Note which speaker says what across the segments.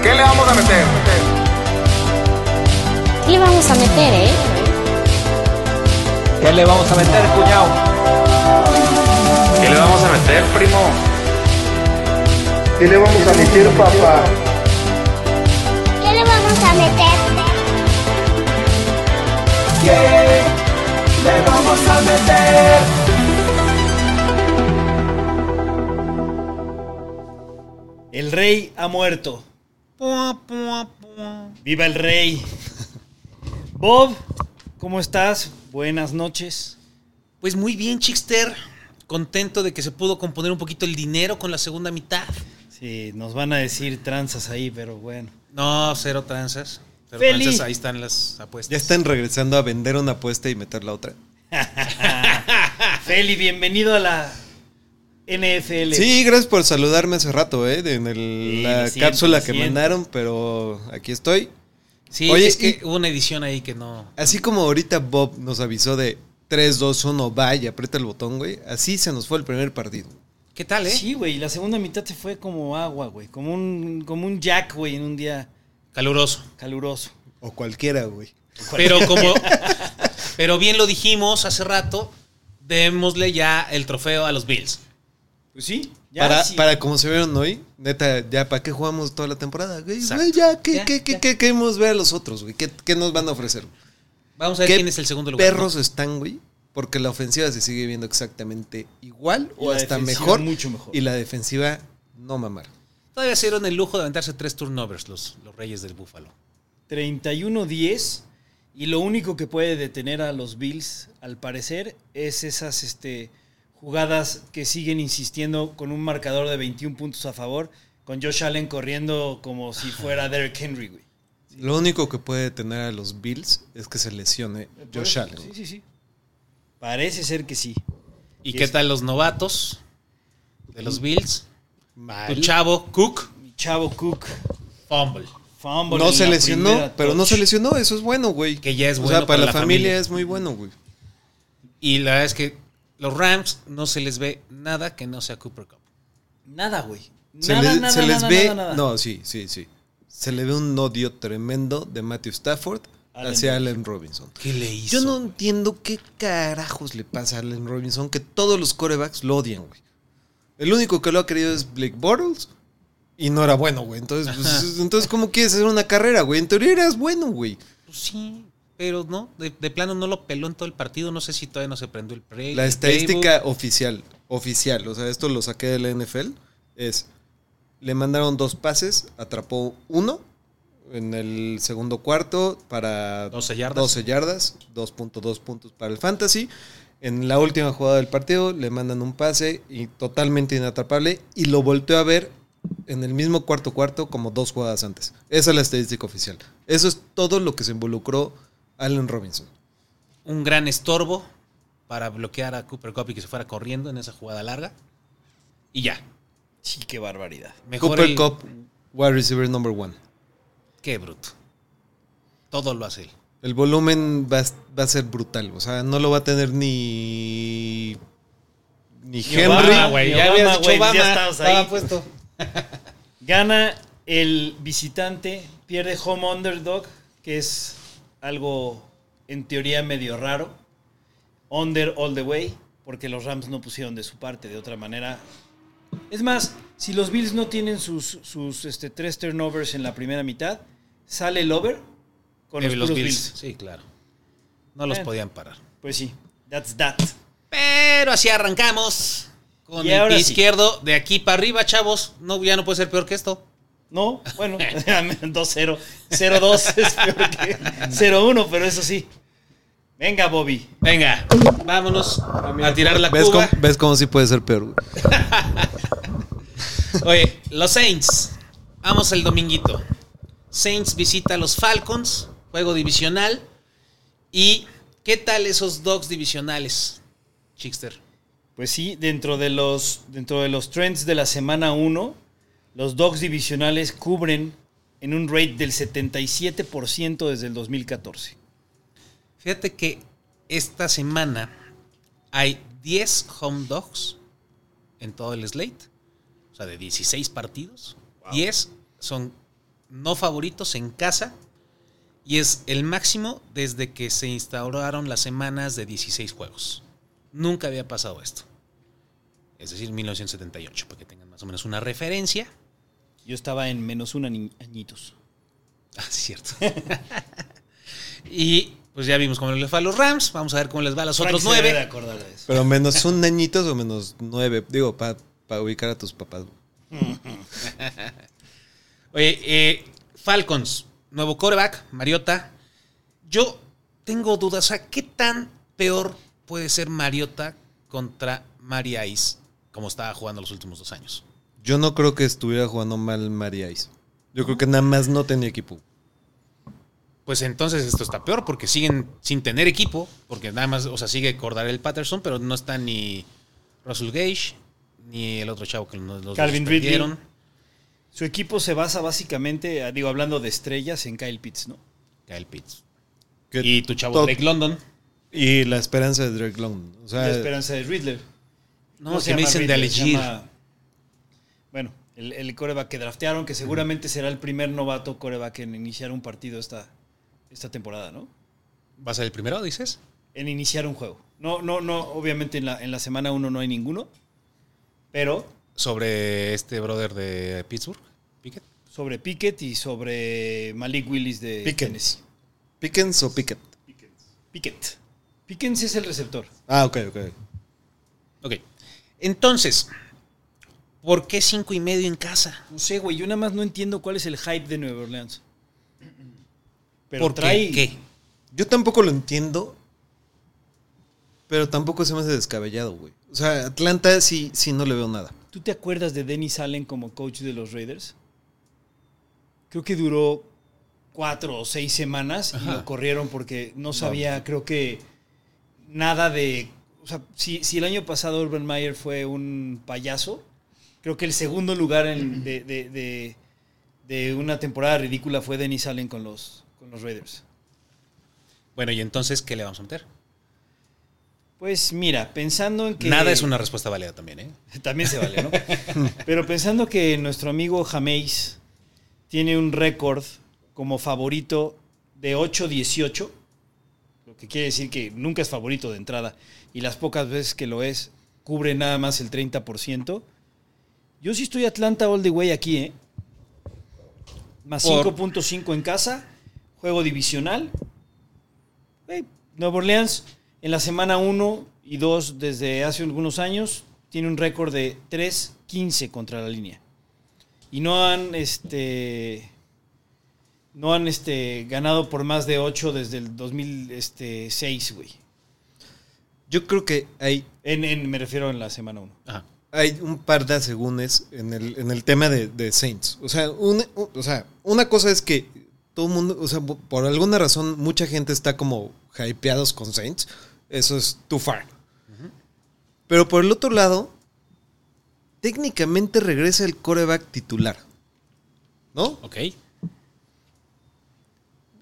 Speaker 1: ¿Qué le vamos a meter?
Speaker 2: ¿Qué le vamos a meter, eh?
Speaker 3: ¿Qué le vamos a meter, cuñado?
Speaker 1: ¿Qué le vamos a meter, primo?
Speaker 4: ¿Qué le vamos a meter, papá?
Speaker 2: ¿Qué le vamos a meter?
Speaker 5: ¿Qué le vamos a meter?
Speaker 6: El rey ha muerto. ¡Viva el rey! Bob, ¿cómo estás? Buenas noches.
Speaker 7: Pues muy bien, Chixter. Contento de que se pudo componer un poquito el dinero con la segunda mitad.
Speaker 6: Sí, nos van a decir tranzas ahí, pero bueno.
Speaker 7: No, cero tranzas. Cero
Speaker 6: Feliz.
Speaker 7: tranzas, ahí están las apuestas.
Speaker 8: Ya están regresando a vender una apuesta y meter la otra.
Speaker 6: Feli, bienvenido a la NFL.
Speaker 8: Sí, gracias por saludarme hace rato, ¿eh? de- En el- la
Speaker 6: lo siento,
Speaker 8: cápsula
Speaker 6: lo
Speaker 8: que
Speaker 6: siento.
Speaker 8: mandaron, pero aquí estoy.
Speaker 7: Sí,
Speaker 8: Oye,
Speaker 7: es que
Speaker 8: y-
Speaker 7: hubo una edición ahí que no.
Speaker 8: Así como ahorita Bob nos avisó de 3, 2, 1, vaya, aprieta el botón, güey. Así se nos fue el primer partido.
Speaker 7: ¿Qué tal, eh?
Speaker 6: Sí, güey, la segunda mitad se fue como agua, güey. Como un, como un jack, güey, en un día
Speaker 7: Caluroso.
Speaker 6: caluroso.
Speaker 8: O cualquiera, güey.
Speaker 7: Pero como. pero bien lo dijimos hace rato, démosle ya el trofeo a los Bills.
Speaker 6: Pues sí, ya
Speaker 8: Para,
Speaker 6: sí.
Speaker 8: para como se vieron hoy, neta, ya, ¿para qué jugamos toda la temporada, güey?
Speaker 7: Exacto.
Speaker 8: Güey, ya, ¿qué,
Speaker 7: Ya,
Speaker 8: qué, qué- qué queremos ver a los otros, güey? ¿Qué, qué nos van a ofrecer?
Speaker 7: Vamos a ver
Speaker 8: ¿Qué
Speaker 7: quién es el segundo lugar.
Speaker 8: perros están, güey? Porque la ofensiva se sigue viendo exactamente igual
Speaker 6: Y
Speaker 8: o
Speaker 6: la
Speaker 8: hasta
Speaker 6: defensiva
Speaker 8: mejor.
Speaker 6: mucho mejor.
Speaker 8: Y la defensiva, no mamar.
Speaker 7: Todavía se dieron el lujo de aventarse tres turnovers los, los Reyes del Búfalo.
Speaker 6: 31-10. Y lo único que puede detener a los Bills, al parecer, es esas este, jugadas que siguen insistiendo con un marcador de 21 puntos a favor, con Josh Allen corriendo como si fuera Derrick Henry, güey.
Speaker 8: Lo único que puede detener a los Bills es que se lesione Josh Allen.
Speaker 6: Sí, sí, sí. Parece ser que sí.
Speaker 7: ¿Y
Speaker 6: Sí,
Speaker 7: qué
Speaker 6: es- Mm.
Speaker 7: tal los novatos de los Bills?
Speaker 8: Mal.
Speaker 7: Tu chavo, Cook,
Speaker 6: Mi chavo Cook.
Speaker 7: fumble.
Speaker 6: fumble
Speaker 8: No
Speaker 6: en
Speaker 8: se
Speaker 6: la
Speaker 8: lesionó,
Speaker 6: primera
Speaker 8: pero no
Speaker 6: touch.
Speaker 8: se lesionó, eso es bueno, güey.
Speaker 7: Que ya es
Speaker 8: O
Speaker 7: bueno
Speaker 8: sea, para, la, familia, es muy bueno, güey.
Speaker 7: Y la verdad es que los Rams no se les ve nada que no sea Cooper Cup.
Speaker 6: Nada, güey.
Speaker 8: Se,
Speaker 6: Nada,
Speaker 8: le-
Speaker 6: nada,
Speaker 8: se les
Speaker 6: nada,
Speaker 8: ve,
Speaker 6: nada, nada.
Speaker 8: no, sí, sí, sí. Se le ve un odio tremendo de Matthew Stafford
Speaker 6: Allen
Speaker 8: hacia Allen Robinson.
Speaker 7: ¿Qué le hizo?
Speaker 8: Yo no entiendo qué carajos le pasa a Allen Robinson que todos los corebacks lo odian, güey. El único que lo ha querido es Blake Bortles y no era bueno, güey. Entonces, pues, entonces ¿cómo quieres hacer una carrera, güey? En teoría eras bueno, güey.
Speaker 7: Pues sí, pero no, de, de plano no lo peló en todo el partido. No sé si todavía no se prendió el play.
Speaker 8: La
Speaker 7: el
Speaker 8: estadística oficial, oficial, o sea, esto lo saqué de la NFL, es, le mandaron dos pases, atrapó uno en el segundo cuarto para
Speaker 7: 12 yardas.
Speaker 8: 12 yardas, 2.2 puntos para el fantasy. En la última jugada del partido le mandan un pase y totalmente inatrapable y lo volteó a ver en el mismo cuarto cuarto como dos jugadas antes. Esa es la estadística oficial. Eso es todo lo que se involucró Allen Robinson.
Speaker 7: Facebook, Un gran estorbo para bloquear a Cooper Cup y que se fuera corriendo en esa jugada larga. Y ya.
Speaker 6: Sí, qué barbaridad.
Speaker 7: Mejor
Speaker 8: Cooper
Speaker 7: el-
Speaker 8: Cup, wide receiver number one.
Speaker 7: Qué bruto. Todo lo hace él.
Speaker 8: El volumen va, a- va a ser brutal. O sea, no lo va a tener ni. Ni Henry.
Speaker 6: Obama,
Speaker 7: güey,
Speaker 6: ni
Speaker 7: ya
Speaker 6: Obama,
Speaker 7: habías dicho
Speaker 6: güey, ya
Speaker 7: Obama.
Speaker 6: estabas ahí.
Speaker 7: Estaba puesto.
Speaker 6: Gana el visitante, pierde home underdog, que es algo en teoría medio raro. Under all the way.
Speaker 8: porque los Rams no pusieron de su parte. De otra manera, es más, si los Bills no tienen sus, sus este, tres turnovers en la primera mitad, sale el over con los,
Speaker 7: los
Speaker 8: puros
Speaker 7: Bills.
Speaker 8: Bills.
Speaker 7: Sí, claro. No los
Speaker 8: Bueno.
Speaker 7: podían parar.
Speaker 8: Pues sí, that's that.
Speaker 7: Pero así arrancamos con
Speaker 8: Y
Speaker 7: el
Speaker 8: ahora
Speaker 7: pie
Speaker 8: sí.
Speaker 7: izquierdo de aquí para arriba, chavos. No, ya no puede ser peor que esto.
Speaker 8: No, bueno, 2-0. 0-2 es peor que 0-1, pero eso sí. Venga, Bobby.
Speaker 7: Venga, vámonos a tirar la
Speaker 9: Ah, ¿Ves
Speaker 7: cuba.
Speaker 9: cómo, ves cómo sí puede ser peor? güey?
Speaker 7: Oye, los Saints. Vamos el dominguito. Saints visita a los Falcons, juego divisional. ¿Y qué tal esos dogs divisionales, Chickster?
Speaker 8: Pues sí, dentro de los, dentro de los trends de la semana 1, los dogs divisionales cubren en un rate del 77% desde el 2014.
Speaker 7: Fíjate que esta semana hay 10 home dogs en todo el slate. O sea, de 16 partidos. 10 son no favoritos en casa. Y es el máximo desde que se instauraron las semanas de 16 juegos. Nunca había pasado esto. Es decir, 1978, para que tengan más o menos una referencia.
Speaker 8: Yo estaba en menos un ani- añitos.
Speaker 7: Ah, sí, cierto. y pues ya vimos cómo les fue a los Rams. Vamos a ver cómo les va a los
Speaker 8: Frank
Speaker 7: otros
Speaker 8: se debe de
Speaker 7: nueve.
Speaker 8: acordar de eso.
Speaker 9: Pero menos un añitos o menos nueve. Digo, para ubicar a tus papás. güey.
Speaker 7: Oye, eh, Falcons, nuevo coreback, Mariota. Yo tengo dudas. O sea, ¿qué tan peor puede ser Mariota contra Mari Ice como estaba jugando los últimos dos años?
Speaker 9: Yo no creo que estuviera jugando mal Mariais. Yo creo que nada más no tenía equipo.
Speaker 7: Pues entonces esto está peor porque siguen sin tener equipo, porque nada más, o sea, sigue Cordarel Patterson, pero no está ni Russell Gage, ni el otro chavo que nos los
Speaker 8: Calvin
Speaker 7: dos
Speaker 8: Ridley.
Speaker 7: perdieron.
Speaker 8: Su equipo se basa básicamente, ah, digo, hablando de estrellas, en Kyle Pitts, ¿no?
Speaker 7: Kyle Pitts.
Speaker 9: Que
Speaker 7: Y tu chavo
Speaker 9: to-
Speaker 7: Drake London.
Speaker 9: Y la esperanza de Drake Long. O sea,
Speaker 8: La esperanza de Riddler.
Speaker 7: No,
Speaker 8: ¿Cómo
Speaker 7: que
Speaker 8: se
Speaker 7: me
Speaker 8: llama
Speaker 7: dicen de
Speaker 8: Ridley? Se
Speaker 7: elegir.
Speaker 8: llama- Bueno, el, el coreback que draftearon, que seguramente será el primer novato coreback en iniciar un partido esta, esta temporada, ¿no?
Speaker 7: ¿Va a ser el primero, dices?
Speaker 8: En iniciar un juego. No, no, no, obviamente en la, en la semana uno no hay ninguno, pero
Speaker 7: Sobre este brother de Pittsburgh, Pickett.
Speaker 8: sobre Pickett y sobre Malik Willis de
Speaker 9: Pickens.
Speaker 8: Tennessee.
Speaker 9: ¿Pickens o Pickett?
Speaker 8: Pickett. Pickens es el receptor.
Speaker 9: Ah, ok, ok.
Speaker 7: Ok. Entonces, ¿por qué cinco y medio en casa?
Speaker 8: No sé, güey, yo nada más no entiendo cuál es el hype de Nueva Orleans. Pero
Speaker 7: ¿Por
Speaker 8: trae,
Speaker 7: qué?
Speaker 9: Yo tampoco lo entiendo, pero tampoco se me hace descabellado, güey. O sea, Atlanta sí, sí no le veo nada.
Speaker 8: ¿Tú te acuerdas de Dennis Allen como coach de los Raiders? Creo que duró cuatro o seis semanas y lo corrieron porque no sabía, creo que, nada de... O sea, si, si el año pasado Urban Meyer fue un payaso, creo que el segundo lugar en- de, de- de- de una temporada ridícula fue Dennis Allen con los, con los Raiders.
Speaker 7: Bueno, y entonces, ¿qué le vamos a meter?
Speaker 8: Pues mira, pensando en que...
Speaker 7: Nada es una respuesta válida también, ¿eh?
Speaker 8: También se vale, ¿no? Pero pensando que nuestro amigo Jameis tiene un récord como favorito de 8-18, lo que quiere decir que nunca es favorito de entrada, y las pocas veces que lo es, cubre nada más el 30%. Yo sí estoy Atlanta all the way aquí, ¿eh? Más
Speaker 7: Por-
Speaker 8: 5.5 en casa, juego divisional. Güey, Eh, Nueva Orleans en la semana 1 y 2 desde hace algunos años tiene un récord de 3-15 contra la línea. Y no han este no han este ganado por más de 8 desde el 2006, güey.
Speaker 9: Yo creo que hay,
Speaker 8: En, en- me refiero en la semana 1.
Speaker 7: Ajá.
Speaker 9: hay un par de asegúnes en el, en el tema de, de Saints. O sea, una, o sea, una cosa es que todo el mundo, o sea, por alguna razón, mucha gente está como hypeados con Saints. Eso es too far. Pero por el otro lado, técnicamente regresa el coreback titular. ¿No?
Speaker 7: Ok.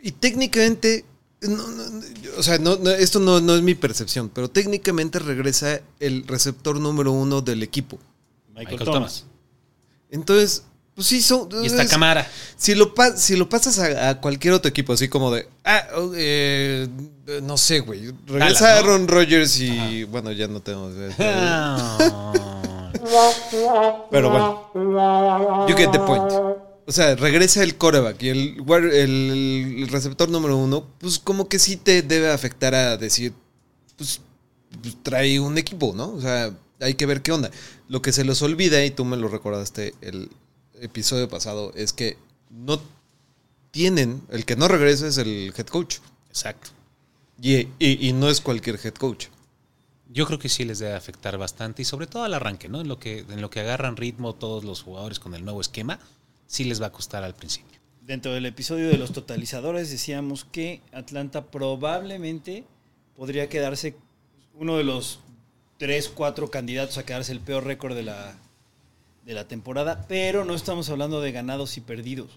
Speaker 9: Y técnicamente, no, no, no, o sea, no, no, esto no, no es mi percepción, pero técnicamente regresa el receptor número uno del equipo.
Speaker 8: Michael,
Speaker 7: Michael
Speaker 8: Thomas.
Speaker 7: Thomas.
Speaker 9: Entonces,
Speaker 8: Pues sí, son.
Speaker 7: Y esta
Speaker 8: es-
Speaker 7: cámara.
Speaker 8: Si lo, pa- si lo pasas a, a cualquier otro equipo, así como de. Ah, oh, eh, no sé, güey.
Speaker 7: Dallas,
Speaker 8: Regresa
Speaker 7: ¿no?
Speaker 8: Aaron Rodgers y. Bueno, ya no tenemos. Pero bueno. You get the point. O sea, regresa el coreback y el, guar- el, el receptor número uno, pues como que sí te debe afectar a decir, pues, pues, trae un equipo, ¿no? O sea, hay que ver qué onda. Lo que se les olvida, y tú me lo recordaste el episodio pasado, es que no tienen, el que no regresa es el head coach.
Speaker 7: Exacto.
Speaker 8: Y, y- y no es cualquier head coach.
Speaker 7: Yo creo que sí les debe afectar bastante y sobre todo al arranque, ¿no? En lo que, en lo que agarran ritmo todos los jugadores con el nuevo esquema, sí les va a costar al principio.
Speaker 10: Dentro del episodio de los totalizadores decíamos que Atlanta probablemente podría quedarse uno de los 3, 4 candidatos a quedarse el peor récord de la, de la temporada, pero no estamos hablando de ganados y perdidos.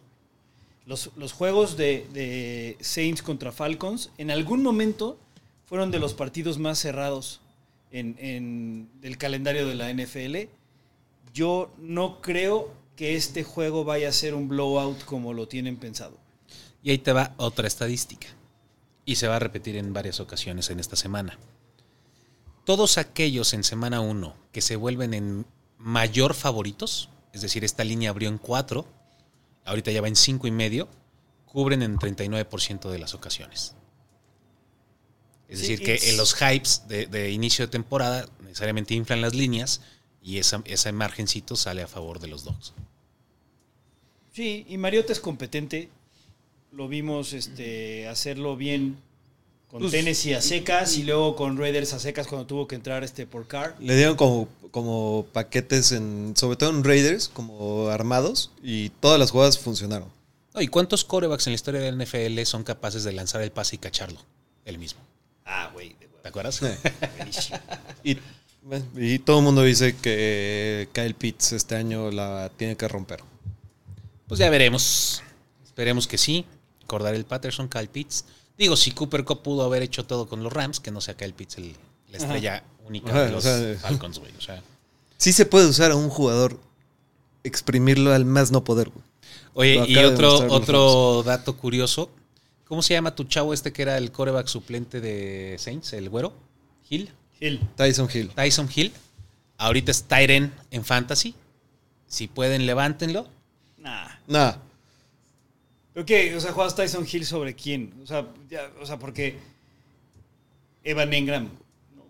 Speaker 10: Los, los juegos de, de Saints contra Falcons en algún momento fueron de los partidos más cerrados en, en el calendario de la NFL. Yo no creo que este juego vaya a ser un blowout como lo tienen pensado.
Speaker 7: Y ahí te va otra estadística. Y se va a repetir en varias ocasiones en esta semana. Todos aquellos en semana 1 que se vuelven en mayor favoritos, es decir, esta línea abrió en 4, ahorita ya va en 5 y medio, cubren en 39% de las ocasiones. Es
Speaker 10: Sí,
Speaker 7: decir, que
Speaker 10: it's-
Speaker 7: en los hypes de, de inicio de temporada necesariamente inflan las líneas y esa- ese margencito sale a favor de los dogs.
Speaker 10: Sí, y Mariota es competente. Lo vimos este, hacerlo bien con
Speaker 8: Pues,
Speaker 10: Tennessee a secas y luego con Raiders a secas cuando tuvo que entrar este por Carr.
Speaker 8: Le dieron como, como paquetes, en, sobre todo en Raiders, como armados, y todas las jugadas funcionaron.
Speaker 7: No, ¿Y cuántos corebacks en la historia del NFL son capaces de lanzar el pase y cacharlo? El mismo.
Speaker 10: Ah, güey. de huevo.
Speaker 7: ¿Te acuerdas?
Speaker 10: Buenísimo.
Speaker 8: Y, y todo el mundo dice que Kyle Pitts este año la tiene que romper.
Speaker 7: Pues ya veremos. Esperemos que sí. Acordar el Patterson, Kyle Pitts. Digo, si Cooper Cup pudo haber hecho todo con los Rams, que no sea Kyle Pitts el- la estrella única
Speaker 8: Ajá,
Speaker 7: de los
Speaker 8: o sea,
Speaker 7: Falcons, güey. O sea.
Speaker 8: Sí se puede usar a un jugador, exprimirlo al más no poder. güey. Lo
Speaker 7: Oye, y
Speaker 8: acaba de
Speaker 7: otro,
Speaker 8: demostrar los
Speaker 7: otro dato curioso. ¿Cómo se llama tu chavo este que era el coreback suplente de Saints, el güero? Hill.
Speaker 10: Hill.
Speaker 8: Tyson Hill.
Speaker 7: Tyson Hill. Ahorita es Tyren en Fantasy. Si pueden, levántenlo.
Speaker 10: Nah.
Speaker 8: Nah,
Speaker 10: ¿Pero qué? O sea, juegas Tyson Hill sobre quién? O sea, ya- o sea porque Evan Engram ¿no?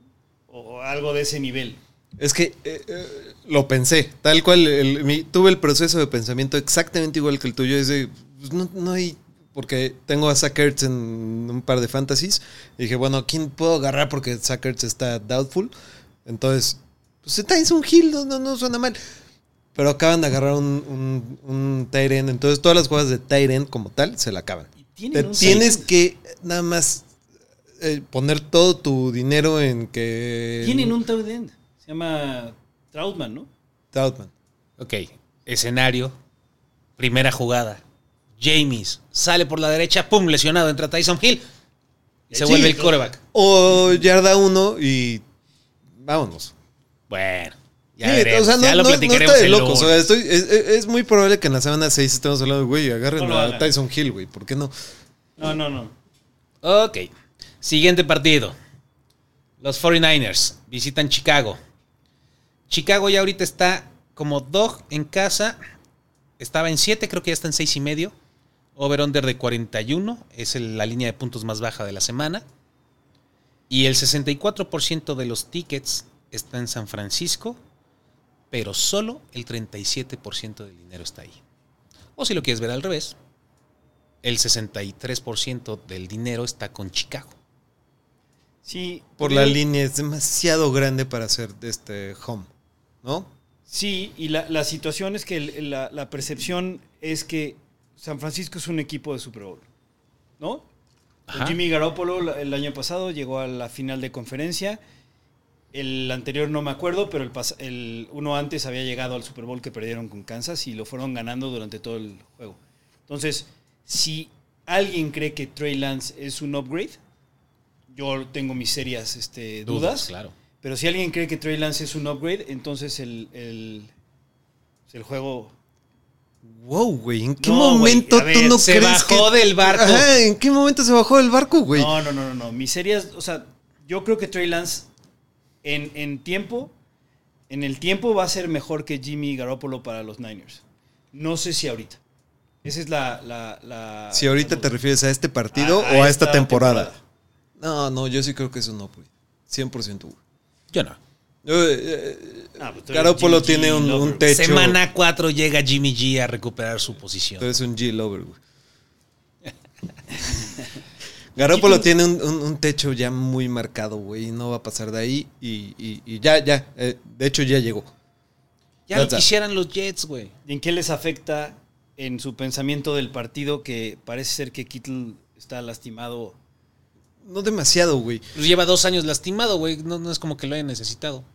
Speaker 10: o, o algo de ese nivel.
Speaker 8: es que eh, eh, lo pensé, tal cual, el- mi- tuve el proceso de pensamiento exactamente igual que el tuyo, es de, pues, no, no hay, porque tengo a Zach Ertz en un par de fantasies, y dije, bueno, ¿quién puedo agarrar porque Zach Ertz está doubtful? Entonces, pues Tyson Hill no, no, no suena mal. Pero acaban de agarrar un, un, un tight end, entonces todas las jugadas de tight end como tal se la acaban.
Speaker 10: tienen
Speaker 8: Te
Speaker 10: un
Speaker 8: tienes
Speaker 10: tight end.
Speaker 8: que nada más eh, poner todo tu dinero en que...
Speaker 10: Tienen un tight end. Se llama Troutman, ¿no?
Speaker 8: Troutman.
Speaker 7: Ok, escenario, primera jugada. James sale por la derecha, pum, lesionado, entra Tyson Hill y se
Speaker 10: Sí.
Speaker 7: vuelve el coreback.
Speaker 8: O yarda uno y vámonos.
Speaker 7: Bueno, ya
Speaker 8: Sí,
Speaker 7: veremos,
Speaker 8: o sea,
Speaker 7: ya
Speaker 8: no,
Speaker 7: lo
Speaker 8: no- no
Speaker 7: platicaremos
Speaker 8: está de
Speaker 7: el
Speaker 8: loco.
Speaker 7: lunes.
Speaker 8: o sea, estoy- es, es- es muy probable que en la semana 6 estemos hablando, güey, agarren
Speaker 10: No lo
Speaker 8: a
Speaker 10: hagan.
Speaker 8: Tyson Hill, güey. ¿Por qué no?
Speaker 10: No, no, no.
Speaker 7: Ok, siguiente partido. Los 49ers visitan Chicago. Chicago ya ahorita está como dog en casa. Estaba en 7, creo que ya está en 6 y medio. Over-under de 41. Es el- la línea de puntos más baja de la semana. Y el 64% de los tickets está en San Francisco. Pero solo el 37% del dinero está ahí. O si lo quieres ver al revés, el 63% del dinero está con Chicago.
Speaker 10: Sí.
Speaker 8: Por la
Speaker 10: Yo-
Speaker 8: línea es demasiado grande para ser este home, ¿no?
Speaker 10: Sí, y la, la situación es que el- la, la percepción es que San Francisco es un equipo de Super Bowl, ¿no? Con
Speaker 7: Ajá.
Speaker 10: Jimmy Garoppolo la- el año pasado llegó a la final de conferencia. El anterior no me acuerdo, pero el, pas- el uno antes había llegado al Super Bowl que perdieron con Kansas y lo fueron ganando durante todo el juego. Entonces, si alguien cree que Trey Lance es un upgrade, yo tengo mis serias este, dudas.
Speaker 7: claro.
Speaker 10: Pero si alguien cree que Trey Lance es un upgrade, entonces el, el, el juego
Speaker 11: Wow, güey, ¿en qué no, momento ver, tú no
Speaker 8: se
Speaker 11: crees
Speaker 8: bajó
Speaker 11: que...
Speaker 8: del barco?
Speaker 11: Ajá, ¿en qué momento se bajó del barco, güey?
Speaker 7: No, no, no, no, no. Miserias, o sea, yo creo que Trey Lance en, en tiempo, en el tiempo va a ser mejor que Jimmy Garoppolo para los Niners. No sé si ahorita. Esa es la... la, la
Speaker 11: si ahorita la... te refieres a este partido a, a o a esta, esta temporada. temporada. No, no, yo sí creo que eso no, güey. 100%, güey.
Speaker 8: Yo no.
Speaker 11: Yo, eh, ah, Garoppolo tiene un, un, techo.
Speaker 8: Semana 4 llega Jimmy G a recuperar su posición.
Speaker 11: Entonces un G-Lover, güey. Garoppolo tiene un, un, un, techo ya muy marcado, güey. No va a pasar de ahí. Y, y, y ya, ya. Eh, de hecho, ya llegó.
Speaker 8: Ya That's lo quisieran that. los Jets, güey.
Speaker 7: ¿Y en qué les afecta en su pensamiento del partido que parece ser que Kittle está lastimado?
Speaker 11: No demasiado, güey.
Speaker 8: Pues Lleva dos años lastimado, güey. No, no es como que lo haya necesitado.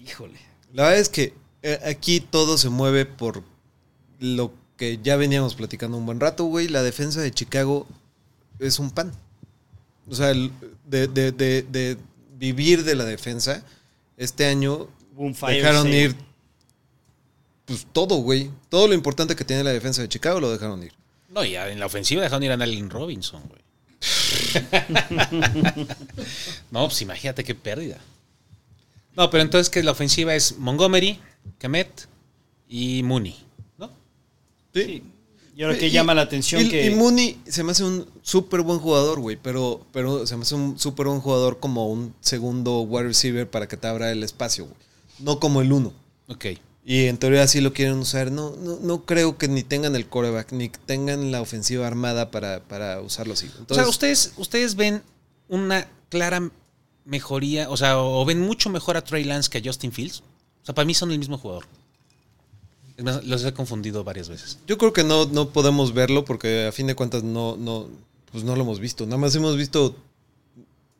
Speaker 7: Híjole.
Speaker 11: La verdad es que eh, aquí todo se mueve por lo que ya veníamos platicando un buen rato, güey. La defensa de Chicago es un pan. O sea, de, de, de, de vivir de la defensa, este año
Speaker 7: un
Speaker 11: dejaron save. ir pues todo, güey. Todo lo importante que tiene la defensa de Chicago lo dejaron ir.
Speaker 8: No, y en la ofensiva dejaron ir a Allen Robinson, güey. no, pues imagínate qué pérdida. No, pero entonces que la ofensiva es Montgomery, Kemet y Mooney, ¿no?
Speaker 7: Sí. sí. Y ahora que y, llama la atención
Speaker 11: y,
Speaker 7: que...
Speaker 11: Y Mooney se me hace un súper buen jugador, güey, pero, pero se me hace un súper buen jugador como un segundo wide receiver para que te abra el espacio, güey. No como el uno.
Speaker 8: Ok.
Speaker 11: Y en teoría sí lo quieren usar. No, no, no creo que ni tengan el coreback, ni tengan la ofensiva armada para, para usarlo así.
Speaker 8: Entonces, o sea, ustedes, ustedes ven una clara mejoría, o sea, o ven mucho mejor a Trey Lance que a Justin Fields. O sea, para mí son el mismo jugador. Es más, los he confundido varias veces.
Speaker 11: Yo creo que no, no podemos verlo porque a fin de cuentas no, no, pues no lo hemos visto. Nada más hemos visto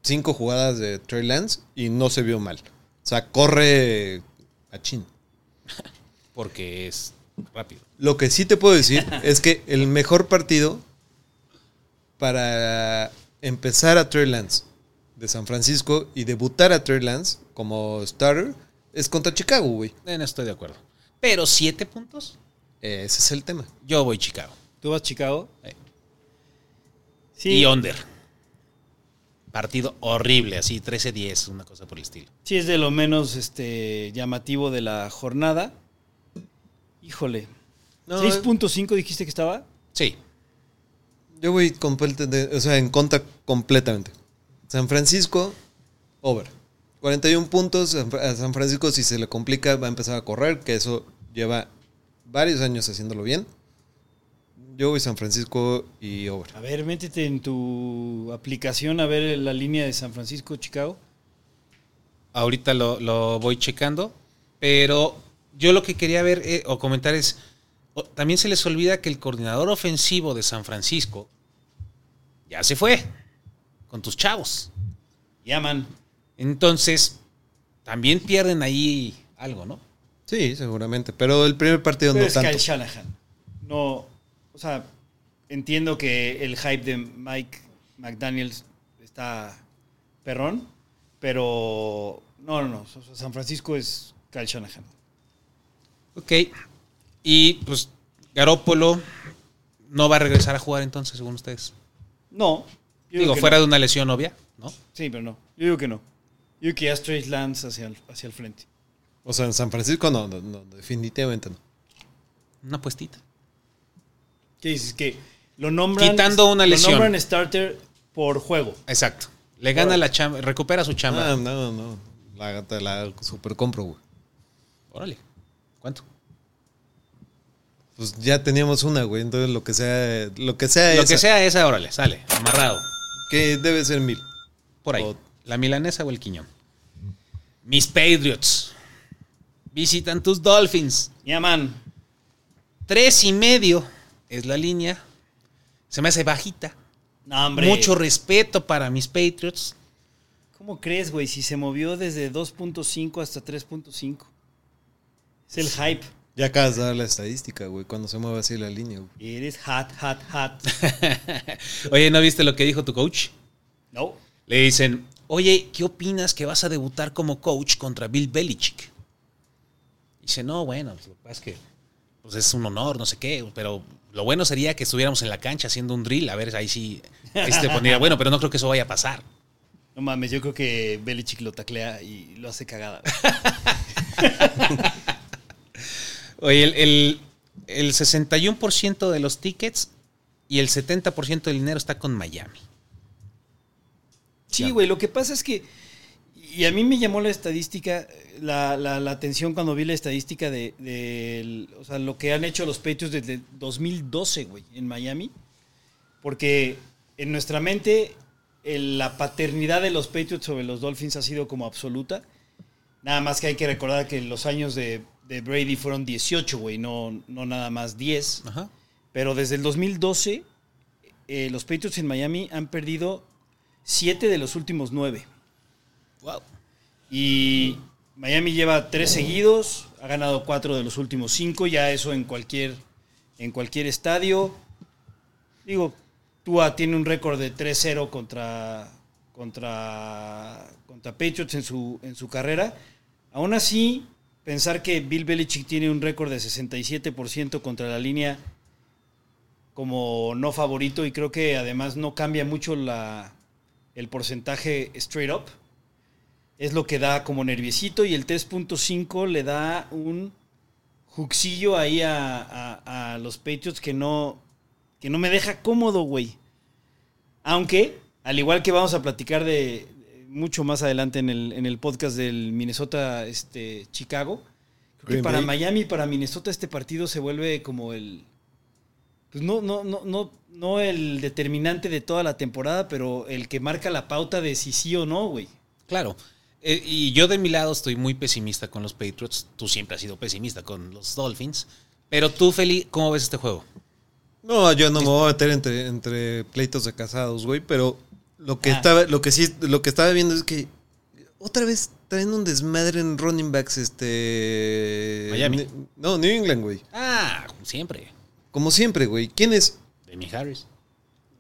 Speaker 11: cinco jugadas de Trey Lance y no se vio mal. O sea, corre a chin.
Speaker 8: porque es rápido.
Speaker 11: Lo que sí te puedo decir es que el mejor partido para empezar a Trey Lance de San Francisco y debutar a Trey Lance como starter es contra Chicago, güey.
Speaker 8: Eh, No estoy de acuerdo. Pero siete puntos. eh,
Speaker 11: Ese es el tema.
Speaker 8: Yo voy Chicago.
Speaker 7: ¿Tú vas Chicago?
Speaker 8: Eh. Sí. Y under. Partido horrible, así 13-10, una cosa por el estilo.
Speaker 7: Sí, es de lo menos este, llamativo de la jornada. Híjole. No,
Speaker 11: eh.
Speaker 7: 6.5 dijiste que estaba.
Speaker 8: Sí.
Speaker 11: Yo voy o sea, en contra completamente. San Francisco, over. 41 puntos. A San Francisco, si se le complica, va a empezar a correr, que eso lleva varios años haciéndolo bien. Yo voy San Francisco y over.
Speaker 7: A ver, métete en tu aplicación a ver la línea de San Francisco-Chicago.
Speaker 8: Ahorita lo, lo voy checando, pero yo lo que quería ver eh, o comentar es, oh, también se les olvida que el coordinador ofensivo de San Francisco ya se fue con tus chavos.
Speaker 7: Llaman.
Speaker 8: Entonces, también pierden ahí algo, ¿no?
Speaker 11: Sí, seguramente, pero el primer partido
Speaker 7: pero
Speaker 11: no
Speaker 7: es
Speaker 11: tanto.
Speaker 7: Kyle Shanahan. No, o sea, entiendo que el hype de Mike McDaniels está perrón, pero no, no, no, o sea, San Francisco es Kyle Shanahan.
Speaker 8: Ok. Y pues Garópolo no va a regresar a jugar entonces, según ustedes.
Speaker 7: No.
Speaker 8: Yo digo, fuera no. de una lesión obvia, ¿no?
Speaker 7: Sí, pero no. Yo digo que no. Yo digo que ya Straight Lance hacia el, hacia el frente.
Speaker 11: O sea, en San Francisco no, no, no definitivamente no.
Speaker 8: Una puestita.
Speaker 7: ¿Qué dices? Que lo nombran.
Speaker 8: Quitando una lesión.
Speaker 7: Lo nombran starter por juego.
Speaker 8: Exacto. Le gana Órale. la chamba, recupera su chamba.
Speaker 11: No, Ah, no, no. La, te la super compro, güey.
Speaker 8: Órale. ¿Cuánto?
Speaker 11: Pues ya teníamos una, güey. Entonces lo que sea, lo que sea
Speaker 8: Lo esa. que sea esa, órale, sale, amarrado.
Speaker 11: Que debe ser mil.
Speaker 8: Por ahí. O la milanesa o el quiñón. Mis Patriots. Visitan tus Dolphins.
Speaker 7: Llaman. Yeah,
Speaker 8: Tres y medio es la línea. Se me hace bajita.
Speaker 7: No, hombre.
Speaker 8: Mucho respeto para mis Patriots.
Speaker 7: ¿Cómo crees, güey? Si se movió desde 2.5 hasta 3.5. Es el hype.
Speaker 11: Ya acabas de dar la estadística, güey, cuando se mueve así la línea.
Speaker 7: Güey. Eres hot, hot, hot.
Speaker 8: oye, ¿no viste lo que dijo tu coach?
Speaker 7: No.
Speaker 8: Le dicen, oye, ¿qué opinas que vas a debutar como coach contra Bill Belichick? Dice, no, bueno, pues lo que pasa es que pues es un honor, no sé qué, pero lo bueno sería que estuviéramos en la cancha haciendo un drill, a ver, ahí sí, ahí sí te pondría bueno, pero no creo que eso vaya a pasar.
Speaker 7: No mames, yo creo que Belichick lo taclea y lo hace cagada.
Speaker 8: Oye, el, el, el 61% de los tickets y el 70% del dinero está con Miami.
Speaker 7: Sí, güey, lo que pasa es que, y a mí me llamó la estadística, la, la- la atención cuando vi la estadística de, del- o sea, lo que han hecho los Patriots desde 2012, güey, en Miami. Porque en nuestra mente el- la paternidad de los Patriots sobre los Dolphins ha sido como absoluta. Nada más que hay que recordar que los años de, de Brady fueron 18, güey, no, no nada más 10.
Speaker 8: Ajá.
Speaker 7: Pero desde el 2012, eh, los Patriots en Miami han perdido 7 de los últimos 9.
Speaker 8: Wow.
Speaker 7: Y Miami lleva 3 seguidos, ha ganado 4 de los últimos 5, ya eso en cualquier, en cualquier estadio. Digo, Tua tiene un récord de 3-0 contra, contra, contra Patriots en su, en su carrera. Aún así, pensar que Bill Belichick tiene un récord de 67% contra la línea como no favorito y creo que además no cambia mucho la, el porcentaje straight up. Es lo que da como nerviosito y el 3.5 le da un juxillo ahí a, a- a los Patriots que no, que no me deja cómodo, güey. Aunque, al igual que vamos a platicar de mucho más adelante en el, en el podcast del Minnesota este, Chicago, creo que
Speaker 11: Green
Speaker 7: para
Speaker 11: Bay.
Speaker 7: Miami y para Minnesota este partido se vuelve como el... Pues no, no, no, no, no el determinante de toda la temporada, pero el que marca la pauta de si sí o no, güey.
Speaker 8: Claro. Eh, y yo de mi lado estoy muy pesimista con los Patriots. Tú siempre has sido pesimista con los Dolphins. Pero tú, Feli, ¿cómo ves este juego?
Speaker 11: No, yo no me voy a meter entre, entre pleitos de casados, güey, pero lo que
Speaker 7: Ah.
Speaker 11: estaba, lo que sí, lo que estaba viendo es que otra vez traen un desmadre en running backs, este.
Speaker 8: Miami.
Speaker 11: Ne- No, New England, güey.
Speaker 8: Ah, como siempre.
Speaker 11: Como siempre, güey. ¿Quién es?
Speaker 8: Demi Harris.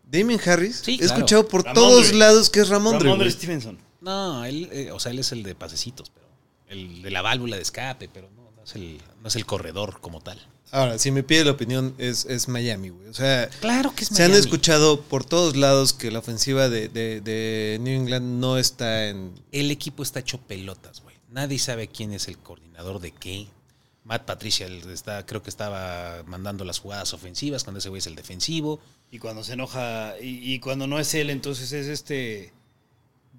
Speaker 11: Damien Harris.
Speaker 8: Sí,
Speaker 11: He
Speaker 8: claro.
Speaker 11: escuchado por
Speaker 7: Ramondre.
Speaker 11: todos lados que es Ramondre.
Speaker 7: Ramondre
Speaker 11: güey.
Speaker 7: Stevenson.
Speaker 8: No, él, eh, o sea, él es el de pasecitos, pero el de la válvula de escape, pero no, no es el, no es el corredor como tal.
Speaker 11: Ahora, si me pide la opinión, es, es Miami, güey. O sea,
Speaker 8: Claro que es
Speaker 11: se han
Speaker 8: Miami.
Speaker 11: escuchado por todos lados que la ofensiva de, de- de New England no está en.
Speaker 8: El equipo está hecho pelotas, güey. Nadie sabe quién es el coordinador de qué. Matt Patricia el- está, creo que estaba mandando las jugadas ofensivas cuando ese güey es el defensivo.
Speaker 7: Y cuando se enoja, y, y cuando no es él, entonces es este.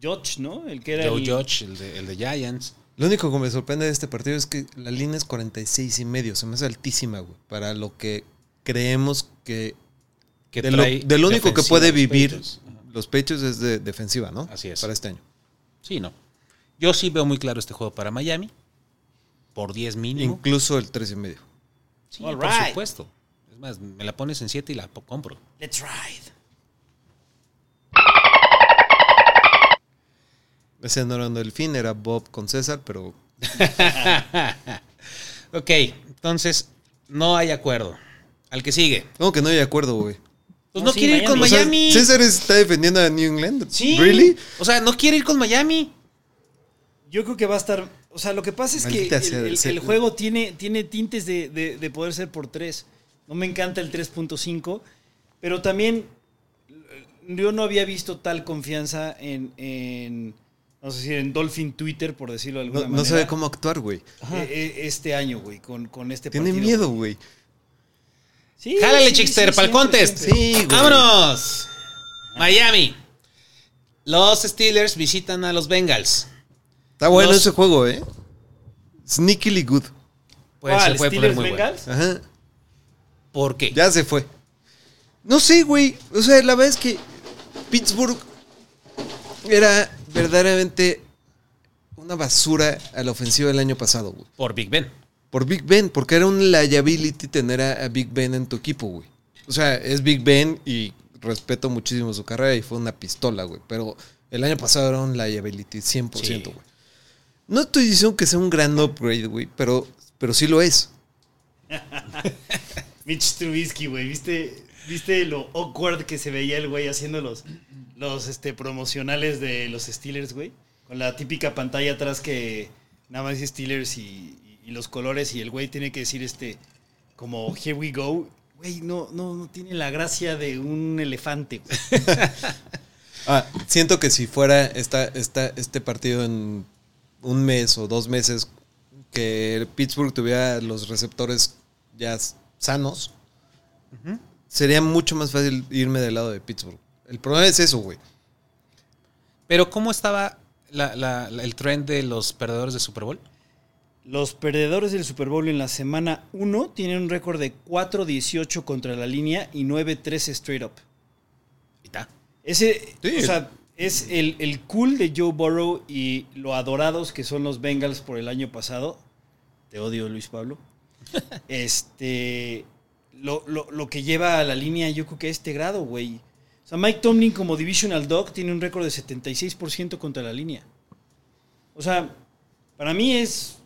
Speaker 7: George, ¿no? El que era.
Speaker 8: Joe
Speaker 7: el-
Speaker 8: Judge, el de, el de Giants.
Speaker 11: Lo único que me sorprende de este partido es que la línea es 46 y medio. Se me hace altísima, güey. Para lo que creemos que.
Speaker 8: que
Speaker 11: de lo,
Speaker 8: trae
Speaker 11: de lo único que
Speaker 8: defensiva
Speaker 11: puede
Speaker 8: los
Speaker 11: vivir
Speaker 8: Patriots.
Speaker 11: los pechos es de defensiva, ¿no?
Speaker 8: Así es.
Speaker 11: Para este año.
Speaker 8: Sí, no. Yo sí veo muy claro este juego para Miami. Por 10 mínimo.
Speaker 11: Incluso el 3 y medio.
Speaker 8: Sí,
Speaker 7: All
Speaker 8: por
Speaker 7: right.
Speaker 8: supuesto. Es más, me la pones en 7 y la po- compro.
Speaker 7: Let's ride.
Speaker 11: Ese no era el fin, era Bob con César, pero.
Speaker 8: ok, entonces no hay acuerdo. Al que sigue.
Speaker 11: No, que no hay acuerdo, güey.
Speaker 8: Pues
Speaker 7: No,
Speaker 8: no,
Speaker 7: sí,
Speaker 8: quiere ir con
Speaker 11: O sea,
Speaker 8: Miami.
Speaker 11: César está defendiendo a New England.
Speaker 8: Sí.
Speaker 11: ¿Really?
Speaker 8: O sea, no quiere ir con Miami.
Speaker 7: Yo creo que va a estar. O sea, lo que pasa es
Speaker 11: Maldita
Speaker 7: que el-
Speaker 11: sea,
Speaker 7: el,
Speaker 11: se-
Speaker 7: el juego tiene, tiene tintes de, de- de poder ser por 3. No me encanta el 3.5, pero también eh, yo no había visto tal confianza en, en vamos a decir, en Dolphin Twitter, por decirlo de alguna
Speaker 11: No,
Speaker 7: manera.
Speaker 11: no sabe cómo actuar, güey.
Speaker 7: eh, eh, este año, güey, con, con este
Speaker 11: Tiene
Speaker 7: partido.
Speaker 11: miedo, güey.
Speaker 7: Sí,
Speaker 8: Jálale,
Speaker 7: sí,
Speaker 8: Chickster,
Speaker 7: sí,
Speaker 8: para el
Speaker 7: siempre,
Speaker 8: contest.
Speaker 7: siempre.
Speaker 11: Sí, güey.
Speaker 8: ¡Vámonos! Miami. Los Steelers visitan a los Bengals.
Speaker 11: Está bueno
Speaker 8: Los-
Speaker 11: ese juego, ¿eh? Sneakily good.
Speaker 8: Pues
Speaker 7: ¿Cuál?
Speaker 8: se puede poner
Speaker 7: ¿Steelers
Speaker 8: muy bueno.
Speaker 7: Bengals?
Speaker 11: Ajá.
Speaker 8: ¿Por qué?
Speaker 11: Ya se fue. No sé, güey. O sea, la verdad es que Pittsburgh era verdaderamente una basura a la ofensiva del año pasado, güey.
Speaker 8: Por Big Ben.
Speaker 11: Por Big Ben, porque era un liability tener a, a Big Ben en tu equipo, güey. O sea, es Big Ben y respeto muchísimo su carrera y fue una pistola, güey. Pero el año pasado era un liability 100%,
Speaker 8: Sí.
Speaker 11: güey. No estoy diciendo que sea un gran upgrade, güey, pero, pero sí lo es.
Speaker 7: Mitch Trubisky, güey. ¿Viste, ¿Viste lo awkward que se veía el güey haciendo los, los este, promocionales de los Steelers, güey? Con la típica pantalla atrás que nada más dice Steelers y, y- y los colores y el güey tiene que decir este... como Here We Go, güey, no, no, no tiene la gracia de un elefante.
Speaker 11: ah, siento que si fuera esta, esta, este partido en un mes o dos meses, que Pittsburgh tuviera los receptores ya sanos, uh -huh. sería mucho más fácil irme del lado de Pittsburgh. El problema es eso, güey.
Speaker 8: Pero ¿cómo estaba la, la, la, el tren de los perdedores de Super Bowl?
Speaker 7: Los perdedores del Super Bowl en la semana 1 tienen un récord de 4-18 contra la línea y 9-3 straight up.
Speaker 8: ¿Y está?
Speaker 7: Ese, sí. o sea, es el, el, cool de Joe Burrow y lo adorados que son los Bengals por el año pasado. Te odio, Luis Pablo. este, lo, lo, lo que lleva a la línea, yo creo que a este grado, güey. O sea, Mike Tomlin como Divisional Dog tiene un récord de 76% contra la línea. O sea, para mí es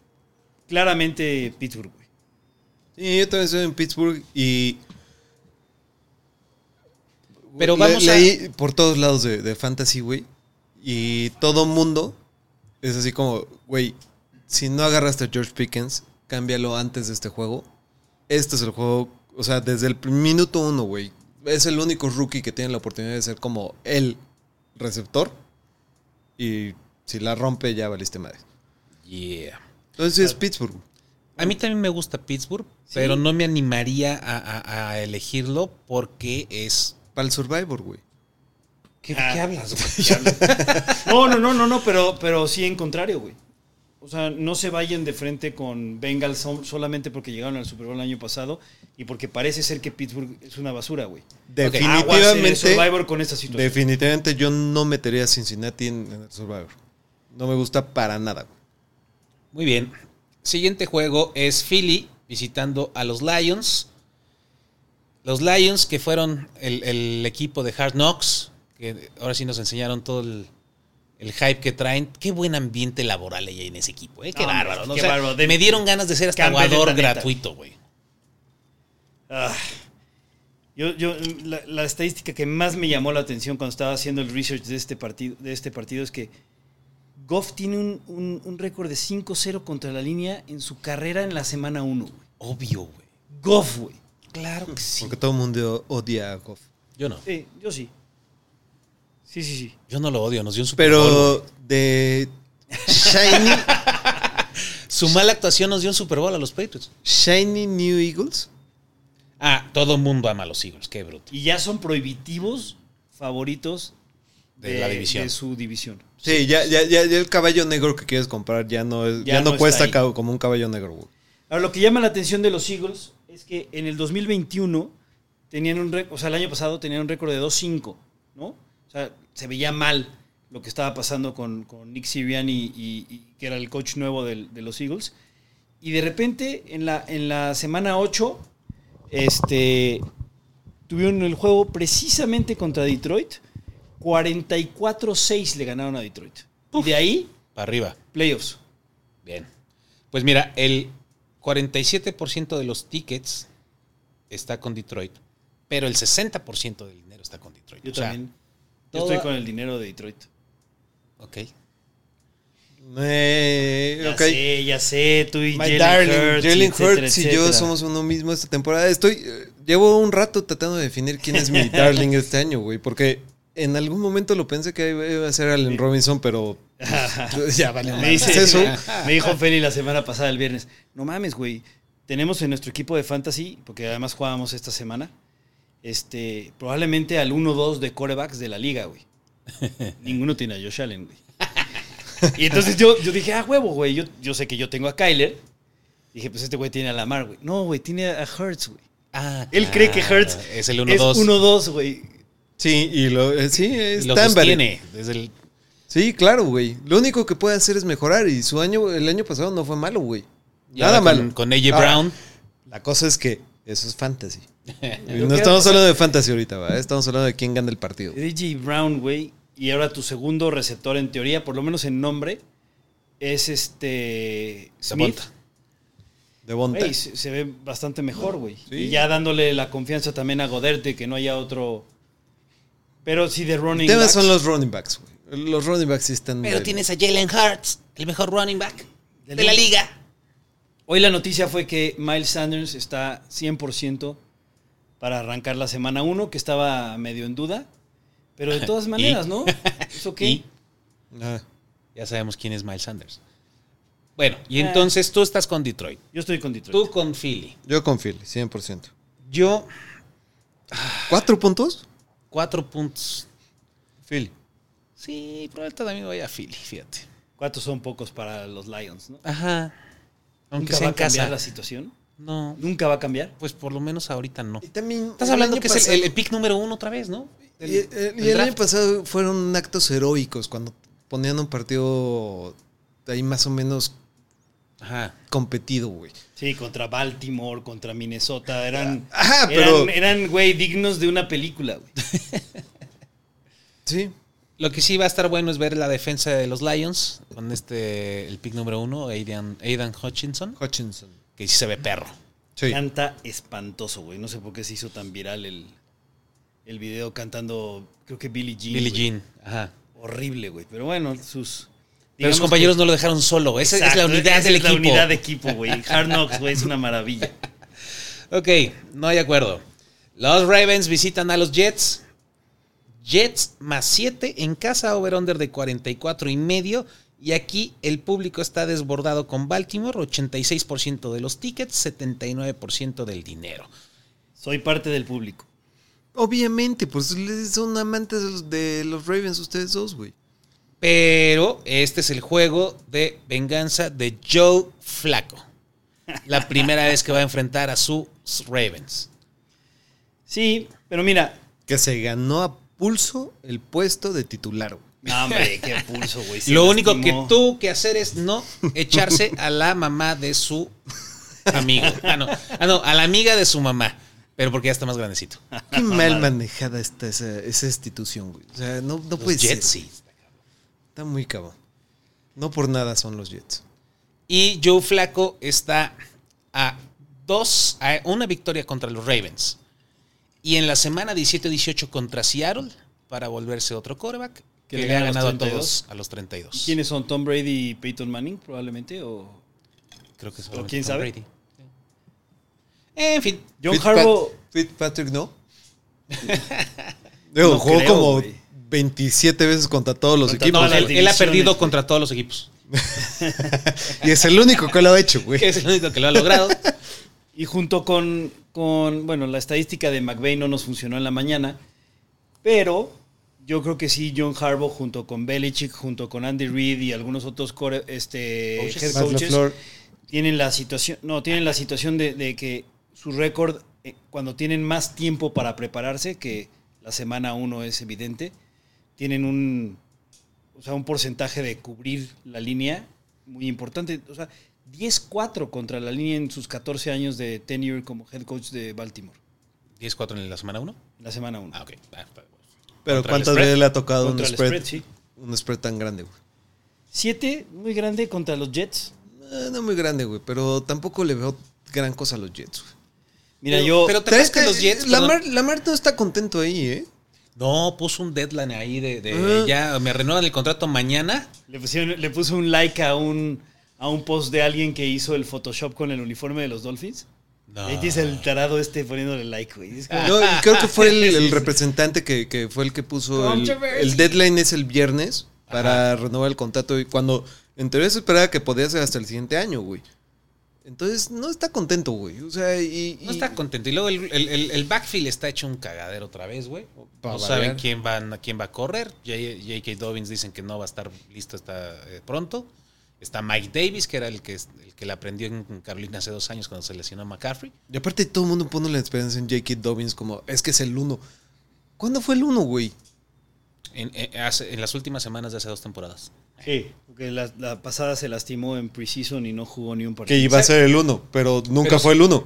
Speaker 7: claramente Pittsburgh, güey.
Speaker 11: Sí, yo también soy en Pittsburgh y.
Speaker 8: Pero vamos
Speaker 11: le, leí a... por todos lados de, de Fantasy, güey. Y todo mundo es así como, güey, si no agarraste a George Pickens, cámbialo antes de este juego. Este es el juego, o sea, desde el minuto uno, güey es el único rookie que tiene la oportunidad de ser como el receptor. Y si la rompe, ya valiste madre.
Speaker 8: Yeah.
Speaker 11: Entonces, uh, Pittsburgh.
Speaker 8: A mí también me gusta Pittsburgh, ¿Sí? pero no me animaría a, a, a, elegirlo porque es.
Speaker 11: Para el Survivor, güey.
Speaker 7: ¿Qué, ah. ¿qué hablas, güey? ¿Qué hablas? no, no, no, no, no, pero, pero sí en contrario, güey. O sea, no se vayan de frente con Bengals solamente porque llegaron al Super Bowl el año pasado y porque parece ser que Pittsburgh es una basura, güey.
Speaker 8: eh.
Speaker 11: Definitivamente. El
Speaker 7: Survivor con esta situación.
Speaker 11: Definitivamente yo no metería a Cincinnati en, el Survivor. No me gusta para nada, güey.
Speaker 8: Muy bien. Siguiente juego es Philly visitando a los Lions. Los Lions que fueron el, el equipo de Hard Knocks, que ahora sí nos enseñaron todo el, el hype que traen. Qué buen ambiente laboral hay en ese equipo, ¿eh? Qué no, bárbaro. ¿no? Qué o sea, bárbaro. De, me dieron ganas de ser hasta aguador gratuito, güey.
Speaker 7: Ah, yo, yo la, la, estadística que más me llamó la atención cuando estaba haciendo el research de este partido, de este partido es que Goff tiene un, un, un récord de 5-0 contra la línea en su carrera en la semana 1.
Speaker 8: Obvio, güey.
Speaker 7: Goff, güey.
Speaker 8: Claro que sí.
Speaker 11: Porque todo el mundo odia a Goff.
Speaker 8: Yo no.
Speaker 7: Sí, yo sí. Sí, sí, sí.
Speaker 8: Yo no lo odio, nos dio un
Speaker 11: Super Pero Bowl. Pero de Shiny.
Speaker 8: Su mala actuación nos dio un Super Bowl a los Patriots.
Speaker 11: Shiny New Eagles.
Speaker 8: Ah, todo mundo ama a los Eagles, qué bruto.
Speaker 7: Y ya son prohibitivos favoritos de, de la división. De su división.
Speaker 11: Sí, sí. Ya, ya, ya, el caballo negro que quieres comprar ya no, es, ya, ya no, no cuesta ahí. como un caballo negro.
Speaker 7: Ahora, lo que llama la atención de los Eagles es que en el 2021 tenían un récord, o sea, el año pasado tenían un récord de 2-5, ¿no? O sea, se veía mal lo que estaba pasando con, con Nick Sirianni, y, y, y, que era el coach nuevo del, de los Eagles. Y de repente, en la, en la semana 8, este, tuvieron el juego precisamente contra Detroit. 44-6 le ganaron a Detroit. Uf, y de ahí...
Speaker 8: Para arriba.
Speaker 7: Playoffs.
Speaker 8: Bien. Pues mira, el 47% de los tickets está con Detroit, pero el 60% del dinero está con Detroit.
Speaker 7: Yo o sea, también. Yo estoy con el dinero de Detroit.
Speaker 8: Ok.
Speaker 7: Eh, ya okay. sé, ya sé, tú y
Speaker 11: My darling, Jalen Hurts y yo somos uno mismo esta temporada. Estoy, eh, llevo un rato tratando de definir quién es mi darling este año, güey, porque en algún momento lo pensé que iba a ser Allen sí. Robinson, pero pues, ya vale.
Speaker 7: me, dice, eso. me dijo Feli la semana pasada, el viernes, no mames, güey, tenemos en nuestro equipo de fantasy, porque además jugábamos esta semana, este, probablemente al 1-2 de corebacks de la liga, güey. Ninguno tiene a Josh Allen, güey. Y entonces yo, yo dije, ah, huevo, güey, yo, yo, sé que yo tengo a Kyler. Dije, pues este güey tiene a Lamar, güey. No, güey, tiene a Hertz, güey.
Speaker 8: Ah,
Speaker 7: Él claro. cree que Hertz
Speaker 8: es el 1-2.
Speaker 7: güey.
Speaker 11: Sí, y lo, eh, sí, es
Speaker 8: lo tiene desde el...
Speaker 11: Sí, claro, güey. Lo único que puede hacer es mejorar. Y su año, el año pasado no fue malo, güey. Nada
Speaker 8: con,
Speaker 11: malo.
Speaker 8: Con AJ Brown.
Speaker 11: La cosa es que eso es fantasy. no estamos hablando de fantasy ahorita, ¿va? eh, estamos hablando de quién gana el partido.
Speaker 7: DJ Brown, güey, y ahora tu segundo receptor en teoría, por lo menos en nombre, es este Smith.
Speaker 11: De Bonta.
Speaker 7: Wey, se, se, ve bastante mejor, güey. Sí. Y ya dándole la confianza también a Goderte, que no haya otro. Pero sí de running
Speaker 11: backs. son los running backs, güey. Los running backs sí están.
Speaker 8: Pero tienes a Jalen Hurts, el mejor running back de, de la liga.
Speaker 7: Hoy la noticia fue que Miles Sanders está 100% para arrancar la semana 1, que estaba medio en duda. Pero de todas maneras,
Speaker 8: ¿Y?
Speaker 7: ¿no? ¿Eso qué?
Speaker 8: ¿Y? Ah, ya sabemos quién es Miles Sanders. Bueno, y entonces tú estás con Detroit.
Speaker 7: Ah. Yo estoy con Detroit.
Speaker 8: Tú con Philly.
Speaker 11: Yo con Philly, 100%.
Speaker 8: Yo,
Speaker 11: ¿Cuatro puntos?
Speaker 8: cuatro puntos.
Speaker 11: Philly.
Speaker 8: Sí, probablemente también vaya a Philly, fíjate.
Speaker 7: ¿Cuántos son pocos para los Lions, no?
Speaker 8: Ajá. Aunque
Speaker 7: ¿Nunca
Speaker 8: sea
Speaker 7: va
Speaker 8: en
Speaker 7: a cambiar
Speaker 8: casa.
Speaker 7: la situación?
Speaker 8: No,
Speaker 7: ¿Nunca va a cambiar?
Speaker 8: pues por lo menos ahorita no.
Speaker 11: también.
Speaker 8: Estás hablando que es el- el, el pick número uno otra vez, ¿no? Del-
Speaker 11: Y, eh, y
Speaker 8: del
Speaker 11: el
Speaker 8: draft.
Speaker 11: año pasado fueron actos heroicos cuando ponían un partido ahí más o menos
Speaker 8: Ajá.
Speaker 11: competido, güey.
Speaker 7: Sí, contra Baltimore, contra Minnesota. Eran,
Speaker 11: Ajá,
Speaker 7: eran,
Speaker 11: pero-
Speaker 7: eran, güey, dignos de una película, güey.
Speaker 11: Sí.
Speaker 8: Lo que sí va a estar bueno es ver la defensa de los Lions con este, el pick número uno, Aidan, Aidan Hutchinson,
Speaker 11: Hutchinson.
Speaker 8: que sí se ve perro.
Speaker 11: Sí.
Speaker 7: Canta espantoso, güey. No sé por qué se hizo tan viral el, el video cantando, creo que Billie Jean.
Speaker 8: Billie
Speaker 7: güey.
Speaker 8: Jean, ajá.
Speaker 7: Horrible, güey. Pero bueno, sus...
Speaker 8: Pero
Speaker 7: digamos
Speaker 8: sus compañeros no lo dejaron solo.
Speaker 7: que-
Speaker 8: Esa es la
Speaker 7: Exacto,
Speaker 8: unidad
Speaker 7: esa
Speaker 8: del
Speaker 7: es
Speaker 8: equipo.
Speaker 7: la unidad de equipo, güey. Hard Knocks, güey, es una maravilla.
Speaker 8: Ok, no hay acuerdo. Los Ravens visitan a los Jets. Jets más 7 en casa, over-under de 44 y medio. Y aquí el público está desbordado con Baltimore, 86% de los tickets, 79% del dinero.
Speaker 7: Soy parte del público.
Speaker 11: Obviamente, pues les- son amantes de los, de los Ravens ustedes dos, güey.
Speaker 8: Pero este es el juego de venganza de Joe Flaco. La primera vez que va a enfrentar a sus Ravens.
Speaker 7: Sí, pero mira...
Speaker 11: Que se ganó a pulso el puesto de titular, güey.
Speaker 7: No, hombre, qué pulso, güey. se
Speaker 8: Lo único
Speaker 7: lastimó.
Speaker 8: que tuvo que hacer es no echarse a la mamá de su amigo. Ah, no, Ah, no, a la amiga de su mamá. Pero porque ya está más grandecito.
Speaker 11: Qué mal manejada está esa, esa institución, güey. O sea, no, no
Speaker 8: Los
Speaker 11: puede
Speaker 8: Jets,
Speaker 11: ser.
Speaker 8: sí.
Speaker 11: Está muy cabrón. No por nada son los Jets.
Speaker 8: Y Joe Flaco está a dos, a una victoria contra los Ravens. Y en la semana 17-18 contra Seattle para volverse otro quarterback
Speaker 7: Que
Speaker 8: que,
Speaker 7: le
Speaker 8: le ha
Speaker 7: gana a los
Speaker 8: ganado a
Speaker 7: 32.
Speaker 8: todos a los 32.
Speaker 7: ¿Quiénes son? ¿Tom Brady y Peyton Manning, probablemente? ¿O
Speaker 8: Creo que es
Speaker 7: ¿O quién sabe?
Speaker 8: En fin,
Speaker 7: John Harbaugh...
Speaker 11: Fitzpatrick no. Digo,
Speaker 7: No
Speaker 11: jugó
Speaker 7: creo,
Speaker 11: como
Speaker 7: güey.
Speaker 11: 27 veces contra todos los
Speaker 7: Contra
Speaker 11: equipos.
Speaker 7: todas las
Speaker 8: él, él ha
Speaker 7: divisiones,
Speaker 8: perdido
Speaker 7: güey.
Speaker 8: contra todos los equipos.
Speaker 11: Y es el único que lo ha hecho, güey.
Speaker 8: que es el único que lo ha logrado.
Speaker 7: Y junto con, con, bueno, la estadística de McVeigh no nos funcionó en la mañana, pero yo creo que sí, John Harbaugh junto con Belichick, junto con Andy Reid y algunos otros core- este,
Speaker 8: Coaches.
Speaker 7: head
Speaker 11: Matt
Speaker 7: coaches,
Speaker 11: LaFleur.
Speaker 7: tienen la situación, no, tienen la situación de, de que su récord, eh, cuando tienen más tiempo para prepararse, que la semana uno es evidente, tienen un, o sea, un porcentaje de cubrir la línea muy importante. O sea, 10-4 contra la línea en sus 14 años de tenure como head coach de Baltimore,
Speaker 8: 10-4 en la semana 1.
Speaker 7: en la semana 1.
Speaker 8: Ah, ok. Ah, está bueno.
Speaker 11: Pero
Speaker 8: Contra el
Speaker 11: ¿cuántas
Speaker 8: spread.
Speaker 11: veces le ha tocado un
Speaker 7: Contra el
Speaker 11: spread,
Speaker 7: spread, sí.
Speaker 11: un spread tan grande, güey?
Speaker 7: 7, muy grande contra los Jets.
Speaker 11: Eh, no muy grande, güey, pero tampoco le veo gran cosa a los Jets, güey.
Speaker 7: Mira,
Speaker 8: Pero-
Speaker 7: yo...
Speaker 8: pero ¿Te acuerdas que los Jets,
Speaker 11: Lamar, Lamar no está contento ahí, ¿eh?
Speaker 8: No, puso un deadline ahí de, de
Speaker 11: Ah.
Speaker 8: ya me renuevan el contrato mañana.
Speaker 7: Le, pusieron- le puso un like a un, a un post de alguien que hizo el Photoshop con el uniforme de los Dolphins.
Speaker 8: No.
Speaker 7: Ahí tienes el tarado este poniéndole like, güey. Es como-
Speaker 11: No, y creo que fue el, el representante que, que fue el que puso el, el deadline es el viernes para renovar el contrato y cuando en teoría se esperaba que podía ser hasta el siguiente año, güey. Entonces no está contento, güey. O sea, y, y-
Speaker 8: No está contento. Y luego el, el- el- el backfield está hecho un cagadero otra vez, güey.
Speaker 11: Pa'
Speaker 8: No
Speaker 11: variar.
Speaker 8: saben quién va, a- quién va a correr. J- J.K. Dobbins dicen que no va a estar listo hasta eh, pronto. Está Mike Davis, que era el que, el que la aprendió en Carolina hace dos años cuando se lesionó a McCaffrey.
Speaker 11: y aparte todo el mundo pone la esperanza en J.K. Dobbins como es que es el uno. ¿Cuándo fue el uno, güey?
Speaker 8: En, eh, hace- en las últimas semanas de hace dos temporadas.
Speaker 7: Sí, porque la, la pasada se lastimó en preseason y no jugó ni un
Speaker 11: Que
Speaker 7: partido.
Speaker 11: iba a ser el uno, pero nunca
Speaker 8: Pero
Speaker 11: fue el uno.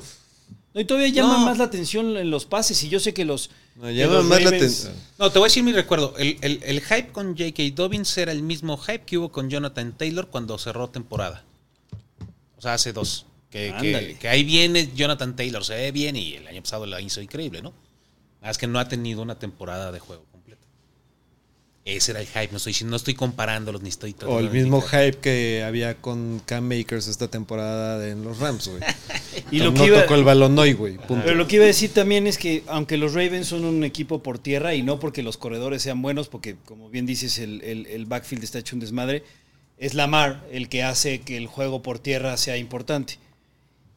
Speaker 7: No, y todavía llama
Speaker 8: No.
Speaker 7: más la atención en los pases. Y yo sé que los.
Speaker 11: No,
Speaker 7: que
Speaker 11: llama
Speaker 7: los
Speaker 11: más la
Speaker 7: Ravens-
Speaker 11: atención.
Speaker 8: No, te voy a decir mi recuerdo. El, el- el hype con J.K. Dobbins era el mismo hype que hubo con Jonathan Taylor cuando cerró temporada. O sea, hace dos. Que, que-
Speaker 7: Ándale.
Speaker 8: que ahí viene Jonathan Taylor, se ve bien y el año pasado la hizo increíble, ¿no? Nada más que no ha tenido una temporada de juego completa. Ese era el hype, no estoy, no estoy comparándolos ni estoy
Speaker 7: O el mismo hype que había con Cam Makers esta temporada en los Rams, güey.
Speaker 12: Y
Speaker 7: No-
Speaker 12: lo
Speaker 7: no
Speaker 12: que iba-
Speaker 7: tocó el balón hoy, güey. punto.
Speaker 12: Pero lo que iba a decir también es que aunque los Ravens son un equipo por tierra y no porque los corredores sean buenos, porque como bien dices el, el- el backfield está hecho un desmadre, es Lamar el que hace que el juego por tierra sea importante.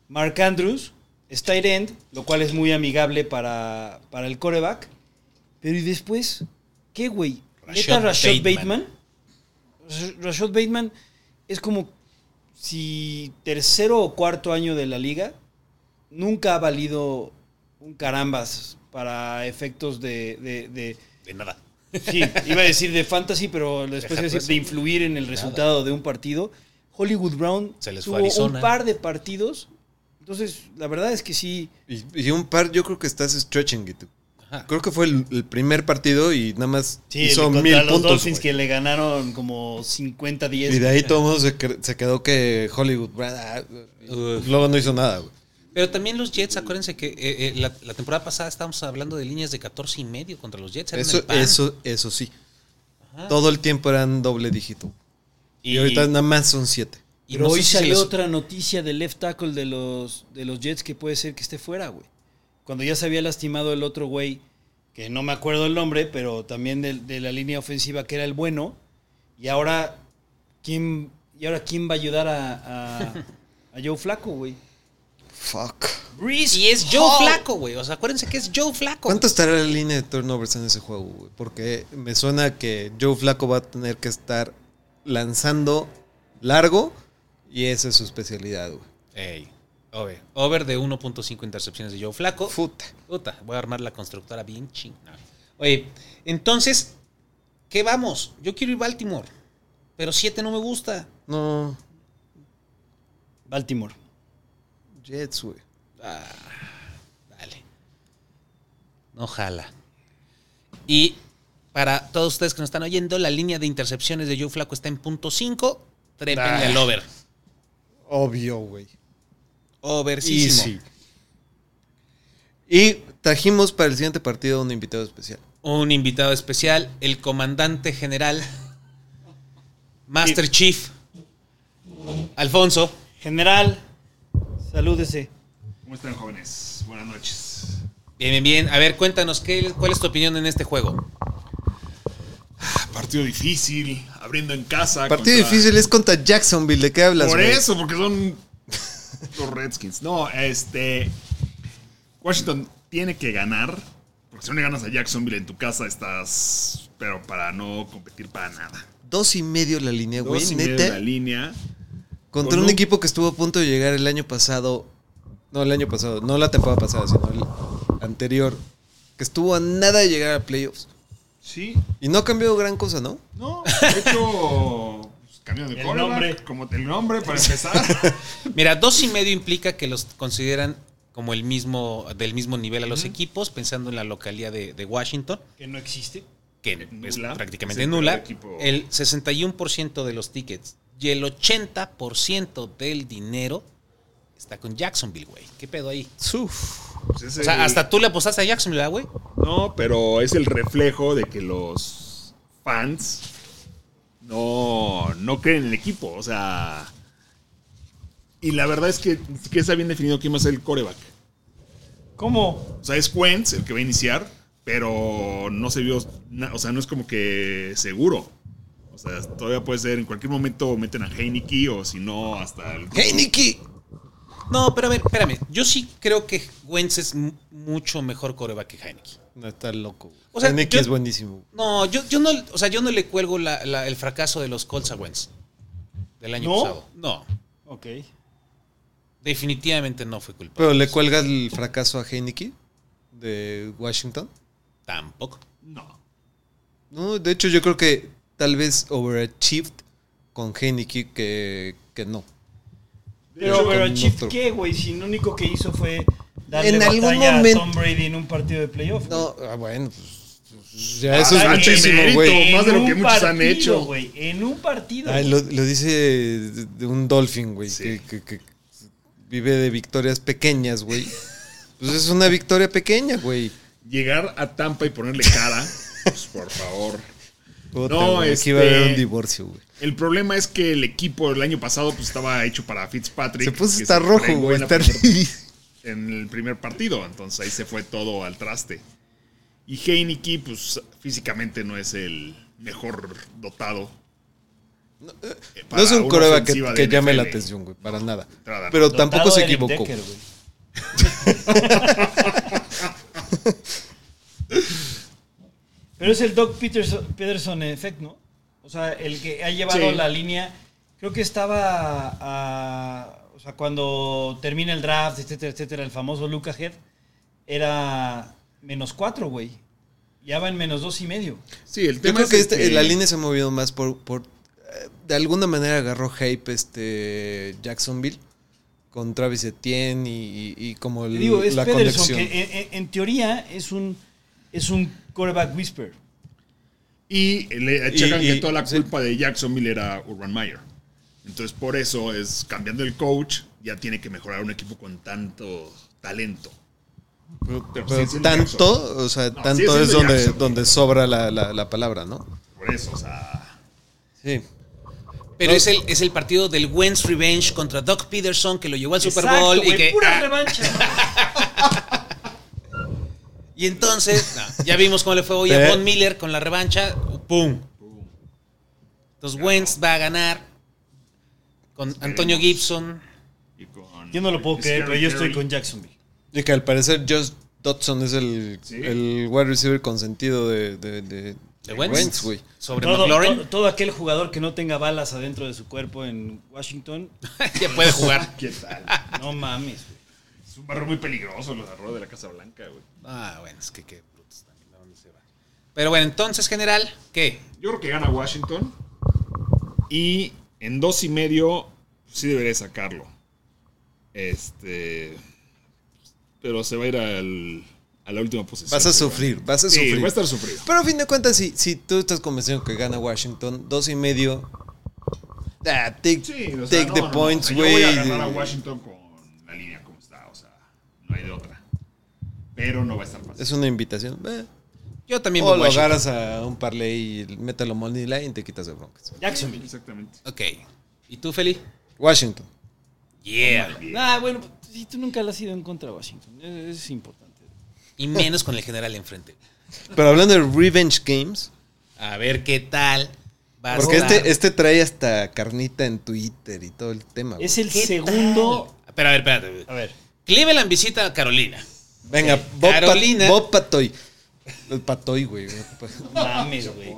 Speaker 12: Mark Andrews es tight end, lo cual es muy amigable para, para el coreback. Pero ¿y después? ¿Qué, güey? ¿Neta
Speaker 8: Rashad
Speaker 12: Rashad
Speaker 8: Bateman?
Speaker 12: Bateman? Rash- Rashad Bateman es como si tercero o cuarto año de la liga nunca ha valido un carambas para efectos de... de- de-
Speaker 8: De nada.
Speaker 12: sí, iba a decir de fantasy, pero después iba a decir de influir en el resultado de un partido. Hollywood Brown
Speaker 8: Se les fue
Speaker 12: tuvo
Speaker 8: Arizona.
Speaker 12: un par de partidos. Entonces, la verdad es que sí...
Speaker 7: Y, y un par, yo creo que estás stretching it.
Speaker 8: Ajá.
Speaker 7: Creo que fue el, el primer partido y nada más
Speaker 12: Sí,
Speaker 7: hizo
Speaker 12: contra
Speaker 7: mil
Speaker 12: los
Speaker 7: puntos.
Speaker 12: Dolphins
Speaker 7: güey.
Speaker 12: que le ganaron como 50-10.
Speaker 7: Y de ahí todo el mundo se, cre- se quedó que Hollywood. ah, Luego no hizo nada, güey.
Speaker 8: Pero también los Jets, acuérdense que eh, eh, la, la temporada pasada estábamos hablando de líneas de 14 y medio contra los Jets. eran el
Speaker 7: Eso,
Speaker 8: pan.
Speaker 7: eso, eso sí.
Speaker 8: Ajá.
Speaker 7: Todo el tiempo eran doble dígito. Y, ahorita nada más son siete.
Speaker 8: y
Speaker 12: Pero
Speaker 8: no
Speaker 12: hoy
Speaker 8: sé si se
Speaker 12: salió
Speaker 8: les-
Speaker 12: otra noticia del left tackle de los, de los Jets que puede ser que esté fuera, güey. Cuando ya se había lastimado el otro güey, que no me acuerdo el nombre, pero también del- de, la línea ofensiva que era el bueno. Y ahora, ¿quién, y ahora ¿quién va a ayudar a, a, a Joe Flaco, güey?
Speaker 7: Fuck.
Speaker 8: Y es Joe Flaco, güey. O sea, acuérdense que es Joe Flaco.
Speaker 7: ¿Cuánto estará la línea de turnovers en ese juego, güey? Porque me suena que Joe Flaco va a tener que estar lanzando largo y esa es su especialidad, güey.
Speaker 8: Ey, over. Over de 1.5 intercepciones de Joe Flaco.
Speaker 7: Puta.
Speaker 8: Puta, voy a armar la constructora bien chingada. Oye, entonces, ¿qué vamos? Yo quiero ir a Baltimore, pero 7 no me gusta.
Speaker 7: No,
Speaker 12: Baltimore.
Speaker 7: Jets, güey.
Speaker 8: Dale. No jala. Y para todos ustedes que nos están oyendo, la línea de intercepciones de Joe Flaco está en punto 5. Trepenle
Speaker 7: Ah.
Speaker 8: al over.
Speaker 7: Obvio, güey.
Speaker 8: Oversísimo.
Speaker 7: Easy. Y trajimos para el siguiente partido un invitado especial.
Speaker 8: Un invitado especial, el comandante general, Master Chief, Alfonso.
Speaker 12: General, salúdese.
Speaker 13: ¿Cómo están, jóvenes? Buenas noches.
Speaker 8: Bien, bien, bien. A ver, cuéntanos, ¿qué, ¿cuál es tu opinión en este juego?
Speaker 13: Partido difícil, abriendo en casa.
Speaker 7: Partido
Speaker 13: contra-
Speaker 7: difícil es contra Jacksonville, ¿de qué hablas?
Speaker 13: Por
Speaker 7: güey?
Speaker 13: eso, porque son los Redskins. No, este. Washington tiene que ganar. Porque si no le ganas a Jacksonville en tu casa, estás. Pero para no competir para nada.
Speaker 7: Dos y medio la línea, güey.
Speaker 13: Dos y medio
Speaker 7: Neta.
Speaker 13: la línea.
Speaker 7: Contra
Speaker 13: Con
Speaker 7: un
Speaker 13: un-
Speaker 7: equipo que estuvo a punto de llegar el año pasado. No, el año pasado. No la temporada pasada, sino el anterior. Que estuvo a nada de llegar a playoffs.
Speaker 13: Sí.
Speaker 7: Y no ha cambiado gran cosa, ¿no?
Speaker 13: No, de hecho. pues, Cambio de
Speaker 12: El
Speaker 13: quarterback,
Speaker 12: nombre.
Speaker 13: Como el nombre, para empezar.
Speaker 8: Mira, dos y medio implica que los consideran como el mismo, del mismo nivel a los equipos, pensando en la localidad de, de Washington,
Speaker 12: Que no existe.
Speaker 8: que es
Speaker 13: Nula.
Speaker 8: prácticamente
Speaker 13: Es el
Speaker 8: nula.
Speaker 13: peor equipo.
Speaker 8: El 61% de los tickets y el 80% del dinero está con Jacksonville, güey. ¿Qué pedo ahí?
Speaker 13: Pues es
Speaker 8: O sea,
Speaker 13: el-
Speaker 8: hasta tú le apostaste a Jacksonville, ¿verdad, güey.
Speaker 13: No, pero es el reflejo de que los fans no, no creen en el equipo. O sea. Y la verdad es que ni siquiera está bien definido quién va a ser el coreback.
Speaker 12: ¿Cómo?
Speaker 13: O sea, es Wentz el que va a iniciar, pero no se vio. na- O sea, no es como que seguro. O sea, todavía puede ser en cualquier momento meten a Heineke o si no, hasta el.
Speaker 7: ¡Heineken!
Speaker 8: No, pero a ver, espérame. Yo sí creo que Wentz es mu- mucho mejor coreback que Heineken.
Speaker 7: No, está loco. güey.
Speaker 8: O sea,
Speaker 7: Heineken
Speaker 8: yo-
Speaker 7: es buenísimo.
Speaker 8: No, yo, yo no, o sea, yo no le cuelgo la- la- el fracaso de los Colts a Wentz del año
Speaker 12: ¿No?
Speaker 8: pasado. No,
Speaker 12: Ok.
Speaker 8: definitivamente no fue culpa.
Speaker 7: Pero le cuelgas el fracaso a Heineken de Washington.
Speaker 8: Tampoco.
Speaker 13: No.
Speaker 7: No, de hecho, yo creo que tal vez overachieved con Heineken que, que no.
Speaker 12: Pero
Speaker 7: Yo
Speaker 12: pero
Speaker 7: con
Speaker 12: Chief,
Speaker 7: otro.
Speaker 12: ¿qué, güey? Si lo único que hizo fue darle
Speaker 7: En algún
Speaker 12: batalla
Speaker 7: momento-
Speaker 12: a Tom Brady en un partido de playoff. güey.
Speaker 7: No, ah, bueno, pues, ya eso es
Speaker 13: Ah,
Speaker 7: muchísimo,
Speaker 13: mérito,
Speaker 7: güey.
Speaker 13: más de lo que
Speaker 12: un
Speaker 13: muchos han
Speaker 12: partido,
Speaker 13: hecho.
Speaker 12: güey, en un partido.
Speaker 7: Ay, lo, lo dice de de un Dolphin, güey,
Speaker 13: Sí.
Speaker 7: que, que- que vive de victorias pequeñas, güey. Pues es una victoria pequeña, güey.
Speaker 13: Llegar a Tampa y ponerle cara, pues por favor.
Speaker 8: Puta, güey, aquí va a haber un divorcio, güey.
Speaker 11: este, El problema es que el equipo el año pasado pues, estaba hecho para Fitzpatrick.
Speaker 8: Se puso
Speaker 11: que
Speaker 8: hasta
Speaker 11: se
Speaker 8: rojo,
Speaker 11: fregó
Speaker 8: güey,
Speaker 11: en la
Speaker 8: está
Speaker 11: primer-
Speaker 8: ri-
Speaker 11: En el primer partido, entonces ahí se fue todo al traste. Y Heineke, pues físicamente no es el mejor dotado. eh,
Speaker 8: No es
Speaker 11: para
Speaker 8: un
Speaker 11: una
Speaker 8: coreback que,
Speaker 11: ofensiva de
Speaker 8: que llame la
Speaker 11: NFL.
Speaker 8: atención, güey, para nada.
Speaker 11: entrada,
Speaker 8: Pero
Speaker 11: no.
Speaker 8: tampoco
Speaker 11: Dotado
Speaker 8: se
Speaker 11: de Eric
Speaker 8: equivocó.
Speaker 11: Decker,
Speaker 12: Pero es el Doc Peterson, Peterson effect, ¿no? O sea, el que ha llevado
Speaker 11: Sí.
Speaker 12: la línea. Creo que estaba a- o sea, cuando termina el draft, etcétera, etcétera, el famoso Luca Head era menos cuatro, güey. Ya va en menos dos y medio.
Speaker 11: Sí, el
Speaker 8: Yo creo que, este- la línea se ha movido más por, por, eh, De alguna manera agarró hype este Jacksonville con Travis Etienne y, y- y como el-
Speaker 12: Te digo, es
Speaker 8: la
Speaker 12: Pederson,
Speaker 8: conexión.
Speaker 12: que en, en- en teoría es un, es un quarterback whisper.
Speaker 11: Y le achacan
Speaker 12: Y- y-
Speaker 11: que toda la culpa de Jacksonville era Urban Meyer. Entonces, por eso es cambiando el coach, ya tiene que mejorar un equipo con tanto talento. Pero
Speaker 8: Pero
Speaker 11: sí siendo
Speaker 8: tanto,
Speaker 11: Jacksonville.
Speaker 8: o sea,
Speaker 11: No, sí
Speaker 8: tanto
Speaker 11: siendo
Speaker 8: es donde,
Speaker 11: Jacksonville.
Speaker 8: donde sobra la, la- la palabra, ¿no?
Speaker 11: Por eso, o sea.
Speaker 8: Sí.
Speaker 7: Pero
Speaker 8: No.
Speaker 7: es, el, es el partido del Wentz Revenge contra Doc Peterson que lo llevó al Super
Speaker 12: Exacto,
Speaker 7: Bowl y
Speaker 12: güey,
Speaker 7: que.
Speaker 12: pura
Speaker 7: ah. y entonces, no, ya vimos cómo le fue hoy a
Speaker 8: Pero-
Speaker 7: Von Miller con la revancha. ¡Pum! Entonces Wentz va a ganar con Antonio Gibson.
Speaker 12: Yo no lo puedo
Speaker 7: Es
Speaker 12: creer,
Speaker 7: Harry
Speaker 12: pero yo estoy
Speaker 7: Carey.
Speaker 12: con Jacksonville.
Speaker 8: Y que al parecer Josh Dodson es el, el wide receiver consentido de, de, de-
Speaker 7: ¿De
Speaker 8: de
Speaker 7: Wentz?
Speaker 8: Wentz, güey.
Speaker 12: todo, todo- todo aquel jugador que no tenga balas adentro de su cuerpo en Washington
Speaker 7: ya puede jugar.
Speaker 11: ¿Qué tal?
Speaker 12: No mames.
Speaker 11: Es un barrio muy peligroso, los arroyos de la Casa Blanca, güey.
Speaker 7: Ah, bueno, es que qué brutos también, ¿a dónde se va? Pero bueno, entonces, general, ¿qué?
Speaker 11: Yo creo que gana Washington. Y en dos y medio sí debería sacarlo. Este. Pero se va a ir al- a la última posición.
Speaker 8: Vas a sufrir, vas a
Speaker 11: Sí,
Speaker 8: sufrir.
Speaker 11: va a
Speaker 7: pues-
Speaker 11: estar sufrido.
Speaker 8: Pero a fin de cuentas, si, si tú estás convencido que gana Washington, dos y medio. ah, take
Speaker 11: O sea,
Speaker 8: take
Speaker 11: no,
Speaker 8: the
Speaker 11: no, no,
Speaker 8: points,
Speaker 11: o sea, yo
Speaker 8: güey.
Speaker 11: voy a ganar a Washington con la línea como está, o sea, no hay de otra. Pero no va a estar fácil.
Speaker 8: es una invitación. eh.
Speaker 7: Yo también
Speaker 8: O
Speaker 7: voy
Speaker 8: lo
Speaker 7: Washington.
Speaker 8: agarras a un parlay y mételo money line y te quitas de broncas.
Speaker 12: Jacksonville.
Speaker 11: Exactamente.
Speaker 7: Ok. ¿Y tú, Feli?
Speaker 8: Washington.
Speaker 7: Yeah.
Speaker 12: Ah, bueno, si tú nunca le has ido en contra de Washington, es, es importante.
Speaker 7: Y menos con el general enfrente.
Speaker 8: Pero hablando de revenge games,
Speaker 7: A ver qué tal. va a
Speaker 8: porque
Speaker 7: estar.
Speaker 8: este, este trae hasta carnita en Twitter y todo el tema. güey.
Speaker 12: Es el
Speaker 7: ¿Qué
Speaker 12: segundo.
Speaker 7: Pero a ver, espérate.
Speaker 12: A ver.
Speaker 7: Cleveland visita a Carolina.
Speaker 8: Venga,
Speaker 7: Ok.
Speaker 8: Bob, Pat-
Speaker 7: Carolina.
Speaker 8: Bob Patoy. El Patoy, güey.
Speaker 12: Mames, güey.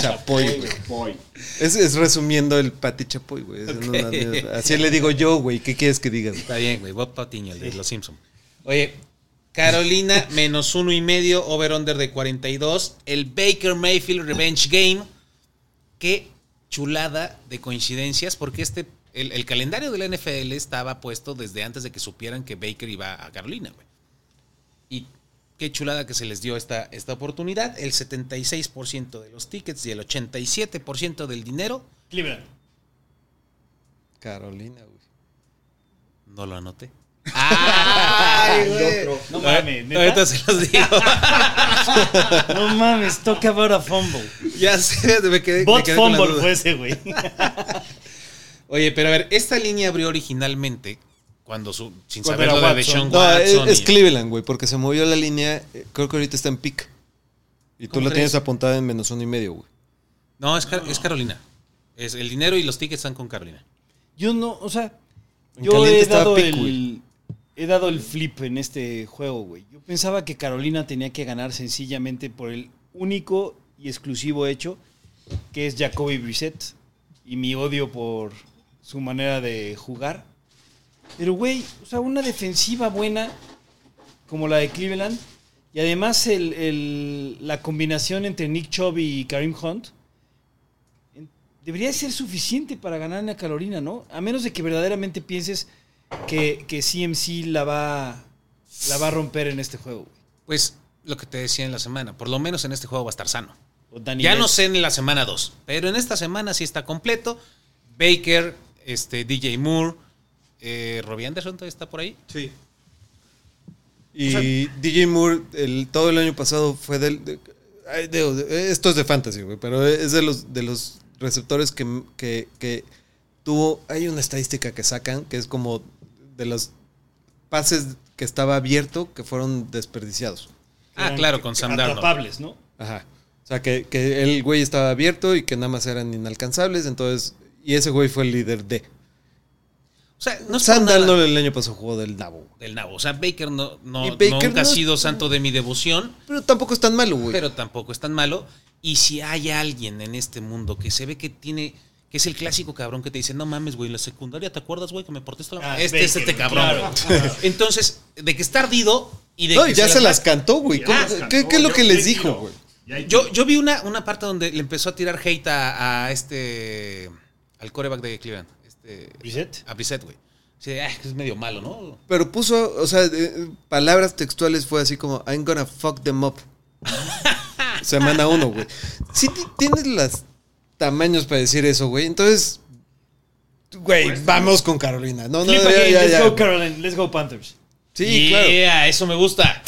Speaker 8: Chapoy, güey.
Speaker 11: Voy.
Speaker 8: Es, es resumiendo el Pati Chapoy, güey. Es una mierda. Así le digo yo, güey. ¿Qué quieres que digas?
Speaker 7: Está bien, güey. Bob Patiño, el de Los Simpson. Oye, Carolina menos uno y medio, over-under de 42. El Baker Mayfield Revenge Game. Qué chulada de coincidencias, porque este, el, el calendario de la NFL estaba puesto desde antes de que supieran que Baker iba a Carolina, güey. Y qué chulada que se les dio esta, esta oportunidad. El 76% de los tickets y el 87% del dinero
Speaker 12: Cleveland.
Speaker 8: Carolina, güey.
Speaker 7: no lo anoté.
Speaker 12: Ay, güey. No mames, ¿neta?
Speaker 7: Ahorita se los digo.
Speaker 12: No mames, toca about a fumble.
Speaker 7: Ya sé, me quedé, me
Speaker 12: Bot
Speaker 7: quedé con la
Speaker 12: fumble
Speaker 7: duda.
Speaker 12: fue ese, güey.
Speaker 7: Oye, pero a ver, esta línea abrió originalmente cuando su, sin
Speaker 12: Cuando
Speaker 7: saber lo
Speaker 12: era
Speaker 7: de
Speaker 12: Watson.
Speaker 7: Deshaun
Speaker 8: No, es,
Speaker 7: Watson.
Speaker 8: es
Speaker 7: y-
Speaker 8: Cleveland, güey, porque se movió la línea. eh, Creo que ahorita está en pick. Y tú
Speaker 7: ¿Cómo
Speaker 8: la
Speaker 7: crees?
Speaker 8: tienes apuntada en menos uno y medio, güey.
Speaker 7: no, es, Car- es Carolina. Es, el dinero y los tickets están con Carolina.
Speaker 12: Yo no, o sea,
Speaker 8: En
Speaker 12: yo
Speaker 8: caliente
Speaker 12: he
Speaker 8: estaba
Speaker 12: dado,
Speaker 8: Pick,
Speaker 12: el,
Speaker 8: güey.
Speaker 12: he dado el flip en este juego, güey. Yo pensaba que Carolina tenía que ganar sencillamente por el único y exclusivo hecho que es Jacoby Brissett y mi odio por su manera de jugar. Pero, güey, o sea, una defensiva buena como la de Cleveland y además el- el- la combinación entre Nick Chubb y Karim Hunt en- debería ser suficiente para ganar a Carolina, ¿no? A menos de que verdaderamente pienses que, que CMC la va, la va a romper en este juego. güey.
Speaker 7: Pues lo que te decía en la semana, por lo menos en este juego va a estar sano.
Speaker 12: O Danny
Speaker 7: ya no
Speaker 12: Metz.
Speaker 7: sé en la semana 2, pero en esta semana sí está completo. Baker, este, DJ Moore, eh, Robbie Anderson todavía está por ahí.
Speaker 8: Sí. Y DJ Moore, el, todo el año pasado fue del. de-
Speaker 11: Ay, digo, Esto es de fantasy, güey, pero es de los, de los receptores que, que, que tuvo. Hay una estadística que sacan que es como de los pases que estaba abierto que fueron desperdiciados.
Speaker 8: Ah, Eran claro, con Sam Darnold.
Speaker 7: Atrapables, ¿no?
Speaker 11: Ajá. O sea, que, que el güey estaba abierto y que nada más eran inalcanzables, entonces. Y ese güey fue el líder de.
Speaker 8: O sea, no es
Speaker 11: Sam
Speaker 8: por nada.
Speaker 11: Darnold el año pasado jugó del nabo.
Speaker 8: Del nabo. O sea, Baker no, no-
Speaker 11: Y Baker
Speaker 8: nunca
Speaker 11: no-
Speaker 8: ha sido santo de mi devoción,
Speaker 11: Pero tampoco es tan malo, güey.
Speaker 8: pero tampoco es tan malo. Y si hay alguien en este mundo que se ve que tiene, que es el clásico cabrón que te dice, no mames, güey, en la secundaria, ¿te acuerdas, güey, que me portaste la
Speaker 7: Ah,
Speaker 8: Este es
Speaker 7: Baker,
Speaker 8: este cabrón.
Speaker 7: claro.
Speaker 8: güey. Entonces, de que está ardido y de
Speaker 11: No,
Speaker 8: que
Speaker 11: y ya se las cantó, güey.
Speaker 1: Ya
Speaker 11: ¿Cómo-
Speaker 1: las
Speaker 11: ¿Qué,
Speaker 1: cantó,
Speaker 11: qué es lo
Speaker 1: ya
Speaker 11: que
Speaker 1: hay
Speaker 11: les
Speaker 1: tiro.
Speaker 11: dijo, güey?
Speaker 1: Ya hay
Speaker 8: Yo,
Speaker 1: tiro.
Speaker 8: yo vi una, una parte donde le empezó a tirar hate a, a este. al coreback de Cleveland. Este,
Speaker 7: ¿Brissett?
Speaker 8: A Brissett, güey. Así de, "Ah, es medio malo, ¿no?
Speaker 11: Pero puso, o sea, eh, palabras textuales fue así como, I'm gonna fuck them up. Semana uno, güey. Si ti- tienes los tamaños para decir eso, güey, entonces, güey, vamos con Carolina. No, no,
Speaker 7: Flip
Speaker 11: ya,
Speaker 7: again,
Speaker 11: ya,
Speaker 7: let's
Speaker 11: ya.
Speaker 7: go, Caroline. Let's go, Panthers.
Speaker 11: Sí, claro.
Speaker 8: Yeah, eso me gusta.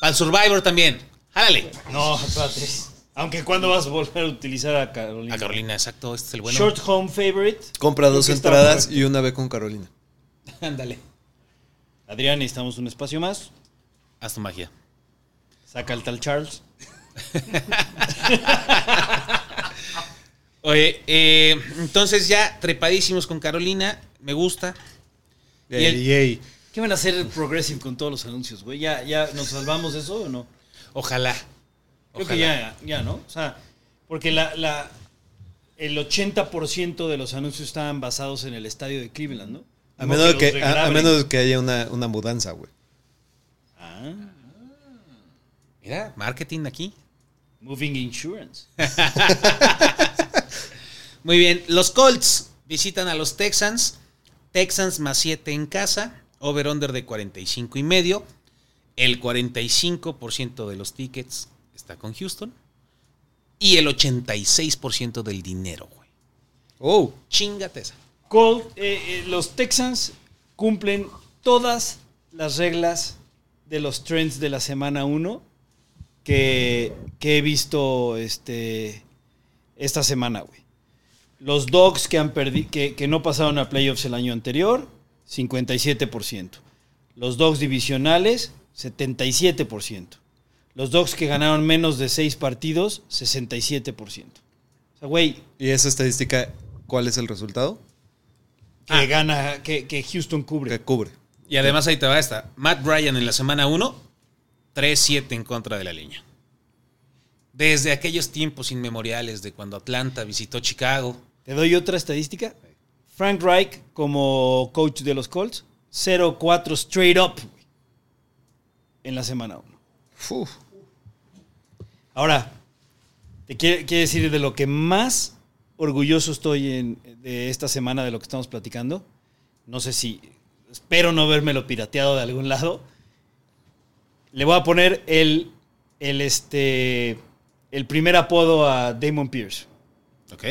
Speaker 8: Para el Survivor también. Jálale.
Speaker 7: No, espérate. Aunque cuándo vas a volver a utilizar a Carolina.
Speaker 8: A Carolina, exacto, este es el bueno.
Speaker 7: Short home favorite.
Speaker 11: Compra
Speaker 7: Creo
Speaker 11: dos
Speaker 7: que está
Speaker 11: entradas
Speaker 7: correcto.
Speaker 11: y una ve con Carolina.
Speaker 8: Ándale.
Speaker 7: Adrián, necesitamos un espacio más.
Speaker 8: Haz tu magia.
Speaker 7: Saca al tal Charles.
Speaker 8: Oye, eh, entonces ya trepadísimos con Carolina. Me gusta. Y el-
Speaker 11: Yay.
Speaker 7: ¿Qué van a hacer el Progressive con todos los anuncios, güey? ¿Ya, ¿Ya nos salvamos de eso o no?
Speaker 8: Ojalá.
Speaker 7: Creo
Speaker 8: Ojalá.
Speaker 7: que ya, ya, ¿no? O sea, porque la, la- el 80% de los anuncios estaban basados en el estadio de Cleveland, ¿no?
Speaker 11: A
Speaker 7: No
Speaker 11: menos
Speaker 7: los
Speaker 11: que, a, a
Speaker 7: regraben.
Speaker 11: menos que haya una, una mudanza, güey.
Speaker 7: Ah,
Speaker 8: Mira, marketing aquí.
Speaker 7: moving Insurance.
Speaker 8: Muy bien, los Colts visitan a los Texans. Texans más 7 en casa, over-under de 45 y medio. El 45% de los tickets está con Houston. Y el 86% del dinero, güey.
Speaker 11: Oh,
Speaker 8: Chingate esa.
Speaker 7: Colt, eh, eh, los Texans cumplen todas las reglas de los trends de la semana 1 que, que he visto este, esta semana, güey. Los Dogs que, han perdi- que, que no pasaron a playoffs el año anterior, 57%. Los Dogs divisionales, 77%. Los Dogs que ganaron menos de 6 partidos, 67%. O sea, güey,
Speaker 11: y esa estadística, ¿cuál es el resultado?
Speaker 7: que gana, que, que Houston cubre.
Speaker 11: Que cubre.
Speaker 8: Y además ahí te va esta. Matt Bryan en la semana 1, 3-7 en contra de la línea. Desde aquellos tiempos inmemoriales de cuando Atlanta visitó Chicago.
Speaker 7: Te doy otra estadística. Frank Reich, como coach de los Colts, 0-4 straight up güey, en la semana 1.
Speaker 11: Uf.
Speaker 7: Ahora, te quiero, quiero decir de lo que más orgulloso estoy en, de esta semana, de lo que estamos platicando. No sé si, espero no lo pirateado de algún lado. Le voy a poner el, el, este, el primer apodo a Damon Pierce.
Speaker 8: Ok.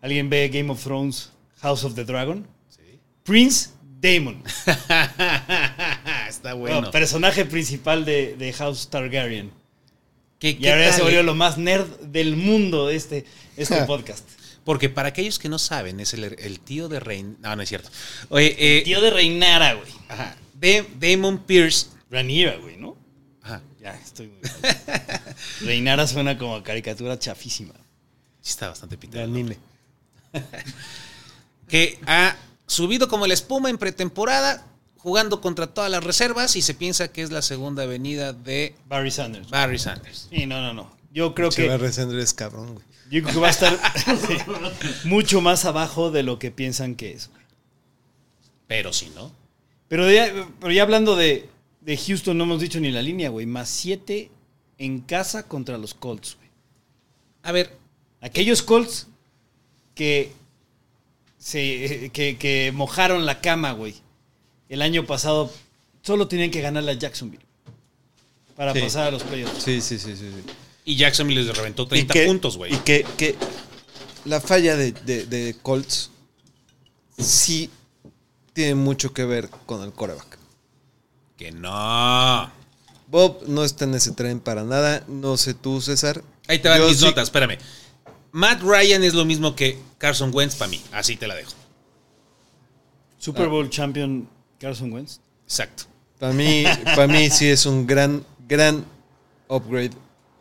Speaker 7: ¿Alguien ve Game of Thrones, House of the Dragon? Prince Damon.
Speaker 8: Ah, Está bueno.
Speaker 7: No, personaje principal de, de House Targaryen.
Speaker 8: ¿Qué-
Speaker 7: Y
Speaker 8: qué
Speaker 7: ahora ya
Speaker 8: tal,
Speaker 7: se volvió
Speaker 8: eh?
Speaker 7: lo más nerd del mundo este, este podcast.
Speaker 8: Porque para aquellos que no saben, es el, el tío de Rein. No, no es cierto. Oye, eh,
Speaker 7: Tío de Reinara, güey.
Speaker 8: ajá. Da- Damon Pierce.
Speaker 7: Rhaenyra, güey, ¿no?
Speaker 8: Ajá.
Speaker 7: Ya, estoy muy mal. Reinara suena como caricatura chafísima.
Speaker 8: Sí, está bastante pintado.
Speaker 11: De anime.
Speaker 8: Que ha subido como la espuma en pretemporada, jugando contra todas las reservas y se piensa que es la segunda venida de
Speaker 7: Barry Sanders.
Speaker 8: Barry Sanders.
Speaker 7: Sí, no, no, no. Yo creo
Speaker 11: Se va a
Speaker 7: que,
Speaker 11: resender es cabrón, güey.
Speaker 7: yo creo que va a estar sí, mucho más abajo de lo que piensan que es.
Speaker 8: Pero si no.
Speaker 7: Pero ya, pero ya hablando de, de Houston, no hemos dicho ni la línea, güey. Más 7 en casa contra los Colts, güey.
Speaker 8: A ver,
Speaker 7: Aquellos Colts que, se, eh, que, que mojaron la cama, güey. El año pasado solo tenían que ganar la Jacksonville para
Speaker 11: Sí.
Speaker 7: pasar a los playoffs.
Speaker 11: Sí, sí, sí, sí. sí.
Speaker 8: y Jacksonville les reventó
Speaker 11: Y
Speaker 8: 30
Speaker 11: que-
Speaker 8: puntos, güey.
Speaker 11: Y que, que la falla de, de- de Colts sí tiene mucho que ver con el coreback.
Speaker 8: Que no.
Speaker 11: Bob no está en ese tren para nada. No sé tú, César.
Speaker 8: Ahí te van
Speaker 11: Yo
Speaker 8: mis
Speaker 11: sí-
Speaker 8: notas, espérame. Matt Ryan es lo mismo que Carson Wentz para mí. Así te la dejo.
Speaker 7: Super Bowl champion Carson Wentz.
Speaker 8: Exacto.
Speaker 11: Para mí, para mí sí es un gran, gran upgrade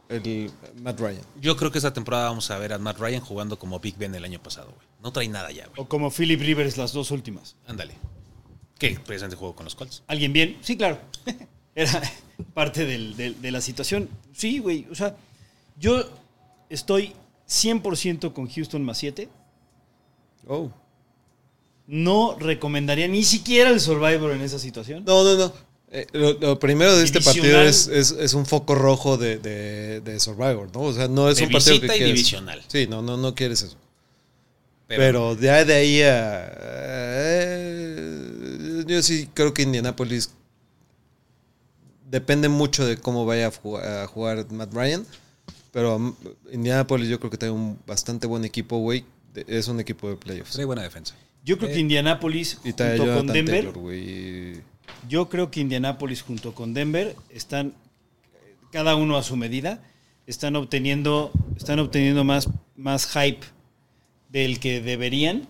Speaker 11: el Matt Ryan.
Speaker 8: Yo creo que esta temporada vamos a ver a Matt Ryan jugando como Big Ben el año pasado, güey. No trae nada ya, güey.
Speaker 7: O como Philip Rivers, las dos últimas.
Speaker 8: Ándale. Que precisamente jugó con los Colts.
Speaker 7: ¿Alguien bien? Sí, claro. Era parte del- del- de la situación. Sí, güey. O sea, yo estoy 100% con Houston más 7.
Speaker 11: Oh.
Speaker 7: No recomendaría ni siquiera el Survivor en esa situación.
Speaker 11: No, no, no. Eh, lo, lo primero de este partido
Speaker 7: Divisional.
Speaker 11: es, es- es un foco rojo de, de- de Survivor, ¿no? O sea, no es
Speaker 8: De
Speaker 11: un partido que
Speaker 8: visita y
Speaker 11: quieres.
Speaker 8: divisional.
Speaker 11: Sí, no, no, no quieres eso.
Speaker 8: Pero-
Speaker 11: Pero, de, de ahí a... eh, yo sí creo que Indianapolis depende mucho de cómo vaya a ju- a jugar, Matt Ryan. Pero mm, Indianapolis yo creo que tiene un bastante buen equipo, güey. De- Es un equipo de playoffs.
Speaker 8: Trae buena defensa.
Speaker 7: Yo creo que Indianapolis
Speaker 11: eh, Y trae a
Speaker 7: junto con
Speaker 11: Jonathan
Speaker 7: Denver.
Speaker 11: Taylor, güey.
Speaker 7: Yo creo que Indianapolis junto con Denver están eh, cada uno a su medida, están obteniendo, están obteniendo más, más hype del que deberían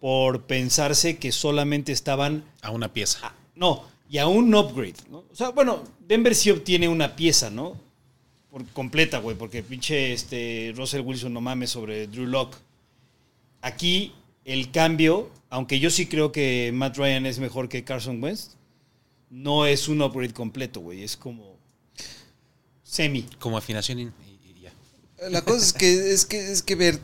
Speaker 7: por pensarse que solamente estaban
Speaker 8: A una pieza.
Speaker 7: Ah, no, y a un upgrade. ¿no? O sea, bueno, Denver sí obtiene una pieza, ¿no? Por completa, güey, porque pinche este, Russell Wilson no mames sobre Drew Locke. Aquí el cambio, aunque yo sí creo que Matt Ryan es mejor que Carson Wentz, no es un upgrade completo, güey. Es como semi.
Speaker 8: Como afinación y, y- y ya.
Speaker 11: La cosa es que es que es que ver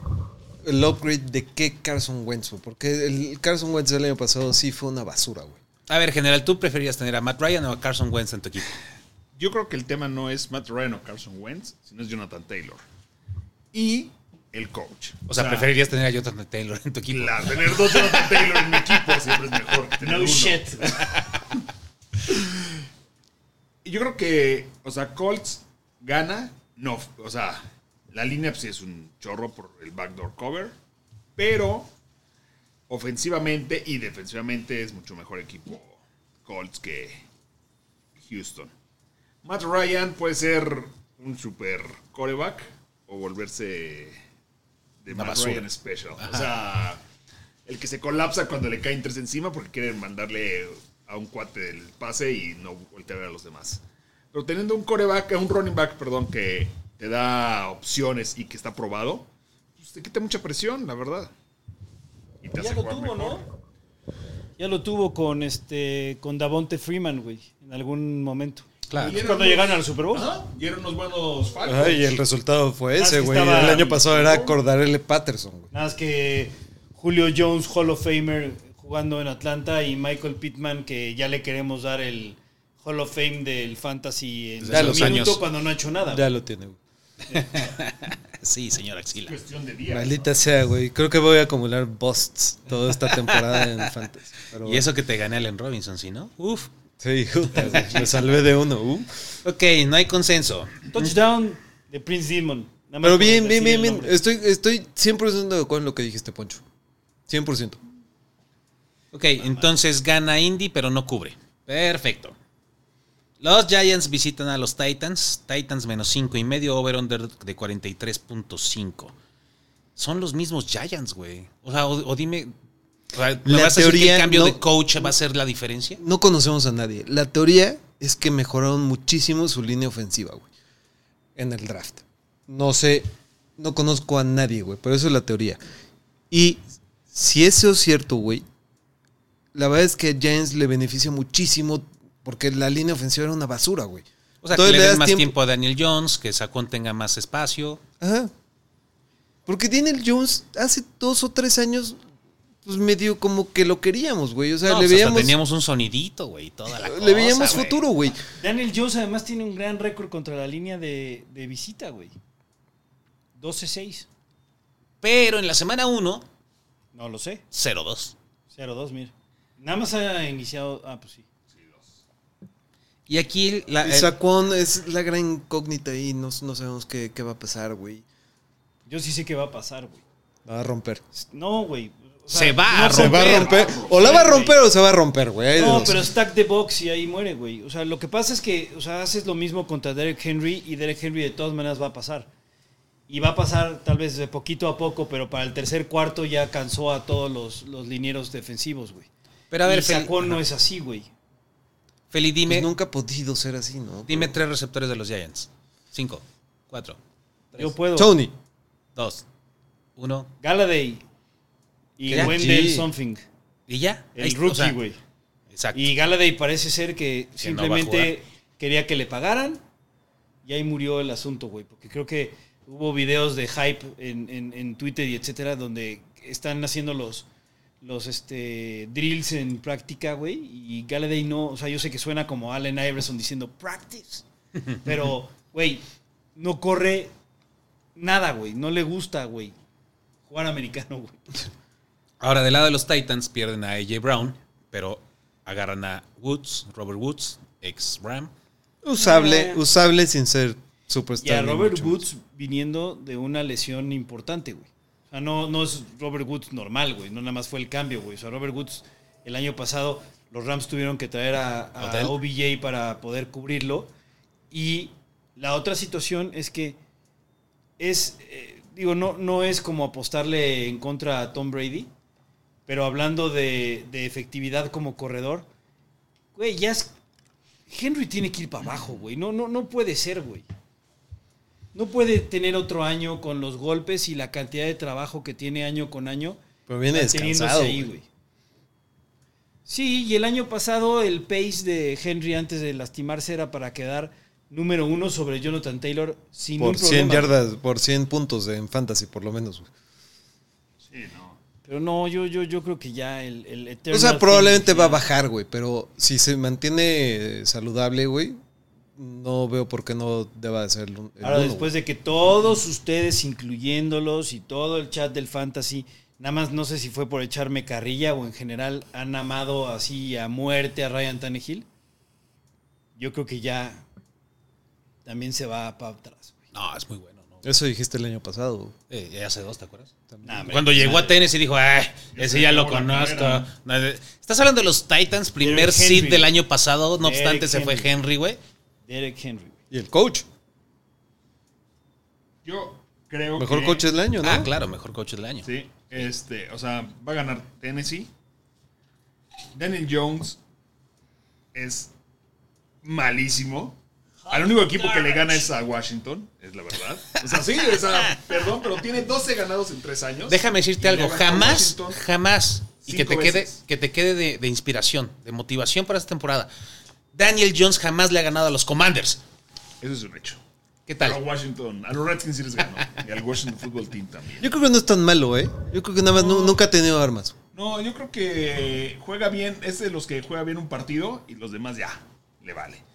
Speaker 11: el upgrade de qué Carson Wentz, güey, porque el Carson Wentz del año pasado sí fue una basura, güey.
Speaker 8: A ver, general, ¿tú preferías tener a Matt Ryan o a Carson Wentz en tu equipo?
Speaker 1: Yo creo que el tema no es Matt Ryan o Carson Wentz, sino es Jonathan Taylor. Y el coach.
Speaker 8: O sea, preferirías tener a Jonathan Taylor en tu equipo.
Speaker 1: Claro, tener dos Jonathan Taylor en mi equipo siempre es mejor que tener
Speaker 7: No
Speaker 1: uno.
Speaker 7: shit.
Speaker 1: Y Yo creo que, o sea, Colts gana. No, o sea, la línea pues, sí es un chorro por el backdoor cover. Pero ofensivamente y defensivamente es mucho mejor equipo Colts que Houston. Matt Ryan puede ser un super coreback o volverse de
Speaker 8: Una
Speaker 1: Matt
Speaker 8: basura.
Speaker 1: Ryan Special. O
Speaker 8: Ajá.
Speaker 1: sea, el que se colapsa cuando le caen tres encima porque quieren mandarle a un cuate el pase y no voltea a ver a los demás. Pero teniendo un coreback, un running back, perdón, que te da opciones y que está probado, pues te quita mucha presión, la verdad. Y te
Speaker 7: Ya lo
Speaker 1: jugar
Speaker 7: tuvo,
Speaker 1: mejor.
Speaker 7: ¿no? Ya lo tuvo con este con Davonte Freeman, güey, en algún momento.
Speaker 8: Claro.
Speaker 7: ¿Y Cuando llegaron al Super Bowl.
Speaker 1: Ajá, y eran unos buenos Falcons.
Speaker 11: Ay, y el resultado fue
Speaker 7: Ah,
Speaker 11: ese,
Speaker 7: sí
Speaker 11: güey.
Speaker 7: estaba-
Speaker 11: El año pasado era Cordarelle Patterson, güey.
Speaker 7: Nada más que Julio Jones, Hall of Famer, jugando en Atlanta, y Michael Pittman, que ya le queremos dar el Hall of Fame del Fantasy en
Speaker 8: Ya
Speaker 7: un
Speaker 8: los
Speaker 7: minuto
Speaker 8: años.
Speaker 7: cuando no ha hecho nada.
Speaker 11: Ya lo tiene, güey.
Speaker 8: Sí, señor Axila.
Speaker 1: Cuestión de días.
Speaker 11: Maldita sea, güey. Creo que voy a acumular busts toda esta temporada en Fantasy. Pero
Speaker 8: Y eso que te gané Allen Robinson, ¿sí, no? Uf.
Speaker 11: Sí, puta, güey, me salvé de uno. uh.
Speaker 8: Ok, no hay consenso.
Speaker 7: Touchdown de Prince Demon. Nada más
Speaker 11: Pero
Speaker 7: por
Speaker 11: bien,
Speaker 7: decir
Speaker 11: bien, bien,
Speaker 7: el
Speaker 11: bien.
Speaker 7: nombre.
Speaker 11: Estoy, estoy 100% de acuerdo en lo que dijiste, Poncho. 100%.
Speaker 8: Ok, entonces gana Indy, pero no cubre. Perfecto. Los Giants visitan a los Titans. Titans menos 5 y medio, over-under de 43.5. Son los mismos Giants, güey. O sea, o, o dime. o sea, ¿me
Speaker 11: La
Speaker 8: vas a decir que
Speaker 11: teoría
Speaker 8: el cambio
Speaker 11: no-
Speaker 8: de coach va a ser la diferencia?
Speaker 11: no conocemos a nadie. La teoría es que mejoraron muchísimo su línea ofensiva, güey. En el draft. No sé, no conozco a nadie, güey. Pero eso es la teoría. Y si eso es cierto, güey, la verdad es que a Giants le beneficia muchísimo porque la línea ofensiva era una basura, güey.
Speaker 8: O sea,
Speaker 11: Entonces
Speaker 8: que le
Speaker 11: das
Speaker 8: den más tiempo. a Daniel Jones, que Saquon tenga más espacio.
Speaker 11: Ajá. Porque Daniel Jones hace dos o tres años, pues medio como que lo queríamos, güey. O sea,
Speaker 8: No,
Speaker 11: le
Speaker 8: pues, hasta
Speaker 11: veíamos,
Speaker 8: teníamos un sonidito, güey, toda la
Speaker 11: le
Speaker 8: cosa,
Speaker 11: veíamos
Speaker 8: güey.
Speaker 11: futuro, güey.
Speaker 7: Daniel Jones además tiene un gran récord contra la línea de, de visita, güey. 12-6.
Speaker 8: Pero en la semana 1,
Speaker 7: No lo sé.
Speaker 8: 0-2.
Speaker 7: 0-2, mira. Nada más ha iniciado. Ah, pues sí.
Speaker 8: Y aquí la,
Speaker 11: Y
Speaker 8: el-
Speaker 11: Saquon es la gran incógnita y no, no sabemos qué, qué va a pasar, güey.
Speaker 7: Yo sí sé qué va a pasar, güey.
Speaker 11: Va a romper.
Speaker 7: No, güey.
Speaker 8: se va a
Speaker 11: se va a romper. O la va a romper o se va a romper, güey. Hay de
Speaker 7: No,
Speaker 11: dos.
Speaker 7: pero stack de box y ahí muere, güey. O sea, lo que pasa es que, o sea, haces lo mismo contra Derek Henry y Derek Henry de todas maneras va a pasar. Y va a pasar tal vez de poquito a poco, pero para el tercer cuarto ya cansó a todos los, los linieros defensivos, güey.
Speaker 8: Pero a ver,
Speaker 7: y
Speaker 8: Fel-
Speaker 7: Saquon no
Speaker 8: ajá.
Speaker 7: es así, güey.
Speaker 8: Feli, dime,
Speaker 11: Pues nunca ha podido ser así, ¿no?
Speaker 8: dime tres receptores de los Giants. Cinco, cuatro, tres,
Speaker 7: Yo puedo.
Speaker 11: Tony.
Speaker 8: dos, uno.
Speaker 7: Galladay y
Speaker 8: Ya.
Speaker 7: Wendell
Speaker 8: Sí.
Speaker 7: Something.
Speaker 8: Y ya.
Speaker 7: El
Speaker 8: Ahí- o
Speaker 7: rookie,
Speaker 8: sea,
Speaker 7: güey.
Speaker 8: Exacto.
Speaker 7: Y Galladay parece ser que
Speaker 8: Que no va a
Speaker 7: simplemente quería que le pagaran y ahí murió el asunto, güey. Porque creo que hubo videos de hype en, en- en Twitter y etcétera donde están haciendo los, los este, drills en práctica, güey. Y Galladay no, o sea, yo sé que suena como Allen Iverson diciendo practice, pero, güey, no corre nada, güey. No le gusta, güey, jugar americano, güey.
Speaker 8: Ahora, del lado de los Titans, pierden a AJ Brown, pero agarran a Woods, Robert Woods, ex Ram.
Speaker 11: Usable, usable sin ser
Speaker 7: Eh. Y a
Speaker 8: pues,
Speaker 11: superstar. ni
Speaker 7: Robert
Speaker 11: mucho
Speaker 7: Woods viniendo de una lesión importante, güey. O sea, no, no es Robert Woods normal, güey. No nada más fue el cambio, güey. O sea, Robert Woods el año pasado los Rams tuvieron que traer a, a
Speaker 8: Odell.
Speaker 7: OBJ para poder cubrirlo. Y la otra situación es que es, eh, digo, no, no es como apostarle en contra a Tom Brady, pero hablando de, de efectividad como corredor, güey, ya es, Henry tiene que ir para abajo, güey. No, no, no puede ser, güey. No puede tener otro año con los golpes y la cantidad de trabajo que tiene año con año.
Speaker 11: Pero viene
Speaker 7: manteniéndose
Speaker 11: descansado,
Speaker 7: ahí,
Speaker 11: güey.
Speaker 7: Sí, y el año pasado el pace de Henry antes de lastimarse era para quedar número uno sobre Jonathan Taylor sin un
Speaker 11: Por 100
Speaker 7: problema.
Speaker 11: yardas, por 100 puntos en fantasy, por lo menos. güey.
Speaker 7: Pero no, yo, yo, yo creo que ya el, el
Speaker 11: O
Speaker 7: Eternal
Speaker 11: sea,
Speaker 7: Thing
Speaker 11: probablemente
Speaker 7: ya-
Speaker 11: va a bajar, güey, pero si se mantiene eh, saludable, güey, no veo por qué no deba de ser el un- el
Speaker 7: Ahora,
Speaker 11: uno,
Speaker 7: después de que todos ustedes, incluyéndolos y todo el chat del fantasy, nada más no sé si fue por echarme carrilla o en general han amado así a muerte a Ryan Tannehill, yo creo que ya también se va para atrás. güey.
Speaker 8: No, es muy bueno. ¿no?
Speaker 11: güey. Eso dijiste el año pasado. güey.
Speaker 8: Eh, ya hace dos, ¿te acuerdas?
Speaker 7: Nah, hombre,
Speaker 8: Cuando llegó a
Speaker 7: madre.
Speaker 8: Tennessee dijo, "Ay, ese ya lo
Speaker 1: acabó la
Speaker 8: conozco.
Speaker 1: carrera.
Speaker 8: Nadie- Estás hablando de los Titans, primer
Speaker 7: Derrick
Speaker 8: seed
Speaker 7: Henry.
Speaker 8: del año pasado, no
Speaker 7: Derrick
Speaker 8: obstante se fue
Speaker 7: Henry.
Speaker 8: Henry, güey.
Speaker 7: Derek Henry. güey.
Speaker 11: Y el coach.
Speaker 1: Yo creo
Speaker 11: Mejor
Speaker 1: que-
Speaker 11: coach del año, ¿no?
Speaker 8: Ah, claro, mejor coach del año.
Speaker 1: Sí, este, o sea, va a ganar Tennessee. Daniel Jones es malísimo. Al único equipo que le gana es a Washington, es la verdad. O sea, sí, o sea, perdón, pero tiene 12 ganados en 3 años.
Speaker 8: Déjame decirte
Speaker 1: Y le
Speaker 8: algo,
Speaker 1: ha ganado
Speaker 8: jamás,
Speaker 1: Washington.
Speaker 8: jamás, y que
Speaker 1: cinco
Speaker 8: te quede,
Speaker 1: veces.
Speaker 8: que te quede de, de inspiración, de motivación para esta temporada. Daniel Jones jamás le ha ganado a los Commanders.
Speaker 1: Eso es un hecho.
Speaker 8: ¿Qué
Speaker 1: Pero a
Speaker 8: tal?
Speaker 1: Washington, a los Redskins sí les ganó. Y al Washington Football Team también.
Speaker 11: Yo creo que no es tan malo, ¿eh? Yo creo que nada más nu- nunca ha tenido armas.
Speaker 1: No, yo creo que juega bien, es de los que juega bien un partido y los demás ya, le vale.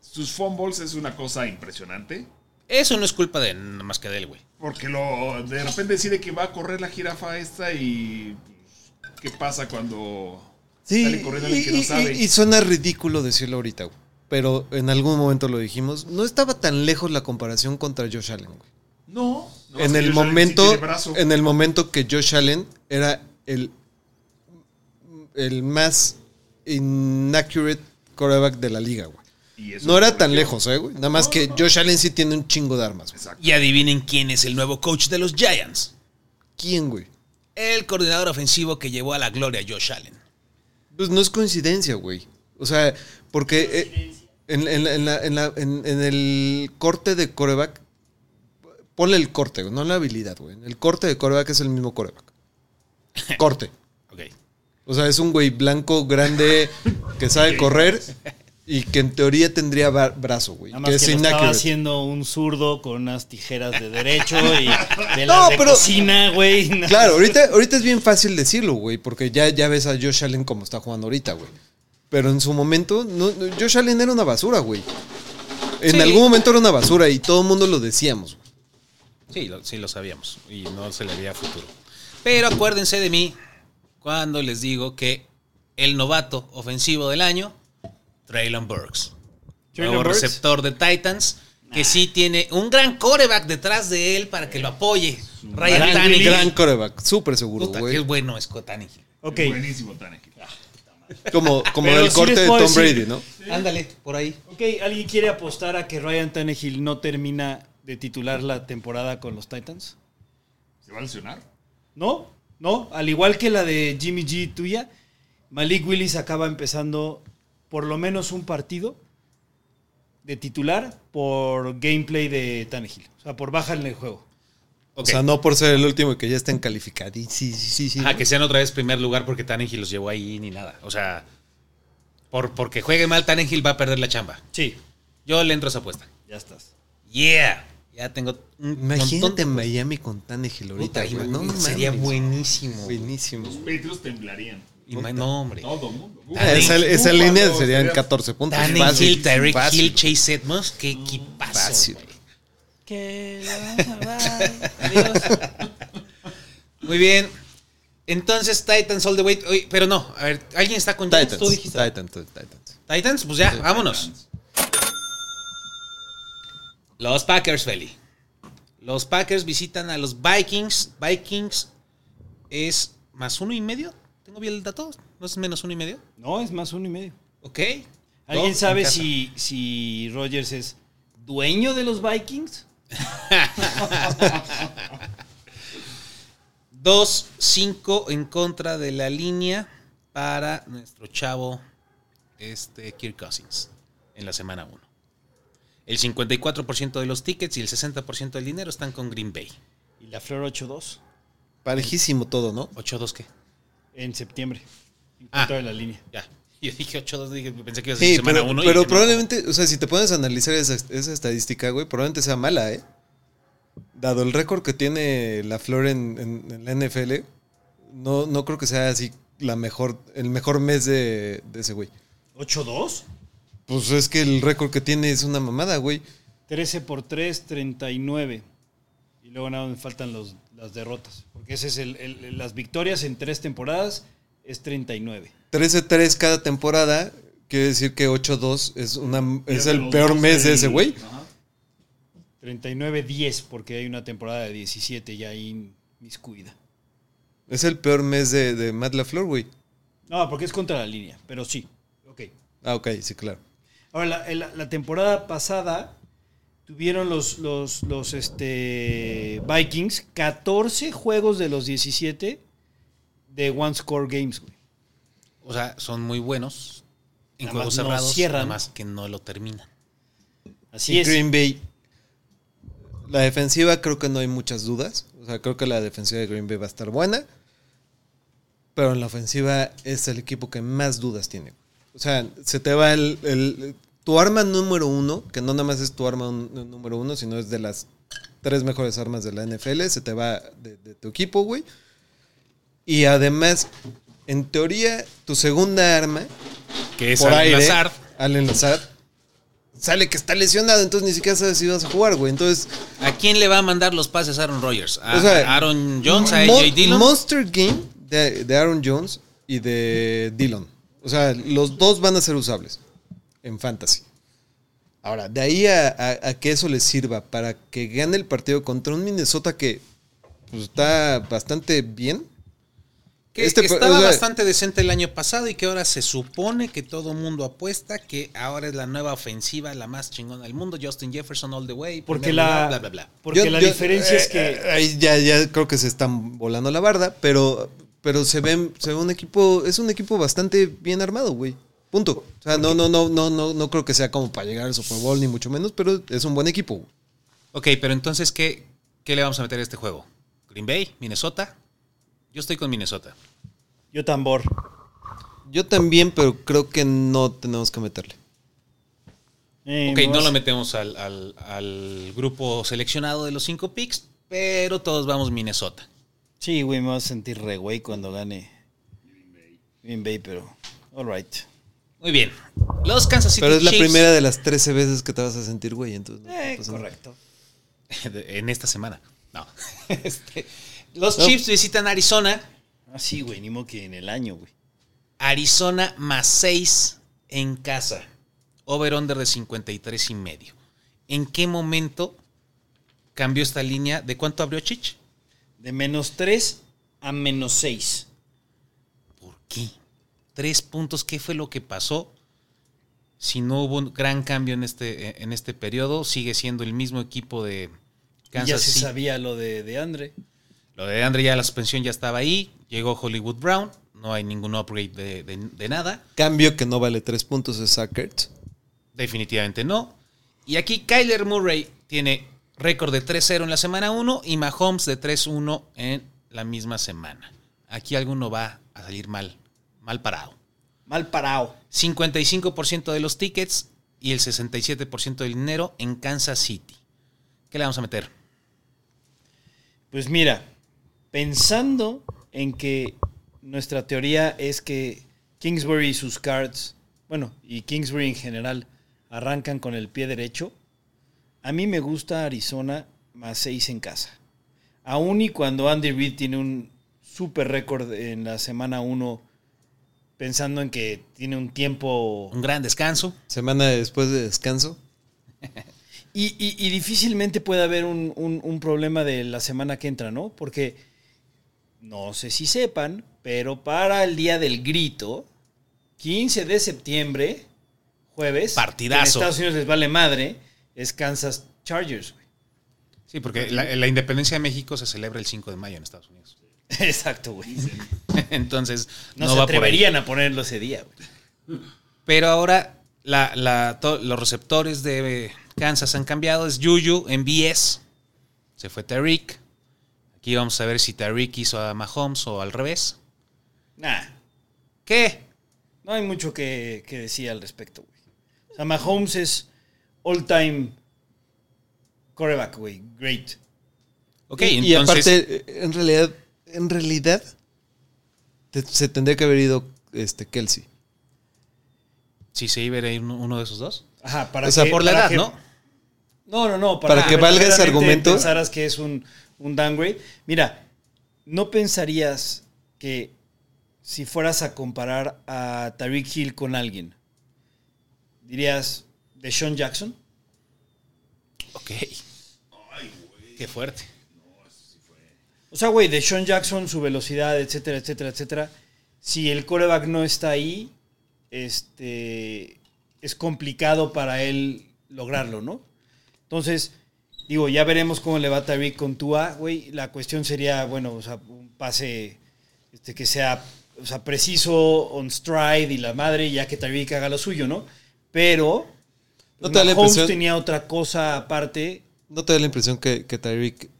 Speaker 1: Sus fumbles es una cosa impresionante.
Speaker 8: Eso no es culpa de nada más que de él, güey.
Speaker 1: Porque lo de repente decide que va a correr la jirafa esta y pues, qué pasa cuando
Speaker 11: Sí,
Speaker 1: sale corriendo
Speaker 11: y,
Speaker 1: alguien que no
Speaker 11: y-
Speaker 1: sabe.
Speaker 11: y- y suena ridículo decirlo ahorita, güey. Pero en algún momento lo dijimos. No estaba tan lejos la comparación contra Josh Allen, güey.
Speaker 1: no, no, es
Speaker 11: en
Speaker 1: que Josh Allen
Speaker 11: el
Speaker 1: sí
Speaker 11: momento
Speaker 1: tiene brazo.
Speaker 11: en el momento que Josh Allen era el el más inaccurate quarterback de la liga, güey.
Speaker 1: Y eso
Speaker 11: No
Speaker 1: lo
Speaker 11: era tan
Speaker 1: prometió.
Speaker 11: lejos, eh, güey. Nada más que Josh Allen sí tiene un chingo de armas. güey.
Speaker 1: Exacto.
Speaker 8: Y adivinen quién es el nuevo coach de los Giants.
Speaker 11: ¿Quién, güey?
Speaker 8: El coordinador ofensivo que llevó a la gloria a Josh Allen.
Speaker 11: Pues no es coincidencia, güey. O sea, porque eh, en, en la- en la- en la- en- en el corte de coreback, ponle el corte, güey, no la habilidad, güey. En El corte de coreback es el mismo coreback. Corte.
Speaker 8: Ok.
Speaker 11: O sea, es un güey blanco, grande, que sabe correr y que en teoría tendría ba- brazo, güey.
Speaker 7: Nada más
Speaker 11: Que
Speaker 7: que,
Speaker 11: es
Speaker 7: lo estaba
Speaker 11: inaccurate.
Speaker 7: haciendo un zurdo con unas tijeras de derecho y de las
Speaker 11: No,
Speaker 7: de
Speaker 11: pero-
Speaker 7: cocina, güey.
Speaker 11: Claro, ahorita, ahorita es bien fácil decirlo, güey, porque ya, ya ves a Josh Allen como está jugando ahorita, güey. Pero en su momento, no, no, Josh Allen era una basura, güey. En
Speaker 8: Sí.
Speaker 11: algún momento era una basura y todo el mundo lo decíamos. güey.
Speaker 8: Sí, lo, sí lo sabíamos y no se le veía futuro. Pero acuérdense de mí cuando les digo que el novato ofensivo del año, Traylon Burks.
Speaker 7: Traylon
Speaker 8: nuevo
Speaker 7: Burks.
Speaker 8: receptor de Titans, que sí tiene un gran coreback detrás de él para que lo apoye. Ryan
Speaker 11: gran,
Speaker 8: Tannehill.
Speaker 11: gran coreback, súper seguro,
Speaker 8: Puta,
Speaker 11: güey.
Speaker 8: Qué bueno es Tannehill.
Speaker 1: Ok. Buenísimo Tannehill.
Speaker 11: Como, como
Speaker 7: Pero
Speaker 11: el
Speaker 7: sí
Speaker 11: corte
Speaker 7: les
Speaker 11: de Tom
Speaker 7: puedo decir-
Speaker 11: Brady, ¿no?
Speaker 7: Sí.
Speaker 8: Ándale, por ahí.
Speaker 7: Ok, ¿alguien quiere apostar a que Ryan Tannehill no termina de titular la temporada con los Titans?
Speaker 1: ¿Se va a lesionar?
Speaker 7: No, no. Al igual que la de Jimmy G tuya, Malik Willis acaba empezando por lo menos un partido de titular por gameplay de Tannehill. O sea, por baja en el juego.
Speaker 11: O sea, no por ser el último y que ya estén calificadísimos. Sí, sí, sí.
Speaker 8: Ajá, que sean otra vez primer lugar porque Tannehill los llevó ahí ni nada. O sea, por, porque juegue mal Tannehill va a perder la chamba.
Speaker 7: Sí.
Speaker 8: Yo le entro a esa apuesta.
Speaker 7: Ya estás.
Speaker 8: Yeah. Ya tengo un montón
Speaker 11: Imagínate
Speaker 8: de-
Speaker 11: en Miami con Tannehill ahorita,
Speaker 8: Puta,
Speaker 11: güey.
Speaker 8: ima-
Speaker 11: No,
Speaker 8: sería
Speaker 11: mames.
Speaker 8: buenísimo.
Speaker 11: Buenísimo.
Speaker 1: Los Patriots temblarían.
Speaker 8: Ima- no, hombre.
Speaker 1: Todo mundo.
Speaker 11: Ah, Esa, esa línea serían 14 puntos.
Speaker 8: Tannehill,
Speaker 11: Fácil,
Speaker 8: Tyreek
Speaker 11: fácil. Mm,
Speaker 8: Hill, Chase Edmonds. Qué equipazo.
Speaker 11: Fácil.
Speaker 8: güey.
Speaker 7: Que
Speaker 8: Muy bien. Entonces, Titans all the way. Oye, pero no, a ver, ¿alguien está con Jets?
Speaker 11: Titans,
Speaker 8: ¿Tú dijiste?
Speaker 11: Titans, Titans.
Speaker 8: Titans, pues ya, vámonos. Los Packers, Feli. Los Packers visitan a los Vikings. Vikings es más uno y medio. ¿Tengo bien el dato? ¿No es menos uno y medio?
Speaker 7: No, es más uno y medio.
Speaker 8: Ok.
Speaker 7: ¿Alguien
Speaker 8: Dos
Speaker 7: sabe
Speaker 8: en casa.
Speaker 7: si, si Rogers es dueño de los Vikings?
Speaker 8: 2-5 en contra de la línea para nuestro chavo este Kirk Cousins en la semana 1. El 54% de los tickets y el 60% del dinero están con Green Bay.
Speaker 7: Y la Flor 8-2
Speaker 11: Parejísimo todo, ¿no?
Speaker 8: 8-2 qué?
Speaker 7: en septiembre. En
Speaker 8: Ah.
Speaker 7: contra de la línea.
Speaker 8: Ya. Yo dije 8-2, dije, pensé que iba a ser
Speaker 11: Sí,
Speaker 8: semana
Speaker 11: pero,
Speaker 8: 1.
Speaker 11: pero probablemente, o sea, si te pones a analizar esa, esa estadística, güey, probablemente sea mala, ¿eh? Dado el récord que tiene la Flor en, en- en la NFL, no, no creo que sea así la mejor, el mejor mes de, de ese güey.
Speaker 7: ¿8-2?
Speaker 11: Pues es que el récord que tiene es una mamada, güey.
Speaker 7: 13 por 3, 39. Y luego nada me faltan los, las derrotas. Porque ese es el, el- las victorias en tres temporadas es 39.
Speaker 11: 13-3 cada temporada, quiere decir que 8-2 es, una, es
Speaker 1: Pierde
Speaker 11: el
Speaker 1: los
Speaker 11: peor
Speaker 1: dos
Speaker 11: mes de
Speaker 1: del-
Speaker 11: ese güey.
Speaker 1: Ajá.
Speaker 7: 39-10 porque hay una temporada de 17 ya ahí miscuida.
Speaker 11: Es el peor mes de, de Matt LaFleur, güey.
Speaker 7: No, porque es contra la línea, pero sí. Ok.
Speaker 11: Ah, ok, sí, claro.
Speaker 7: Ahora, la, la- la temporada pasada tuvieron los, los, los, este, Vikings 14 juegos de los 17 de One Score Games, güey.
Speaker 8: O sea, son muy buenos en
Speaker 7: Nada
Speaker 8: juegos
Speaker 7: más no
Speaker 8: cerrados,
Speaker 7: cierran.
Speaker 8: nada más que no lo terminan.
Speaker 7: Así
Speaker 11: Y
Speaker 7: es.
Speaker 11: Green Bay. La defensiva creo que no hay muchas dudas. O sea, creo que la defensiva de Green Bay va a estar buena. Pero en la ofensiva es el equipo que más dudas tiene. O sea, se te va el, el- tu arma número uno, que no nada más es tu arma un- número uno, sino es de las tres mejores armas de la NFL, se te va de, de tu equipo, güey. Y además, en teoría, tu segunda arma,
Speaker 8: Que es
Speaker 11: por
Speaker 8: al
Speaker 11: aire,
Speaker 8: azar.
Speaker 11: Allen Lazard, sale que está lesionado, entonces ni siquiera sabes si vas a jugar, güey. Entonces,
Speaker 8: ¿A quién le va a mandar los pases Aaron Rodgers? ¿A
Speaker 11: O sea,
Speaker 8: a Aaron Jones? ¿A
Speaker 11: Mo-
Speaker 8: AJ Dillon?
Speaker 11: Monster Game de, de Aaron Jones y de Dillon. O sea, los dos van a ser usables en fantasy. Ahora, de ahí a, a- a que eso les sirva para que gane el partido contra un Minnesota que pues, está bastante bien.
Speaker 8: Que
Speaker 11: Este,
Speaker 8: estaba
Speaker 11: o sea,
Speaker 8: bastante decente el año pasado y que ahora se supone que todo mundo apuesta que ahora es la nueva ofensiva, la más chingona del mundo. Justin Jefferson all the way.
Speaker 7: Porque
Speaker 8: primer
Speaker 7: la,
Speaker 8: lugar, Bla, bla, bla.
Speaker 7: Porque
Speaker 11: yo-
Speaker 7: la
Speaker 11: yo-
Speaker 7: diferencia es
Speaker 11: eh, eh,
Speaker 7: que
Speaker 11: ahí ya, ya creo que se están volando la barda, pero, pero se, ven, se ve un equipo. Es un equipo bastante bien armado, güey. Punto. O sea, no, no, no, no, no, no creo que sea como para llegar al Super Bowl, ni mucho menos, pero es un buen equipo. güey.
Speaker 8: Ok, pero entonces, ¿qué, ¿qué le vamos a meter a este juego? ¿Green Bay? ¿Minnesota? Yo estoy con Minnesota.
Speaker 7: yo tambor.
Speaker 11: Yo también, pero creo que no tenemos que meterle.
Speaker 7: Eh,
Speaker 8: Ok,
Speaker 7: me
Speaker 8: no
Speaker 7: vas-
Speaker 8: lo metemos al, al- al grupo seleccionado de los cinco picks, pero todos vamos Minnesota.
Speaker 7: Sí, güey, me vas a sentir re güey cuando gane Green Bay, pero all right.
Speaker 8: Muy bien. Los Kansas City
Speaker 11: pero es la
Speaker 8: Chiefs-
Speaker 11: primera de las 13 veces que te vas a sentir, güey. Entonces, no
Speaker 7: Eh,
Speaker 11: pasa nada.
Speaker 7: correcto.
Speaker 8: en esta semana. No. Este, los
Speaker 11: No.
Speaker 8: Chiefs visitan Arizona.
Speaker 7: Así, Ah, güey, ni modo que en el año, güey.
Speaker 8: Arizona más 6 en casa. Over-under de 53 y medio. ¿En qué momento cambió esta línea? ¿De cuánto abrió Chich?
Speaker 7: De menos 3 a menos 6.
Speaker 8: ¿Por qué? Tres puntos, ¿qué fue lo que pasó? Si no hubo un gran cambio en este, en este periodo, sigue siendo el mismo equipo de Kansas
Speaker 7: ya se
Speaker 8: City.
Speaker 7: sabía lo de, de Andre.
Speaker 8: Lo de Andre ya la suspensión ya estaba ahí, llegó Hollywood Brown, no hay ningún upgrade de, de- de nada.
Speaker 11: Cambio que no vale tres puntos es Sackert.
Speaker 8: Definitivamente no. Y aquí Kyler Murray tiene récord de 3-0 en la semana 1 y Mahomes de 3-1 en la misma semana. Aquí alguno va a salir mal, mal parado.
Speaker 7: Mal parado.
Speaker 8: 55% de los tickets y el 67% del dinero en Kansas City. ¿Qué le vamos a meter?
Speaker 7: Pues mira, pensando en que nuestra teoría es que Kingsbury y sus cards, bueno, y Kingsbury en general, arrancan con el pie derecho, a mí me gusta Arizona más 6 en casa. Aún y cuando Andy Reid tiene un super récord en la semana 1, pensando en que tiene un tiempo...
Speaker 8: Un gran descanso.
Speaker 11: Semana después de descanso.
Speaker 7: Y, y- y difícilmente puede haber un, un- un problema de la semana que entra, ¿no? Porque no sé si sepan, pero para el día del grito, 15 de septiembre, jueves,
Speaker 8: Partidazo.
Speaker 7: que en Estados Unidos les vale madre, es Kansas Chargers. güey.
Speaker 8: Sí, porque la, la independencia de México se celebra el 5 de mayo en Estados Unidos.
Speaker 7: Exacto, güey.
Speaker 8: Entonces,
Speaker 7: No,
Speaker 8: no,
Speaker 7: se
Speaker 8: va por ahí.
Speaker 7: atreverían a ponerlo ese día, güey.
Speaker 8: Pero ahora la- la- to- los receptores de Kansas han cambiado. Es Juju en BS. Se fue Tariq. Aquí vamos a ver si Tariq hizo a Mahomes o al revés.
Speaker 7: Nah,
Speaker 8: ¿Qué?
Speaker 7: no hay mucho que, que decir al respecto, güey. O sea, Mahomes es all-time quarterback, güey. Great.
Speaker 8: Ok,
Speaker 11: y, y aparte, eh, en realidad, en realidad, te- se tendría que haber ido este Kelsey.
Speaker 8: Si se iba a ir uno uno de esos dos.
Speaker 7: Ajá, para
Speaker 11: O sea,
Speaker 7: que-
Speaker 8: por la
Speaker 7: para
Speaker 8: edad,
Speaker 7: que-
Speaker 8: ¿no?
Speaker 7: No, no, no.
Speaker 11: Para que valga ese
Speaker 7: verdaderamente
Speaker 11: argumento.
Speaker 7: pensaras que es un, un downgrade. Mira, ¿no pensarías que si fueras a comparar a Tariq Hill con alguien, dirías de Sean Jackson?
Speaker 8: Ok. Qué fuerte.
Speaker 7: O sea, güey, de Sean Jackson, su velocidad, etcétera, etcétera, etcétera. Si el coreback no está ahí, este, es complicado para él lograrlo, ¿no? Entonces, digo, ya veremos cómo le va a Tyreek con Tua, güey. La cuestión sería, bueno, o sea, un pase este, que sea, o sea, preciso, on stride y la madre, ya que Tyreek haga lo suyo, ¿no? Pero
Speaker 11: No te da la
Speaker 7: Mahomes
Speaker 11: impresión-
Speaker 7: tenía otra cosa aparte.
Speaker 11: ¿No te da la impresión que, que Tyreek,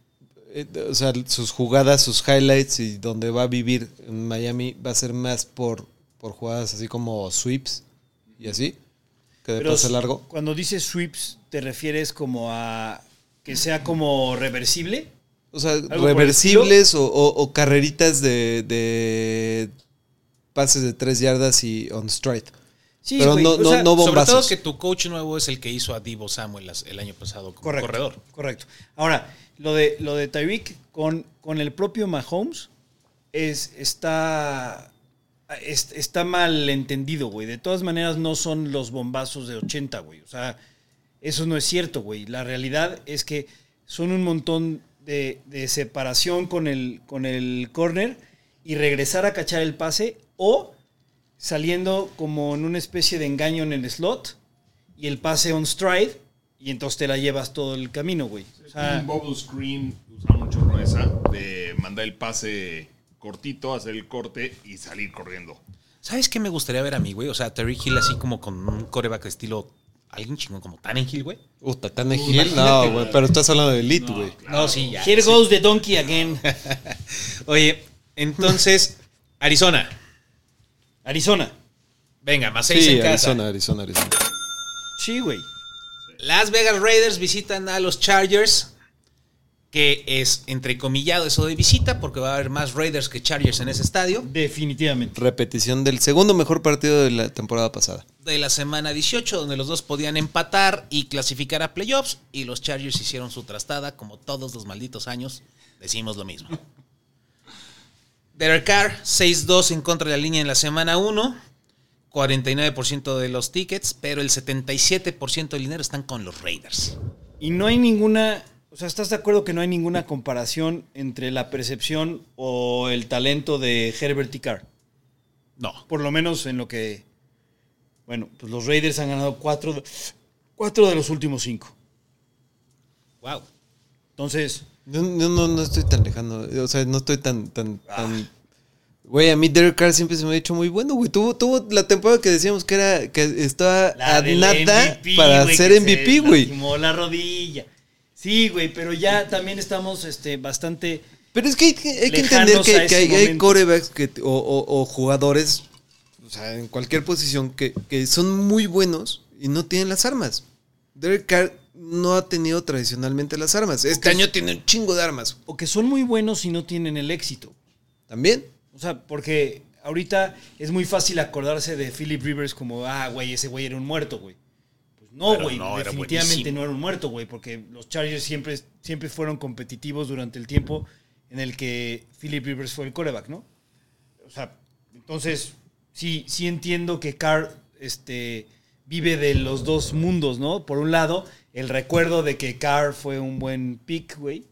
Speaker 11: eh, o sea, sus jugadas, sus highlights y donde va a vivir en Miami va a ser más por, por jugadas así como sweeps y así? Que de
Speaker 7: Pero
Speaker 11: pase largo.
Speaker 7: Cuando dices sweeps, ¿te refieres como a que sea como reversible?
Speaker 11: O sea,
Speaker 7: por el
Speaker 11: Reversibles o, o- o carreritas de, de pases de tres yardas y on stride.
Speaker 7: Sí,
Speaker 11: Pero
Speaker 7: güey,
Speaker 11: no,
Speaker 7: o
Speaker 11: no,
Speaker 7: sea,
Speaker 11: no
Speaker 8: Sobre todo
Speaker 11: bombazos.
Speaker 8: que tu coach nuevo es el que hizo a Divo Samuel las- el año pasado como
Speaker 7: Correcto.
Speaker 8: corredor.
Speaker 7: Correcto. Ahora, lo de, lo de Tyreek con, con el propio Mahomes es, está, es- está mal entendido, güey. De todas maneras, no son los bombazos de 80, güey. O sea, eso no es cierto, güey. La realidad es que son un montón de, de separación con el, con el corner y regresar a cachar el pase o saliendo como en una especie de engaño en el slot y el pase on stride y entonces te la llevas todo el camino, güey. O sea,
Speaker 1: un bubble screen usaron un chorro esa de mandar el pase cortito, hacer el corte y salir corriendo.
Speaker 8: ¿Sabes qué me gustaría ver a mí, güey? O sea, Terry Hill así como con un coreback estilo alguien chingón como Tannehill, güey.
Speaker 11: Puta, tan Hill.
Speaker 8: Imagínate,
Speaker 11: No,
Speaker 8: güey.
Speaker 11: güey, pero estás hablando de Elite, güey.
Speaker 8: No, sí, ya.
Speaker 7: here
Speaker 8: Sí.
Speaker 7: goes the donkey again.
Speaker 8: Oye, entonces, Arizona.
Speaker 7: Arizona.
Speaker 8: Venga, más seis
Speaker 11: Sí,
Speaker 8: en casa.
Speaker 11: Arizona, Arizona, Arizona.
Speaker 7: Sí, güey.
Speaker 8: Las Vegas Raiders visitan a los Chargers, que es entrecomillado eso de visita, porque va a haber más Raiders que Chargers en ese estadio.
Speaker 7: Definitivamente.
Speaker 11: Repetición del segundo mejor partido de la temporada pasada.
Speaker 8: De la semana 18, donde los dos podían empatar y clasificar a playoffs, y los Chargers hicieron su trastada, como todos los malditos años, decimos lo mismo. Derek Carr, 6-2 en contra de la línea en la semana 1, 49% de los tickets, pero el 77% del dinero están con los Raiders.
Speaker 7: Y no hay ninguna O sea, ¿estás de acuerdo que no hay ninguna comparación entre la percepción o el talento de Herbert y Carr?
Speaker 8: No.
Speaker 7: Por lo menos en lo que. Bueno, pues los Raiders han ganado cuatro, de- cuatro de los últimos cinco.
Speaker 8: Wow.
Speaker 7: Entonces,
Speaker 11: No, no, no, no estoy tan lejano. O sea, no estoy tan, tan,
Speaker 7: Ah.
Speaker 11: tan. Güey, a mí Derek Carr siempre se me ha hecho muy bueno, güey. Tuvo, tuvo la temporada que decíamos que era que estaba a
Speaker 7: del
Speaker 11: nada
Speaker 7: MVP,
Speaker 11: para
Speaker 7: güey, que
Speaker 11: ser
Speaker 7: se
Speaker 11: MVP, güey.
Speaker 7: lastimó la rodilla. Sí, güey, pero ya también estamos este, bastante.
Speaker 11: Pero es que hay, que- hay que
Speaker 7: lejanos
Speaker 11: entender
Speaker 7: a
Speaker 11: que, que
Speaker 7: ese
Speaker 11: hay, hay
Speaker 7: momento.
Speaker 11: corebacks que, o, o- o jugadores, o sea, en cualquier posición, que, que son muy buenos y no tienen las armas. Derek Carr no ha tenido tradicionalmente las armas. Este
Speaker 7: Ok.
Speaker 11: año tiene un chingo de armas.
Speaker 7: O que son muy buenos y no tienen el éxito.
Speaker 11: También.
Speaker 7: O sea, porque ahorita es muy fácil acordarse de Philip Rivers como, ah, güey, ese güey era un muerto, güey. Pues no,
Speaker 8: Pero
Speaker 7: güey,
Speaker 8: no, era
Speaker 7: definitivamente
Speaker 8: buenísimo.
Speaker 7: no era un muerto, güey, porque los Chargers siempre, siempre fueron competitivos durante el tiempo en el que Philip Rivers fue el coreback, ¿no? O sea, entonces, sí, sí entiendo que Carr este, vive de los dos mundos, ¿no? Por un lado, el recuerdo de que Carr fue un buen pick, güey.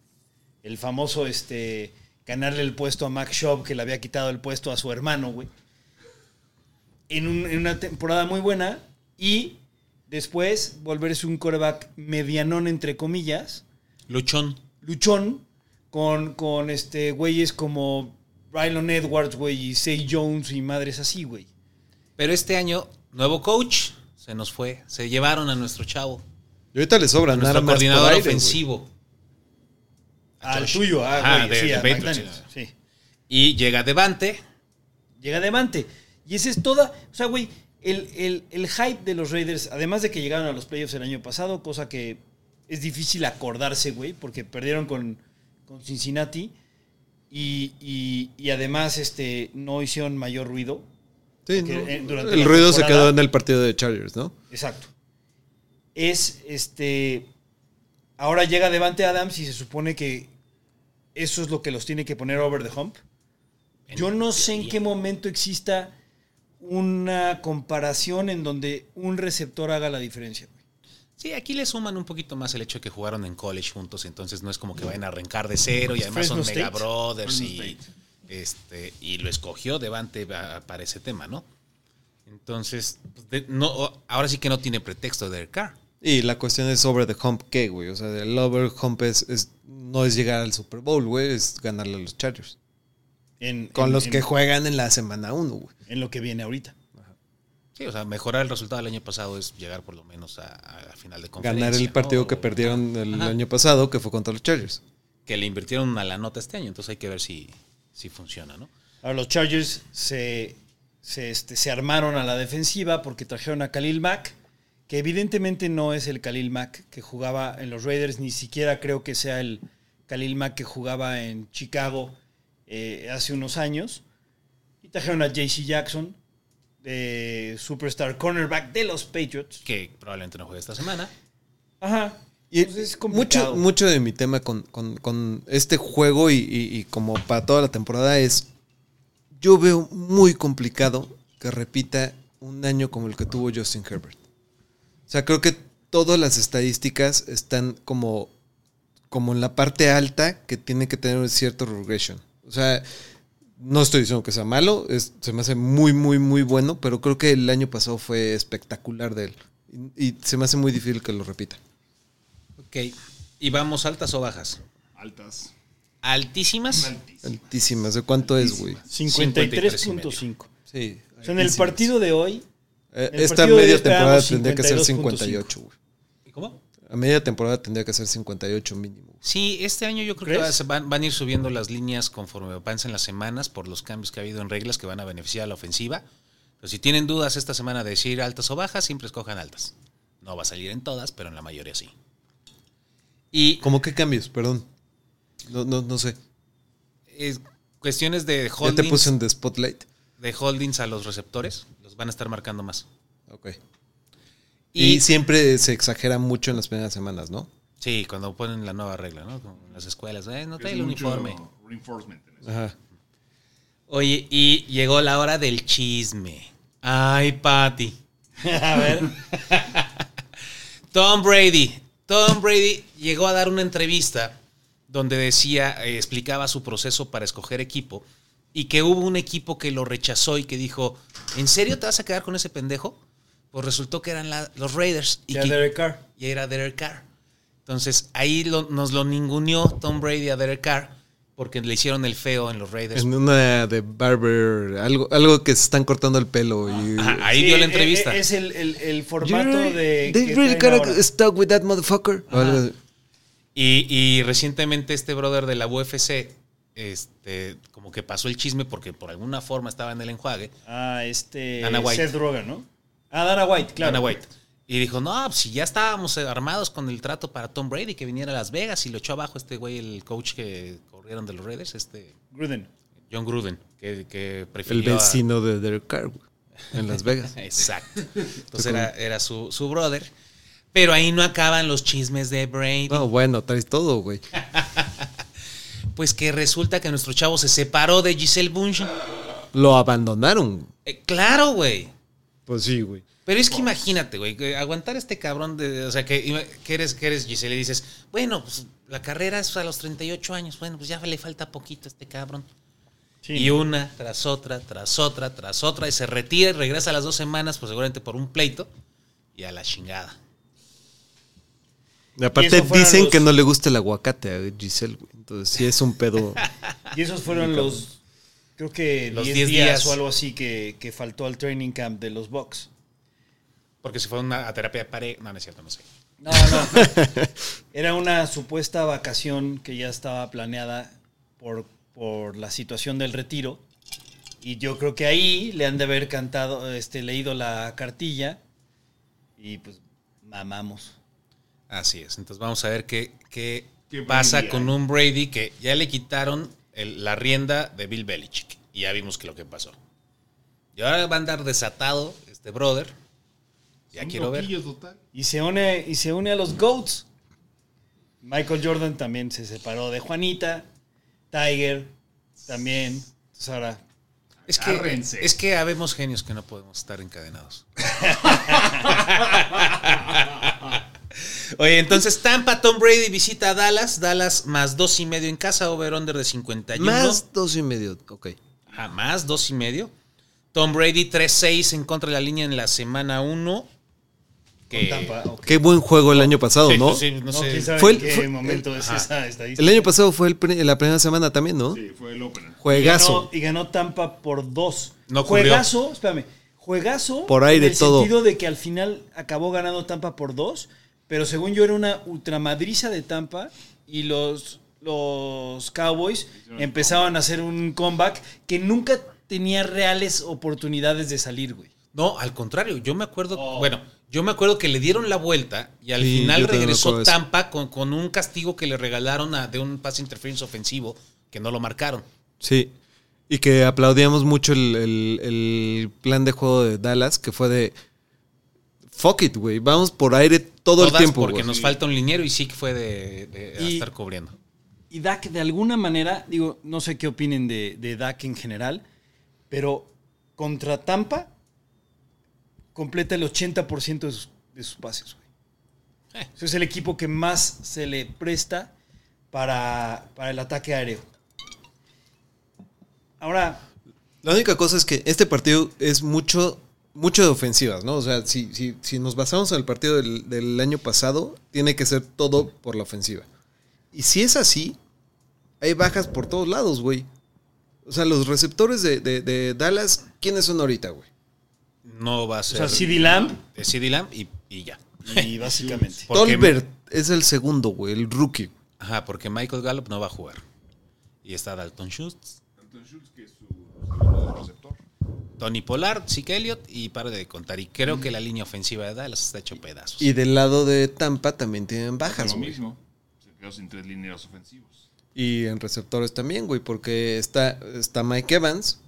Speaker 7: El famoso, este, ganarle el puesto a Max Schaub, que le había quitado el puesto a su hermano, güey. En, un- en una temporada muy buena. Y después volverse un coreback medianón, entre comillas
Speaker 8: Luchón.
Speaker 7: luchón con, con este güeyes como Rylon Edwards, güey, y Say Jones y madres así, güey.
Speaker 8: Pero este año, nuevo coach, se nos fue. Se llevaron a nuestro chavo.
Speaker 11: Y ahorita le sobran
Speaker 8: nuestro
Speaker 11: armas. por
Speaker 8: coordinador
Speaker 11: aire, güey.
Speaker 8: ofensivo.
Speaker 7: Al
Speaker 8: Josh.
Speaker 7: tuyo, ah,
Speaker 8: Ajá,
Speaker 7: güey,
Speaker 8: de-
Speaker 7: sí,
Speaker 8: de
Speaker 7: a
Speaker 8: Patriots.
Speaker 7: McDaniels, sí.
Speaker 8: Y llega Devante.
Speaker 7: Llega Devante. Y esa es toda. O sea, güey, el, el- el hype de los Raiders, además de que llegaron a los playoffs el año pasado, cosa que es difícil acordarse, güey, porque perdieron con, con Cincinnati. Y, y- y además este, no hicieron mayor ruido.
Speaker 11: Sí,
Speaker 7: Porque,
Speaker 11: no,
Speaker 7: eh, durante
Speaker 11: el
Speaker 7: la
Speaker 11: ruido se
Speaker 7: temporada-
Speaker 11: quedó en el partido de Chargers, ¿no?
Speaker 7: Exacto. Es este. Ahora llega Devante Adams y se supone que eso es lo que los tiene que poner over the hump. Yo no sé en qué momento exista una comparación en donde un receptor haga la diferencia. güey.
Speaker 8: Sí, aquí le suman un poquito más el hecho de que jugaron en college juntos, entonces no es como que vayan a arrancar de cero y además son
Speaker 7: Fresno
Speaker 8: mega
Speaker 7: State.
Speaker 8: brothers
Speaker 7: Fresno
Speaker 8: y, este, y lo escogió Devante va- para ese tema, ¿no? Entonces, pues, de- no, ahora sí que no tiene pretexto Derek Carr.
Speaker 11: Y la cuestión es sobre the hump, ¿qué, güey? O sea, el over hump es, es- no es llegar al Super Bowl, güey, es ganarle a los Chargers.
Speaker 7: En,
Speaker 11: Con
Speaker 7: en-
Speaker 11: los
Speaker 7: en-
Speaker 11: que juegan en la semana 1, güey.
Speaker 7: En lo que viene ahorita.
Speaker 8: Sí, o sea, mejorar el resultado del año pasado es llegar por lo menos a, a- a final de conferencia.
Speaker 11: Ganar el
Speaker 8: ¿no?
Speaker 11: partido
Speaker 8: O-
Speaker 11: que perdieron el
Speaker 8: Ajá.
Speaker 11: año pasado, que fue contra los Chargers.
Speaker 8: Que le invirtieron a la nota este año, entonces hay que ver si, si funciona, ¿no?
Speaker 7: Ahora los Chargers se, se, este, se armaron a la defensiva porque trajeron a Khalil Mack, que evidentemente no es el Khalil Mack que jugaba en los Raiders, ni siquiera creo que sea el Khalil Mack que jugaba en Chicago eh, hace unos años. Y trajeron a JC Jackson, de superstar cornerback de los Patriots.
Speaker 8: Que probablemente no juegue esta semana.
Speaker 7: Ajá.
Speaker 11: Y
Speaker 7: Entonces es complicado.
Speaker 11: mucho, mucho de mi tema con, con- con este juego y, y- y como para toda la temporada es, yo veo muy complicado que repita un año como el que tuvo Justin Herbert. O sea, creo que todas las estadísticas están como, como en la parte alta que tiene que tener un cierto regression. O sea, no estoy diciendo que sea malo, es- se me hace muy, muy, muy bueno, pero creo que el año pasado fue espectacular de él. Y, y se me hace muy difícil que lo repita.
Speaker 8: Ok. ¿Y vamos altas o bajas?
Speaker 1: Altas.
Speaker 8: Altísimas.
Speaker 11: Altísimas. ¿De cuánto es, güey?
Speaker 7: 53.5.
Speaker 11: Sí.
Speaker 7: O sea, en el partido de hoy.
Speaker 11: Eh,
Speaker 7: en el
Speaker 11: esta
Speaker 7: partido de este hoy
Speaker 11: media temporada
Speaker 7: esperábamos
Speaker 11: tendría que ser
Speaker 7: 52.5.
Speaker 11: 58, güey.
Speaker 8: ¿Cómo?
Speaker 11: A media temporada tendría que ser 58 mínimo.
Speaker 8: Sí, este año yo creo que
Speaker 7: ¿Crees?
Speaker 8: se van, van a ir subiendo las líneas conforme avancen las semanas por los cambios que ha habido en reglas que van a beneficiar a la ofensiva. Pero si tienen dudas esta semana de decir altas o bajas, siempre escojan altas. No va a salir en todas, pero en la mayoría sí. Y
Speaker 11: ¿Cómo qué cambios? Perdón. No, no, no sé.
Speaker 8: eh, cuestiones de
Speaker 11: Ya te
Speaker 8: holdings,
Speaker 11: puse en The Spotlight.
Speaker 8: de holdings a los receptores, los van a estar marcando más.
Speaker 11: Ok. Y,
Speaker 8: Y,
Speaker 11: siempre se exagera mucho en las primeras semanas, ¿no?
Speaker 8: sí, cuando ponen la nueva regla, ¿no? Como en las escuelas, eh, no trae
Speaker 1: Es
Speaker 8: el
Speaker 1: mucho
Speaker 8: uniforme.
Speaker 1: Reinforcement en eso.
Speaker 11: Ajá.
Speaker 8: Oye, y llegó la hora del chisme. Ay, Patty.
Speaker 7: A ver.
Speaker 8: Tom Brady Tom Brady llegó a dar una entrevista donde decía, eh, explicaba su proceso para escoger equipo y que hubo un equipo que lo rechazó y que dijo, ¿en serio te vas a quedar con ese pendejo? Pues resultó que eran la- los Raiders. Y
Speaker 7: Ya
Speaker 8: que-
Speaker 7: Derek Carr.
Speaker 8: Y era Derek Carr. Entonces ahí lo- nos lo ninguneó Tom Brady a Derek Carr porque le hicieron el feo en los Raiders.
Speaker 11: En una de Barber, algo, algo que se están cortando el pelo. Y,
Speaker 8: Ajá, ahí dio la
Speaker 7: eh,
Speaker 8: entrevista.
Speaker 7: eh, Es el, el- el formato
Speaker 11: You
Speaker 7: de.
Speaker 11: They
Speaker 7: que
Speaker 11: really
Speaker 7: traen
Speaker 11: gotta
Speaker 7: ahora.
Speaker 11: stuck with that motherfucker. O algo así.
Speaker 8: Y, y recientemente este brother de la UFC, este, como que pasó el chisme porque por alguna forma estaba en el enjuague.
Speaker 7: Ah, este.
Speaker 8: Dana White.
Speaker 7: Seth Rogen, ¿no? Ah, Dana White, claro.
Speaker 8: Dana White. Y dijo, no, pues, si ya estábamos armados con el trato para Tom Brady que viniera a Las Vegas y lo echó abajo este güey, el coach que corrieron de los Raiders, este
Speaker 7: Gruden.
Speaker 8: John Gruden, que, que
Speaker 11: El
Speaker 8: prefirió... a-
Speaker 11: vecino de Derek Carr güey, en Las Vegas.
Speaker 8: Exacto. Entonces era, era su, su brother. Pero ahí no acaban los chismes de Brady.
Speaker 11: No, bueno, traes todo, güey.
Speaker 8: Pues que resulta que nuestro chavo se separó de Giselle Bunch.
Speaker 11: Lo abandonaron.
Speaker 8: claro, güey.
Speaker 11: Pues sí, güey.
Speaker 8: Pero es que imagínate, güey, que aguantar este cabrón de. O sea, que, ima- que eres, que eres Giselle y dices, bueno, pues la carrera es a los 38 años, bueno, pues ya le falta poquito a este cabrón.
Speaker 7: Sí.
Speaker 8: Y una tras otra, tras otra, tras otra, y se retira y regresa a las dos semanas, pues seguramente por un pleito y a la chingada.
Speaker 11: Y aparte
Speaker 7: eso fueron
Speaker 11: dicen
Speaker 7: los-
Speaker 11: que no le gusta el aguacate a Giselle, güey. Entonces sí es un pedo.
Speaker 7: Y esos fueron los. Creo que
Speaker 8: Los
Speaker 7: 10
Speaker 8: 10
Speaker 7: días,
Speaker 8: días.
Speaker 7: o algo así que, que faltó al training camp de los Bucks.
Speaker 8: Porque si fue una a terapia de pareja. No, no es cierto, no sé.
Speaker 7: No, no. Era una supuesta vacación que ya estaba planeada por, por la situación del retiro. Y yo creo que ahí le han de haber cantado, este, leído la cartilla. Y pues mamamos.
Speaker 8: Así es. Entonces vamos a ver qué, qué
Speaker 1: Qué
Speaker 8: pasa
Speaker 1: Brady
Speaker 7: eh.
Speaker 8: con un Brady que ya le quitaron el- la rienda de Bill Belichick. Y ya vimos que lo que pasó. Y ahora va a andar desatado este brother. Ya
Speaker 1: Un
Speaker 8: quiero ver.
Speaker 1: loquillo total.
Speaker 7: Y se une, y se une a los GOATs. Michael Jordan también se separó de Juanita. Tiger también. Entonces ahora.
Speaker 8: Es que,
Speaker 1: Agárrense.
Speaker 8: es que habemos genios que no podemos estar encadenados. Oye, entonces Tampa, Tom Brady visita a Dallas. Dallas más dos y medio en casa, over-under de 51.
Speaker 11: Más dos y medio, ok.
Speaker 8: Ajá, más dos y medio. Tom Brady 3-6 en contra de la línea en la semana 1.
Speaker 7: Con Tampa. ok.
Speaker 11: Qué buen juego el año pasado, Eh, ¿no?
Speaker 8: pues
Speaker 7: No, quién sabe
Speaker 11: Fue
Speaker 7: en
Speaker 11: el-
Speaker 7: qué
Speaker 11: fue el-
Speaker 7: momento es
Speaker 8: ajá.
Speaker 7: esa estadística.
Speaker 11: El año pasado fue el pri- la primera semana también, ¿no?
Speaker 1: Sí, fue el opener.
Speaker 11: Juegazo.
Speaker 7: Y ganó, y ganó Tampa por dos.
Speaker 8: No ocurrió.
Speaker 7: juegazo, espérame. Juegazo.
Speaker 11: Por aire
Speaker 7: en el
Speaker 11: todo.
Speaker 7: sentido de que al final acabó ganando Tampa por dos. Pero según yo era una ultramadriza de Tampa y los, los Cowboys empezaban a hacer un comeback que nunca tenía reales oportunidades de salir, güey.
Speaker 8: No, al contrario, yo me acuerdo, bueno, yo me acuerdo que le dieron la vuelta y al
Speaker 11: Sí,
Speaker 8: final
Speaker 11: yo también me
Speaker 8: regresó
Speaker 11: acuerdo de eso.
Speaker 8: Tampa con, con un castigo que le regalaron a- de un pase interference ofensivo que no lo marcaron.
Speaker 11: Sí. Y que aplaudíamos mucho el, el- el plan de juego de Dallas, que fue de. Fuck it, güey. Vamos por aire todo el
Speaker 8: Todas
Speaker 11: tiempo.
Speaker 8: porque
Speaker 11: güey.
Speaker 8: nos falta un liniero y sí que fue de, de
Speaker 7: Y-
Speaker 8: estar cubriendo.
Speaker 7: Y Dak, de alguna manera, digo, no sé qué opinen de, de Dak en general, pero contra Tampa completa el 80% de sus, de sus pases, güey.
Speaker 8: Eh.
Speaker 7: Eso es el equipo que más se le presta para, para el ataque aéreo. Ahora,
Speaker 11: La única cosa es que este partido es mucho, mucho de ofensivas, ¿no? O sea, si, si, si nos basamos en el partido del, del año pasado, tiene que ser todo por la ofensiva. Y si es así, hay bajas por todos lados, güey. O sea, los receptores de, de- de Dallas, ¿quiénes son ahorita, güey?
Speaker 8: No va a
Speaker 7: o
Speaker 8: ser
Speaker 7: sea, CD Lamb
Speaker 8: de CD Lamb y, y ya.
Speaker 7: y básicamente.
Speaker 8: Porque-
Speaker 11: Tolbert es el segundo, güey, el rookie.
Speaker 8: Ajá, porque Michael Gallup no va a jugar. Y está Dalton Schultz,
Speaker 1: Anton Schultz, que es su segundo receptor.
Speaker 8: Tony Pollard, Zeke Elliott y para de contar. Y creo que la línea ofensiva de Dallas está hecho pedazos.
Speaker 11: Y del lado de Tampa también tienen
Speaker 1: Lo
Speaker 11: bajas, güey.
Speaker 1: mismo. Se quedó sin tres lineros ofensivos.
Speaker 11: Y en receptores también, güey, porque está, está Mike Evans,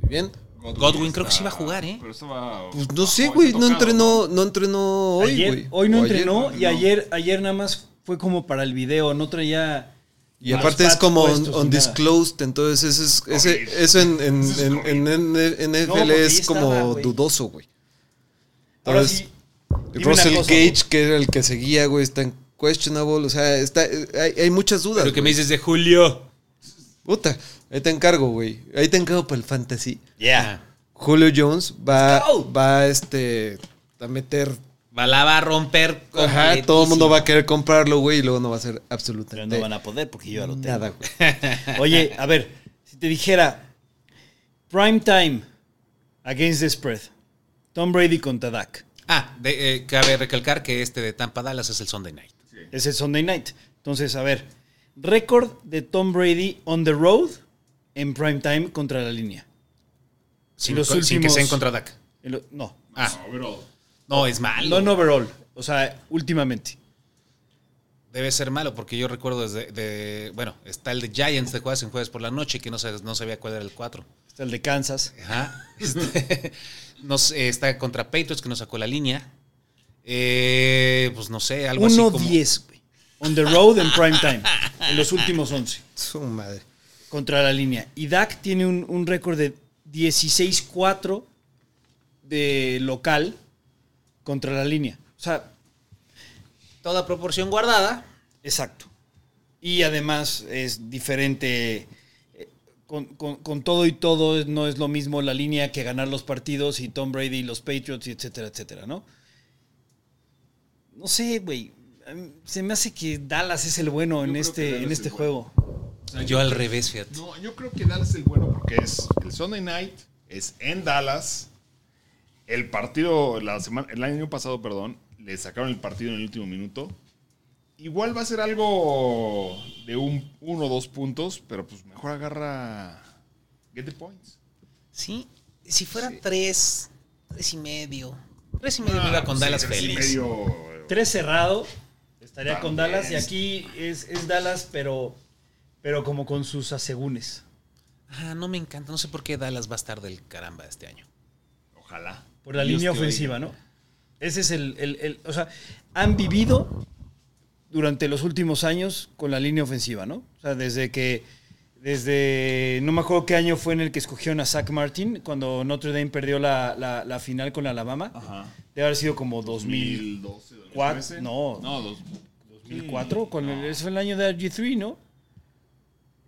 Speaker 11: muy bien.
Speaker 1: Godwin,
Speaker 8: Godwin creo que sí iba a jugar, ¿eh?
Speaker 1: Pero estaba.
Speaker 11: Pues no sé,
Speaker 1: está
Speaker 11: güey, no
Speaker 1: tocado,
Speaker 11: entrenó, no entrenó hoy,
Speaker 7: Ayer-
Speaker 11: güey.
Speaker 7: hoy no
Speaker 11: O ayer.
Speaker 7: entrenó y
Speaker 1: no.
Speaker 7: ayer, ayer nada más fue como para el video, no traía...
Speaker 11: Y
Speaker 7: los
Speaker 11: aparte es
Speaker 7: pads
Speaker 11: como
Speaker 7: puestos
Speaker 11: on,
Speaker 7: ni
Speaker 11: on
Speaker 7: nada.
Speaker 11: disclosed, entonces ese es- ese-
Speaker 1: Horrible.
Speaker 11: eso en, en,
Speaker 1: Eso es
Speaker 11: en-
Speaker 1: horrible.
Speaker 11: en- en- en
Speaker 7: No,
Speaker 11: NFL
Speaker 7: porque ahí
Speaker 11: es como
Speaker 7: estaba, güey.
Speaker 11: dudoso, güey.
Speaker 7: Ahora
Speaker 11: Entonces,
Speaker 7: sí, dime una
Speaker 11: Russell
Speaker 7: cosa,
Speaker 11: Gage, que era el que seguía, güey, está en questionable, o sea, está, hay, hay muchas dudas.
Speaker 8: Lo que me dices de Julio.
Speaker 11: Puta, ahí te encargo, güey. Ahí te encargo para el fantasy.
Speaker 8: Yeah.
Speaker 7: ah,
Speaker 11: Julio Jones va, va este, a meter.
Speaker 8: Va la va a romper.
Speaker 11: Ajá, todo el mundo va a querer comprarlo, güey, y luego no va a ser absolutamente.
Speaker 7: Pero no van a poder porque yo ya lo tengo.
Speaker 11: Nada, güey.
Speaker 7: Oye, a ver, si te dijera prime time against the spread, Tom Brady contra Dak.
Speaker 8: Ah, de- eh, cabe recalcar que este de Tampa Dallas es el Sunday Night.
Speaker 7: Es el Sunday night. Entonces, a ver, récord de Tom Brady on the road en prime time contra la línea.
Speaker 8: Sin,
Speaker 7: En los
Speaker 8: co- sin que
Speaker 7: últimos-
Speaker 8: sea en contra Dak.
Speaker 7: en lo- no,
Speaker 8: Ah. No, es malo.
Speaker 7: no en overall. O sea, últimamente.
Speaker 8: Debe ser malo porque yo recuerdo desde. de- bueno, está el de Giants de jueves en jueves por la noche que no, se- no sabía cuál era el 4.
Speaker 7: Está el de Kansas.
Speaker 8: Ajá. Este, no sé, está contra Patriots que no sacó la línea. Eh, pues no sé, algo así como.
Speaker 7: 1-10, güey. On the road en prime time. En los últimos 11.
Speaker 11: Su madre.
Speaker 7: Contra la línea. Y Dak tiene un, un récord de 16-4 de local contra la línea. O sea,
Speaker 8: Toda proporción guardada.
Speaker 7: Exacto. Y además es diferente. eh, Con, con- con todo y todo no es lo mismo la línea que ganar los partidos y Tom Brady y los Patriots y etcétera, etcétera, ¿no? No sé, güey. A mí Se me hace que Dallas es el bueno en
Speaker 1: creo que
Speaker 7: este,
Speaker 1: Dallas
Speaker 7: en
Speaker 1: es
Speaker 7: este
Speaker 1: el bueno.
Speaker 7: juego.
Speaker 1: O sea,
Speaker 8: Yo al revés, fíjate.
Speaker 1: No, yo creo que Dallas es el bueno porque es el Sunday Night, es en Dallas. El partido, la semana, el año pasado, perdón, le sacaron el partido en el último minuto. Igual va a ser algo de un, uno o dos puntos, pero pues mejor agarra. Get the points.
Speaker 8: Sí, Ah, si fuera 3, 3 y medio. 3 y medio me iba con
Speaker 1: Sí,
Speaker 8: Dallas
Speaker 1: tres y
Speaker 8: feliz.
Speaker 1: medio,
Speaker 7: Tres cerrado. Estaría
Speaker 1: Vamos,
Speaker 7: con Dallas. Y
Speaker 1: bien.
Speaker 7: aquí es, es Dallas, pero, pero como con sus asegúnes.
Speaker 8: Ah, no me encanta. No sé por qué Dallas va a estar del caramba este año.
Speaker 1: Ojalá.
Speaker 7: Por la
Speaker 8: Dios
Speaker 7: línea
Speaker 8: te
Speaker 7: ofensiva, ¿no? Ese es el, el- el- O sea, han vivido durante los últimos años con la línea ofensiva, ¿no? O sea, desde que. Desde. No me acuerdo qué año fue en el que escogieron a Zach Martin, cuando Notre Dame perdió la, la- la final con Alabama.
Speaker 1: Ajá.
Speaker 7: Debe haber sido como 2000.
Speaker 1: 2012, 2013.
Speaker 7: Cuat- no.
Speaker 1: No, dos-
Speaker 7: 2004, con el- ese fue el año de RG3, ¿no?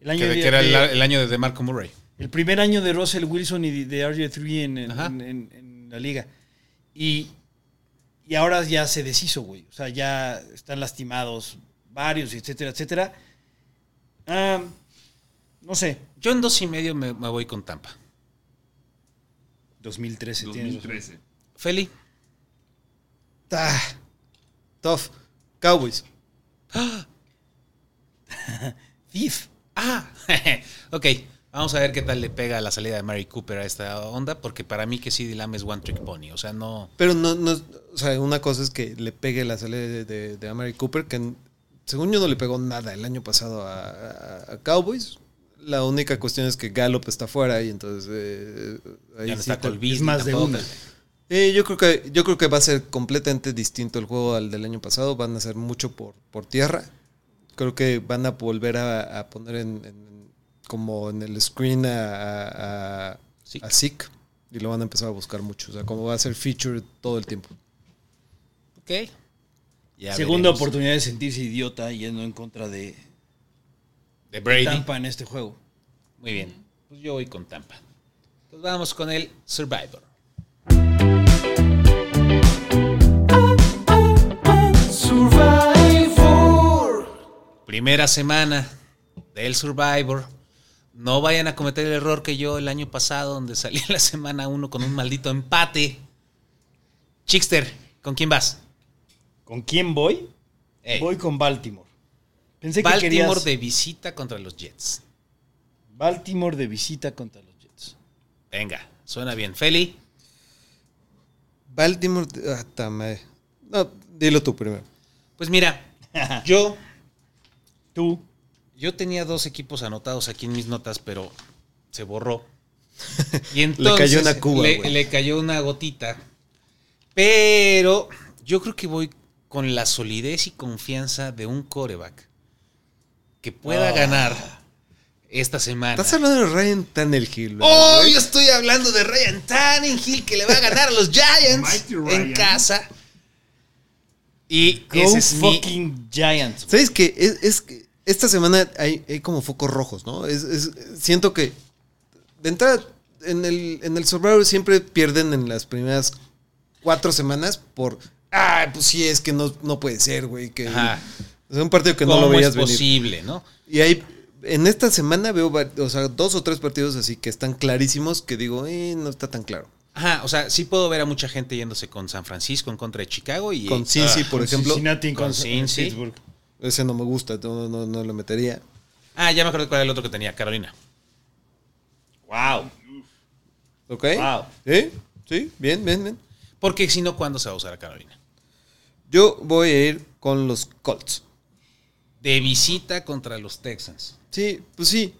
Speaker 7: El año
Speaker 8: Que,
Speaker 7: de-
Speaker 8: que era el,
Speaker 7: de-
Speaker 8: el año de DeMarco Murray.
Speaker 7: el primer año de Russell Wilson y de RJ3 en, en-
Speaker 8: Ajá.
Speaker 7: en- en- en la liga. Y, y ahora ya se deshizo, güey. O sea, ya están lastimados varios, etcétera, etcétera. Ah, no sé.
Speaker 8: Yo en dos y medio me, me voy con Tampa.
Speaker 7: 2013, tienes
Speaker 1: 2013.
Speaker 7: razón.
Speaker 8: Feli.
Speaker 11: Ta. Tough. Cowboys.
Speaker 7: Thief.
Speaker 8: Ah, ok. Vamos a ver qué tal le pega la salida de Mary Cooper a esta onda, porque para mí que sí Lamb es one trick pony. O sea, no.
Speaker 11: Pero no, no, o sea, una cosa es que le pegue la salida de, de, de Amari Cooper, que n- según yo no le pegó nada el año pasado a, a- a Cowboys. La única cuestión es que Gallup está fuera y entonces eh, ahí
Speaker 8: Ya no
Speaker 11: sí
Speaker 8: está
Speaker 11: te-
Speaker 8: Colby.
Speaker 7: es más de
Speaker 8: tampoco.
Speaker 7: una.
Speaker 11: Eh, yo creo que yo creo que va a ser completamente distinto el juego al del año pasado. Van a hacer mucho por, por tierra. Creo que van a volver a, a poner en, en- como en el screen a, a, a-
Speaker 8: Zeke.
Speaker 11: a Zeke y lo van a empezar a buscar mucho. O sea, como va a ser feature todo el tiempo.
Speaker 8: Ok. Ya
Speaker 7: Segunda
Speaker 8: veremos.
Speaker 7: oportunidad de sentirse idiota yendo en contra de
Speaker 8: De Brady.
Speaker 7: Tampa en este juego.
Speaker 8: Muy bien. Pues yo voy con Tampa. Entonces vamos con el Survivor. Primera semana del Survivor. No vayan a cometer el error que yo el año pasado, donde salí en la semana 1 con un maldito empate. Chickster, ¿con quién vas?
Speaker 7: ¿Con quién voy?
Speaker 8: Ey.
Speaker 7: Voy con Baltimore. Pensé que
Speaker 8: Baltimore
Speaker 7: querías
Speaker 8: de visita contra los Jets.
Speaker 7: Baltimore de visita contra los Jets.
Speaker 8: Venga, suena bien. Feli,
Speaker 11: Baltimore. ah, ta madre. No, dilo tú primero.
Speaker 8: pues mira, yo
Speaker 7: Tú,
Speaker 8: Yo tenía dos equipos anotados aquí en mis notas, pero se borró. Y
Speaker 11: Le
Speaker 8: entonces
Speaker 11: cayó una cuba,
Speaker 8: le,
Speaker 11: güey.
Speaker 8: le cayó una gotita. Pero yo creo que voy con la solidez y confianza de un coreback que pueda ganar esta semana.
Speaker 11: Ah. Estás hablando de Ryan Tannehill. ¿verdad?
Speaker 8: ¡Oh! Yo estoy hablando de Ryan Tannehill que le va a ganar a los Giants
Speaker 1: Mighty Ryan.
Speaker 8: en casa. Y
Speaker 7: Go
Speaker 8: ese es mi-
Speaker 7: fucking Giants.
Speaker 11: ¿Sabes qué? Es, es que esta semana hay, hay como focos rojos, ¿no? Es, es- siento que de entrada en el, en el Survivor siempre pierden en las primeras cuatro semanas por. Ah, pues sí, es que no, no puede ser, güey. Que
Speaker 8: Ajá.
Speaker 11: es un partido que no lo
Speaker 8: ¿Cómo
Speaker 11: veías
Speaker 8: es
Speaker 11: venir.
Speaker 8: posible, no?
Speaker 11: Y ahí, en esta semana veo va- o sea, dos o tres partidos así que están clarísimos que digo, eh, no está tan claro.
Speaker 8: Ajá, o sea, sí puedo ver a mucha gente yéndose con San Francisco en contra de Chicago y.
Speaker 11: Con Cincy,
Speaker 8: Ah,
Speaker 11: por ejemplo.
Speaker 7: Cincinnati en
Speaker 8: con
Speaker 7: contra-
Speaker 8: Cincy.
Speaker 7: Pittsburgh.
Speaker 11: Ese no me gusta, no, no, no lo metería.
Speaker 8: Ah, ya me acuerdo cuál era el otro que tenía, Carolina.
Speaker 7: Wow.
Speaker 11: ¿Ok?
Speaker 8: Wow.
Speaker 11: ¿Sí? ¿Sí? Bien, bien, bien.
Speaker 8: Porque si no, ¿cuándo se va a usar a Carolina?
Speaker 11: Yo voy a ir con los Colts.
Speaker 8: De visita contra los Texans.
Speaker 11: Sí, pues sí.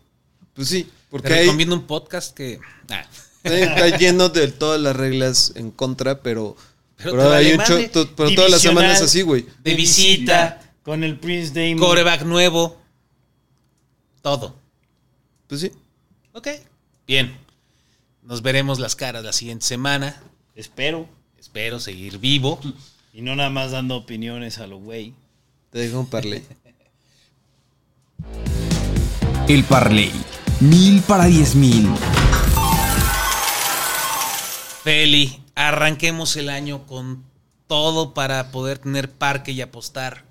Speaker 11: Pues sí. Porque
Speaker 8: Te
Speaker 11: ahí
Speaker 8: recomiendo un podcast que. Ah.
Speaker 11: está lleno de todas las reglas en contra, pero, pero,
Speaker 8: te vale
Speaker 11: hay un
Speaker 8: madre.
Speaker 11: cho- to- pero todas las
Speaker 7: Divisional.
Speaker 11: semanas así, güey.
Speaker 8: De visita,
Speaker 7: Con el Prince Damon.
Speaker 8: coreback nuevo. Todo.
Speaker 11: Pues sí.
Speaker 8: Ok. Bien. Nos veremos las caras la siguiente semana.
Speaker 7: Espero.
Speaker 8: Espero seguir vivo.
Speaker 7: Y no nada más dando opiniones a lo güey.
Speaker 11: Te dejo un parley.
Speaker 3: El Parley. Mil para diez mil.
Speaker 8: Feli, arranquemos el año con todo para poder tener parque y apostar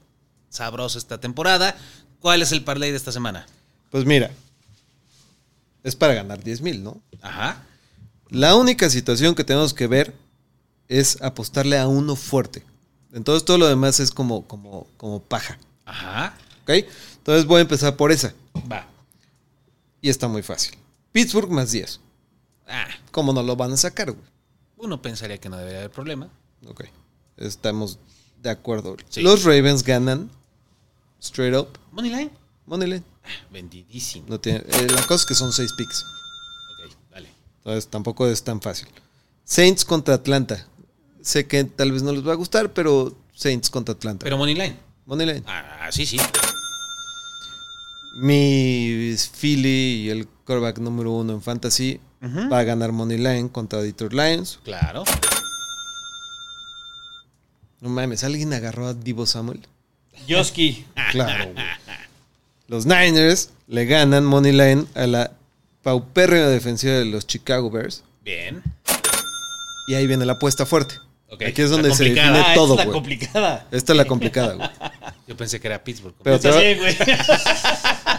Speaker 8: sabroso esta temporada. ¿Cuál es el parlay de esta semana?
Speaker 11: Pues mira, es para ganar 10 mil, ¿no?
Speaker 8: Ajá.
Speaker 11: La única situación que tenemos que ver es apostarle a uno fuerte. Entonces todo lo demás es como, como, como paja.
Speaker 8: Ajá.
Speaker 11: ¿Ok? Entonces voy a empezar por esa.
Speaker 8: Va.
Speaker 11: Y está muy fácil. Pittsburgh más 10.
Speaker 8: Ah,
Speaker 11: ¿Cómo no lo van a sacar, güey?
Speaker 8: uno pensaría que no debería haber problema.
Speaker 11: Ok. Estamos de acuerdo.
Speaker 8: Sí.
Speaker 11: Los Ravens ganan. Straight up.
Speaker 8: Moneyline. Ah,
Speaker 11: Moneyline.
Speaker 8: Vendidísimo.
Speaker 11: No tiene, eh, la cosa es que son 6 picks.
Speaker 8: Ok, dale.
Speaker 11: Entonces tampoco es tan fácil. Saints contra Atlanta. Sé que tal vez no les va a gustar, pero Saints contra Atlanta.
Speaker 8: Pero Moneyline.
Speaker 11: Moneyline.
Speaker 8: Ah, sí, sí.
Speaker 11: Mi Philly y el quarterback número uno en fantasy
Speaker 8: Ujú.
Speaker 11: va a ganar Moneyline contra Detroit Lions.
Speaker 8: Claro.
Speaker 11: No mames, ¿alguien agarró a Divo Samuel?
Speaker 7: Yoski.
Speaker 11: Claro, güey. Los Niners le ganan Moneyline a la paupérrima defensiva de los Chicago Bears.
Speaker 8: Bien.
Speaker 11: Y ahí viene la apuesta fuerte.
Speaker 8: Ok,
Speaker 11: Aquí es
Speaker 8: la
Speaker 11: donde se
Speaker 8: complicada.
Speaker 11: define
Speaker 8: Ah, esta
Speaker 11: todo,
Speaker 8: es la
Speaker 11: güey.
Speaker 7: complicada.
Speaker 11: Esta es la complicada, güey.
Speaker 8: Yo pensé que era Pittsburgh.
Speaker 11: Pero te va-
Speaker 7: Sí, güey.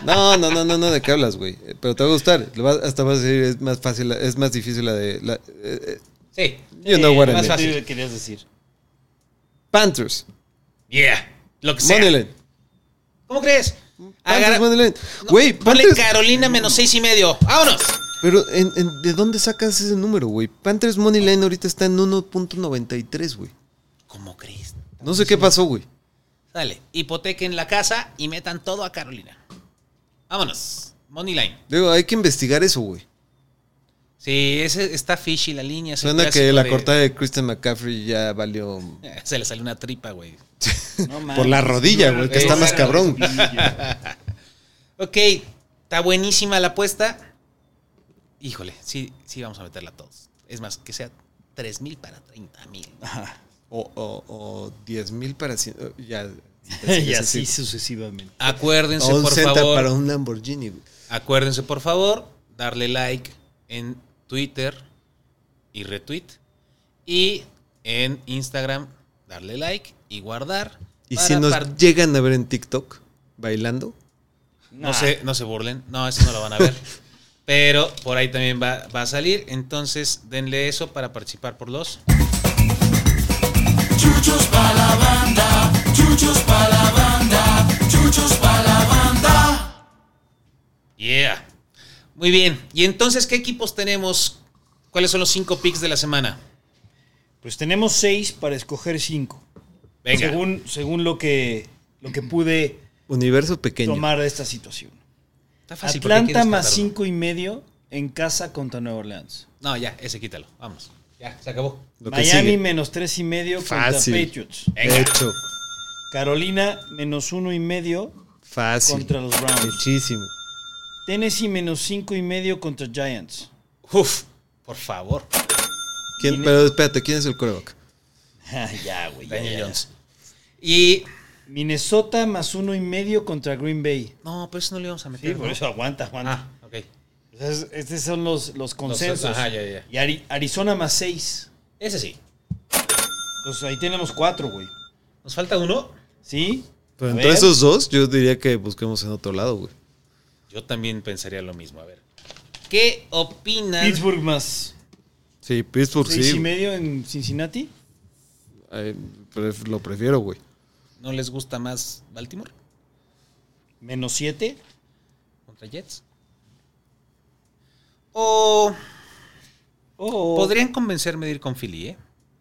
Speaker 11: No, no, no, no, no, ¿de qué hablas, güey? Eh, Pero te va a gustar. Le vas- hasta vas a decir, es más fácil, es más difícil la de... la- eh, eh,
Speaker 8: Sí.
Speaker 11: you know what I
Speaker 8: más
Speaker 11: mean.
Speaker 8: fácil.
Speaker 7: ¿Qué querías decir?
Speaker 11: Panthers.
Speaker 8: Yeah. Lo que sea.
Speaker 11: Moneyline.
Speaker 8: ¿Cómo crees?
Speaker 11: Panthers,
Speaker 8: Agarra-
Speaker 11: Moneyline. Güey,
Speaker 8: Ponle
Speaker 11: Panthers...
Speaker 8: Carolina menos seis y medio. ¡Vámonos!
Speaker 11: Pero, en- en- ¿de dónde sacas ese número, güey? Panthers Moneyline ahorita está en 1.93, güey.
Speaker 8: ¿Cómo crees?
Speaker 11: No sé qué pasó, güey.
Speaker 8: Dale, hipotequen la casa y metan todo a Carolina. Vámonos. Moneyline.
Speaker 11: Digo, hay que investigar eso, güey.
Speaker 8: Sí, ese está fishy la línea. es un
Speaker 11: Suena que
Speaker 8: clásico
Speaker 11: la
Speaker 8: de-
Speaker 11: cortada de Christian McCaffrey ya valió
Speaker 8: Se le salió una tripa, güey.
Speaker 7: No
Speaker 11: por la rodilla, güey, que está más cabrón.
Speaker 8: Ok, está buenísima la apuesta. Híjole, sí, sí vamos a meterla todos. Es más, que sea 3 mil para 30 mil.
Speaker 11: O, o, o 10 mil para cien- Ya.
Speaker 7: y así sucesivamente.
Speaker 8: Acuérdense,
Speaker 11: O un
Speaker 8: por
Speaker 11: centa
Speaker 8: favor.
Speaker 11: para un Lamborghini, güey.
Speaker 8: Acuérdense, por favor, darle like en Twitter y retweet. Y en Instagram, darle like y guardar.
Speaker 11: Y
Speaker 8: para
Speaker 11: si nos
Speaker 8: par-
Speaker 11: llegan a ver en TikTok bailando,
Speaker 8: No, se, no se burlen, no, eso no lo van a ver. Pero por ahí también va, va a salir. Entonces, denle eso para participar por los. Yeah. Muy bien. ¿Y entonces qué equipos tenemos? ¿Cuáles son los cinco picks de la semana?
Speaker 7: Pues tenemos seis para escoger cinco.
Speaker 8: Venga.
Speaker 7: Según, según lo, que, lo que pude
Speaker 11: universo pequeño.
Speaker 7: tomar de esta situación.
Speaker 8: Está fácil, ¿por qué
Speaker 7: Atlanta
Speaker 8: quieres
Speaker 7: más
Speaker 8: cantarlo?
Speaker 7: cinco y medio en casa contra Nueva Orleans.
Speaker 8: No, ya, ese quítalo. Vamos. Ya, se acabó.
Speaker 11: Lo que
Speaker 7: Miami
Speaker 11: sigue.
Speaker 7: menos tres y medio
Speaker 11: Fácil.
Speaker 7: contra Patriots.
Speaker 8: Venga.
Speaker 11: Hecho.
Speaker 7: Carolina menos uno y medio
Speaker 11: Fácil.
Speaker 7: contra los Browns.
Speaker 11: Muchísimo.
Speaker 7: Tennessee menos cinco y medio contra Giants.
Speaker 8: Uf, por favor.
Speaker 11: ¿Quién-
Speaker 7: ¿Quién es?
Speaker 11: pero espérate, ¿quién es el coreback?
Speaker 7: Ah, ya, güey. ya,
Speaker 8: Daniel
Speaker 7: ya.
Speaker 8: Jones.
Speaker 7: Y Minnesota más uno y medio contra Green Bay.
Speaker 8: No, pero eso no le íbamos a meter.
Speaker 7: Sí, por
Speaker 8: ¿no?
Speaker 7: eso aguanta, aguanta.
Speaker 8: Ah, ok.
Speaker 7: Entonces, estos son los, los consensos.
Speaker 8: Los- ajá, ya, ya.
Speaker 7: Y Ari- Arizona más seis.
Speaker 8: Ese sí.
Speaker 7: Entonces ahí tenemos cuatro, güey.
Speaker 8: ¿Nos falta uno?
Speaker 7: ¿Sí?
Speaker 11: Pero
Speaker 7: A
Speaker 11: entre
Speaker 7: ver.
Speaker 11: esos dos, yo diría que busquemos en otro lado, güey.
Speaker 8: Yo también pensaría lo mismo. A ver. ¿Qué opinan?
Speaker 7: Pittsburgh más
Speaker 11: Sí, Pittsburgh
Speaker 7: seis y
Speaker 11: Pues sí.
Speaker 7: medio en Cincinnati.
Speaker 11: eh, pref- lo prefiero, güey.
Speaker 8: ¿No les gusta más Baltimore
Speaker 7: Menos siete.
Speaker 8: contra Jets? O
Speaker 7: Oh.
Speaker 8: podrían convencerme de ir con Philly, ¿eh?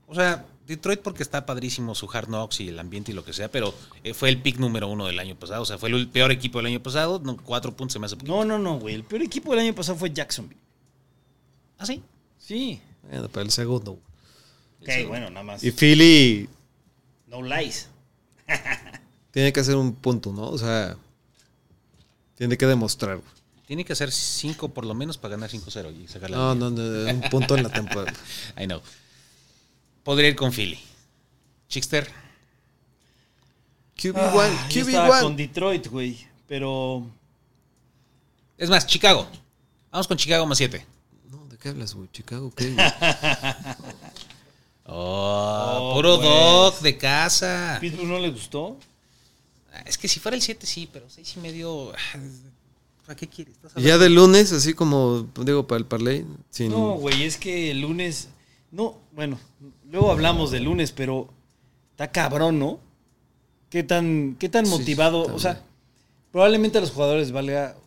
Speaker 8: O sea, Detroit porque está padrísimo su Hard Knocks y el ambiente y lo que sea, pero eh, fue el pick número uno del año pasado. O sea, fue el peor equipo del año pasado. No, cuatro puntos se me hace poquito.
Speaker 7: No, no, no, güey. El peor equipo del año pasado fue Jacksonville.
Speaker 8: ¿Ah, sí?
Speaker 7: Sí.
Speaker 11: Bueno, para el segundo. güey.
Speaker 7: Ok, bueno, nada más.
Speaker 11: Y Philly
Speaker 7: No lies.
Speaker 11: tiene que hacer un punto, ¿no? O sea, tiene que demostrar. güey.
Speaker 8: Tiene que hacer cinco por lo menos para ganar 5-0 y sacar la
Speaker 11: No,
Speaker 8: línea.
Speaker 11: no, no, un punto en la temporada.
Speaker 8: I know. Podría ir con Philly. Chickster.
Speaker 11: QB1,
Speaker 7: Ah, yo estaba con
Speaker 11: QB1.
Speaker 7: Detroit, güey. Pero.
Speaker 8: Es más, Chicago. Vamos con Chicago más 7.
Speaker 11: No, ¿de qué hablas, güey? Chicago, ¿qué? güey?
Speaker 8: Oh,
Speaker 7: Oh,
Speaker 8: puro
Speaker 7: pues.
Speaker 8: Doc de
Speaker 11: Ah.
Speaker 8: casa.
Speaker 7: ¿Pittsburgh no le gustó?
Speaker 8: Ah, Es que si fuera el 7 sí, pero 6 y medio... ah, ¿Para qué quieres? Estás
Speaker 11: Y Ya de lunes, así como digo, para el parlay, sin
Speaker 7: No, güey, es que el lunes. No, bueno, luego hablamos del lunes, pero está cabrón, ¿no? ¿Qué tan, qué tan
Speaker 11: Sí,
Speaker 7: motivado?
Speaker 11: está
Speaker 7: O sea,
Speaker 11: mal.
Speaker 7: probablemente a los jugadores valga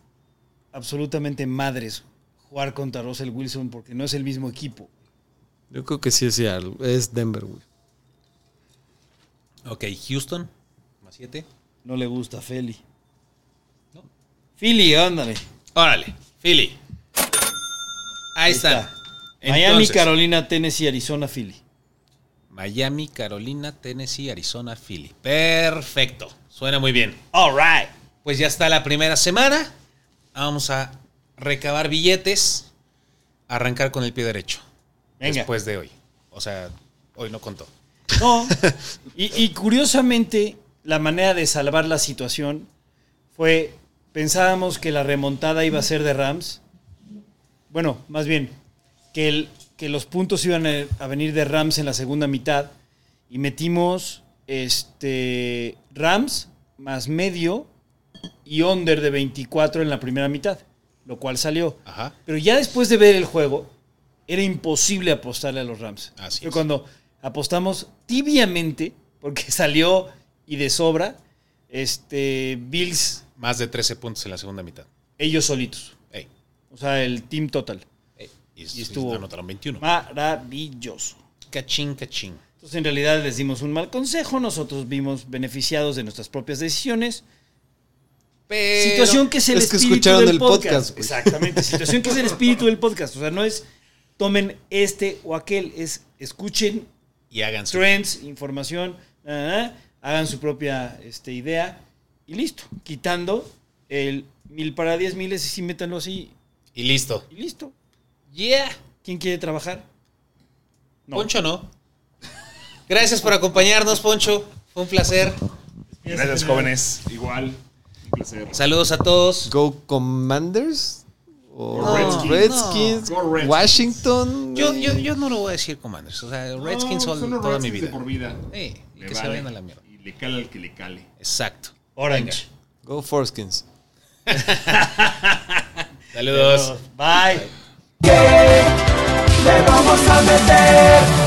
Speaker 7: absolutamente madres jugar contra Russell Wilson porque no es el mismo equipo.
Speaker 11: Yo creo que sí es Seattle, es Denver, güey.
Speaker 8: hablando? Ok, Houston más 7.
Speaker 7: No le gusta a Feli. Philly, ándale.
Speaker 8: Órale, Philly. Ahí, están.
Speaker 7: está. Miami,
Speaker 8: Entonces,
Speaker 7: Carolina, Tennessee, Arizona, Philly.
Speaker 8: Miami, Carolina, Tennessee, Arizona, Philly. Perfecto. Suena muy bien.
Speaker 7: All right.
Speaker 8: Pues ya está la primera semana. Vamos a recabar billetes. Arrancar con el pie derecho.
Speaker 7: Venga.
Speaker 8: Después de hoy. O sea, hoy no contó.
Speaker 7: No. Y, y curiosamente, la manera de salvar la situación fue, pensábamos que la remontada iba a ser de Rams. Bueno, más bien, que, el, que los puntos iban a, a venir de Rams en la segunda mitad. Y metimos este, Rams más medio y under de 24 en la primera mitad, lo cual salió.
Speaker 8: Ajá.
Speaker 7: Pero ya después de ver el juego, era imposible apostarle a los Rams.
Speaker 8: Así
Speaker 7: Pero
Speaker 8: es.
Speaker 7: cuando apostamos tibiamente, porque salió y de sobra, este, Bills,
Speaker 8: Más de 13 puntos en la segunda mitad.
Speaker 7: ellos solitos.
Speaker 8: Ey,
Speaker 7: O sea, el team total.
Speaker 8: ey, y,
Speaker 7: Y estuvo-
Speaker 8: Anotaron 21.
Speaker 7: Maravilloso.
Speaker 8: Cachín, cachín.
Speaker 7: Entonces, en realidad les dimos un mal consejo, nosotros vimos beneficiados de nuestras propias decisiones.
Speaker 8: Pero-
Speaker 7: situación que es el
Speaker 11: es que
Speaker 7: espíritu
Speaker 11: escucharon
Speaker 7: del
Speaker 11: el
Speaker 7: podcast.
Speaker 11: podcast, güey.
Speaker 7: Exactamente, situación que es el espíritu del podcast. O sea, no es tomen este o aquel, es escuchen
Speaker 8: Y háganse.
Speaker 7: trends, información, na, na, na, hagan su propia este, idea y listo. Quitando el mil para diez miles y sí métanlo así
Speaker 8: Y listo.
Speaker 7: y listo.
Speaker 8: Yeah.
Speaker 7: ¿Quién quiere trabajar? No.
Speaker 8: Poncho no. Gracias por acompañarnos, Poncho. Fue un placer.
Speaker 1: Gracias, jóvenes. Igual. Un placer.
Speaker 8: Saludos a todos.
Speaker 11: Go Commanders o
Speaker 1: No,
Speaker 11: Redskins,
Speaker 1: no. Go Redskins.
Speaker 11: Washington.
Speaker 8: Yo,
Speaker 11: güey.
Speaker 8: yo, yo no lo voy a decir Commanders. O sea, Redskins
Speaker 1: No,
Speaker 8: son
Speaker 1: los
Speaker 8: toda
Speaker 1: Redskins
Speaker 8: mi
Speaker 1: de
Speaker 8: vida.
Speaker 1: por vida.
Speaker 8: Sí, y
Speaker 1: Me
Speaker 8: que se
Speaker 1: vale.
Speaker 8: vayan a la mierda.
Speaker 1: Y le cala al que le cale.
Speaker 8: Exacto.
Speaker 7: Orange.
Speaker 11: Go Forskins.
Speaker 8: Saludos.
Speaker 7: Bye.
Speaker 5: ¿Qué le vamos a meter?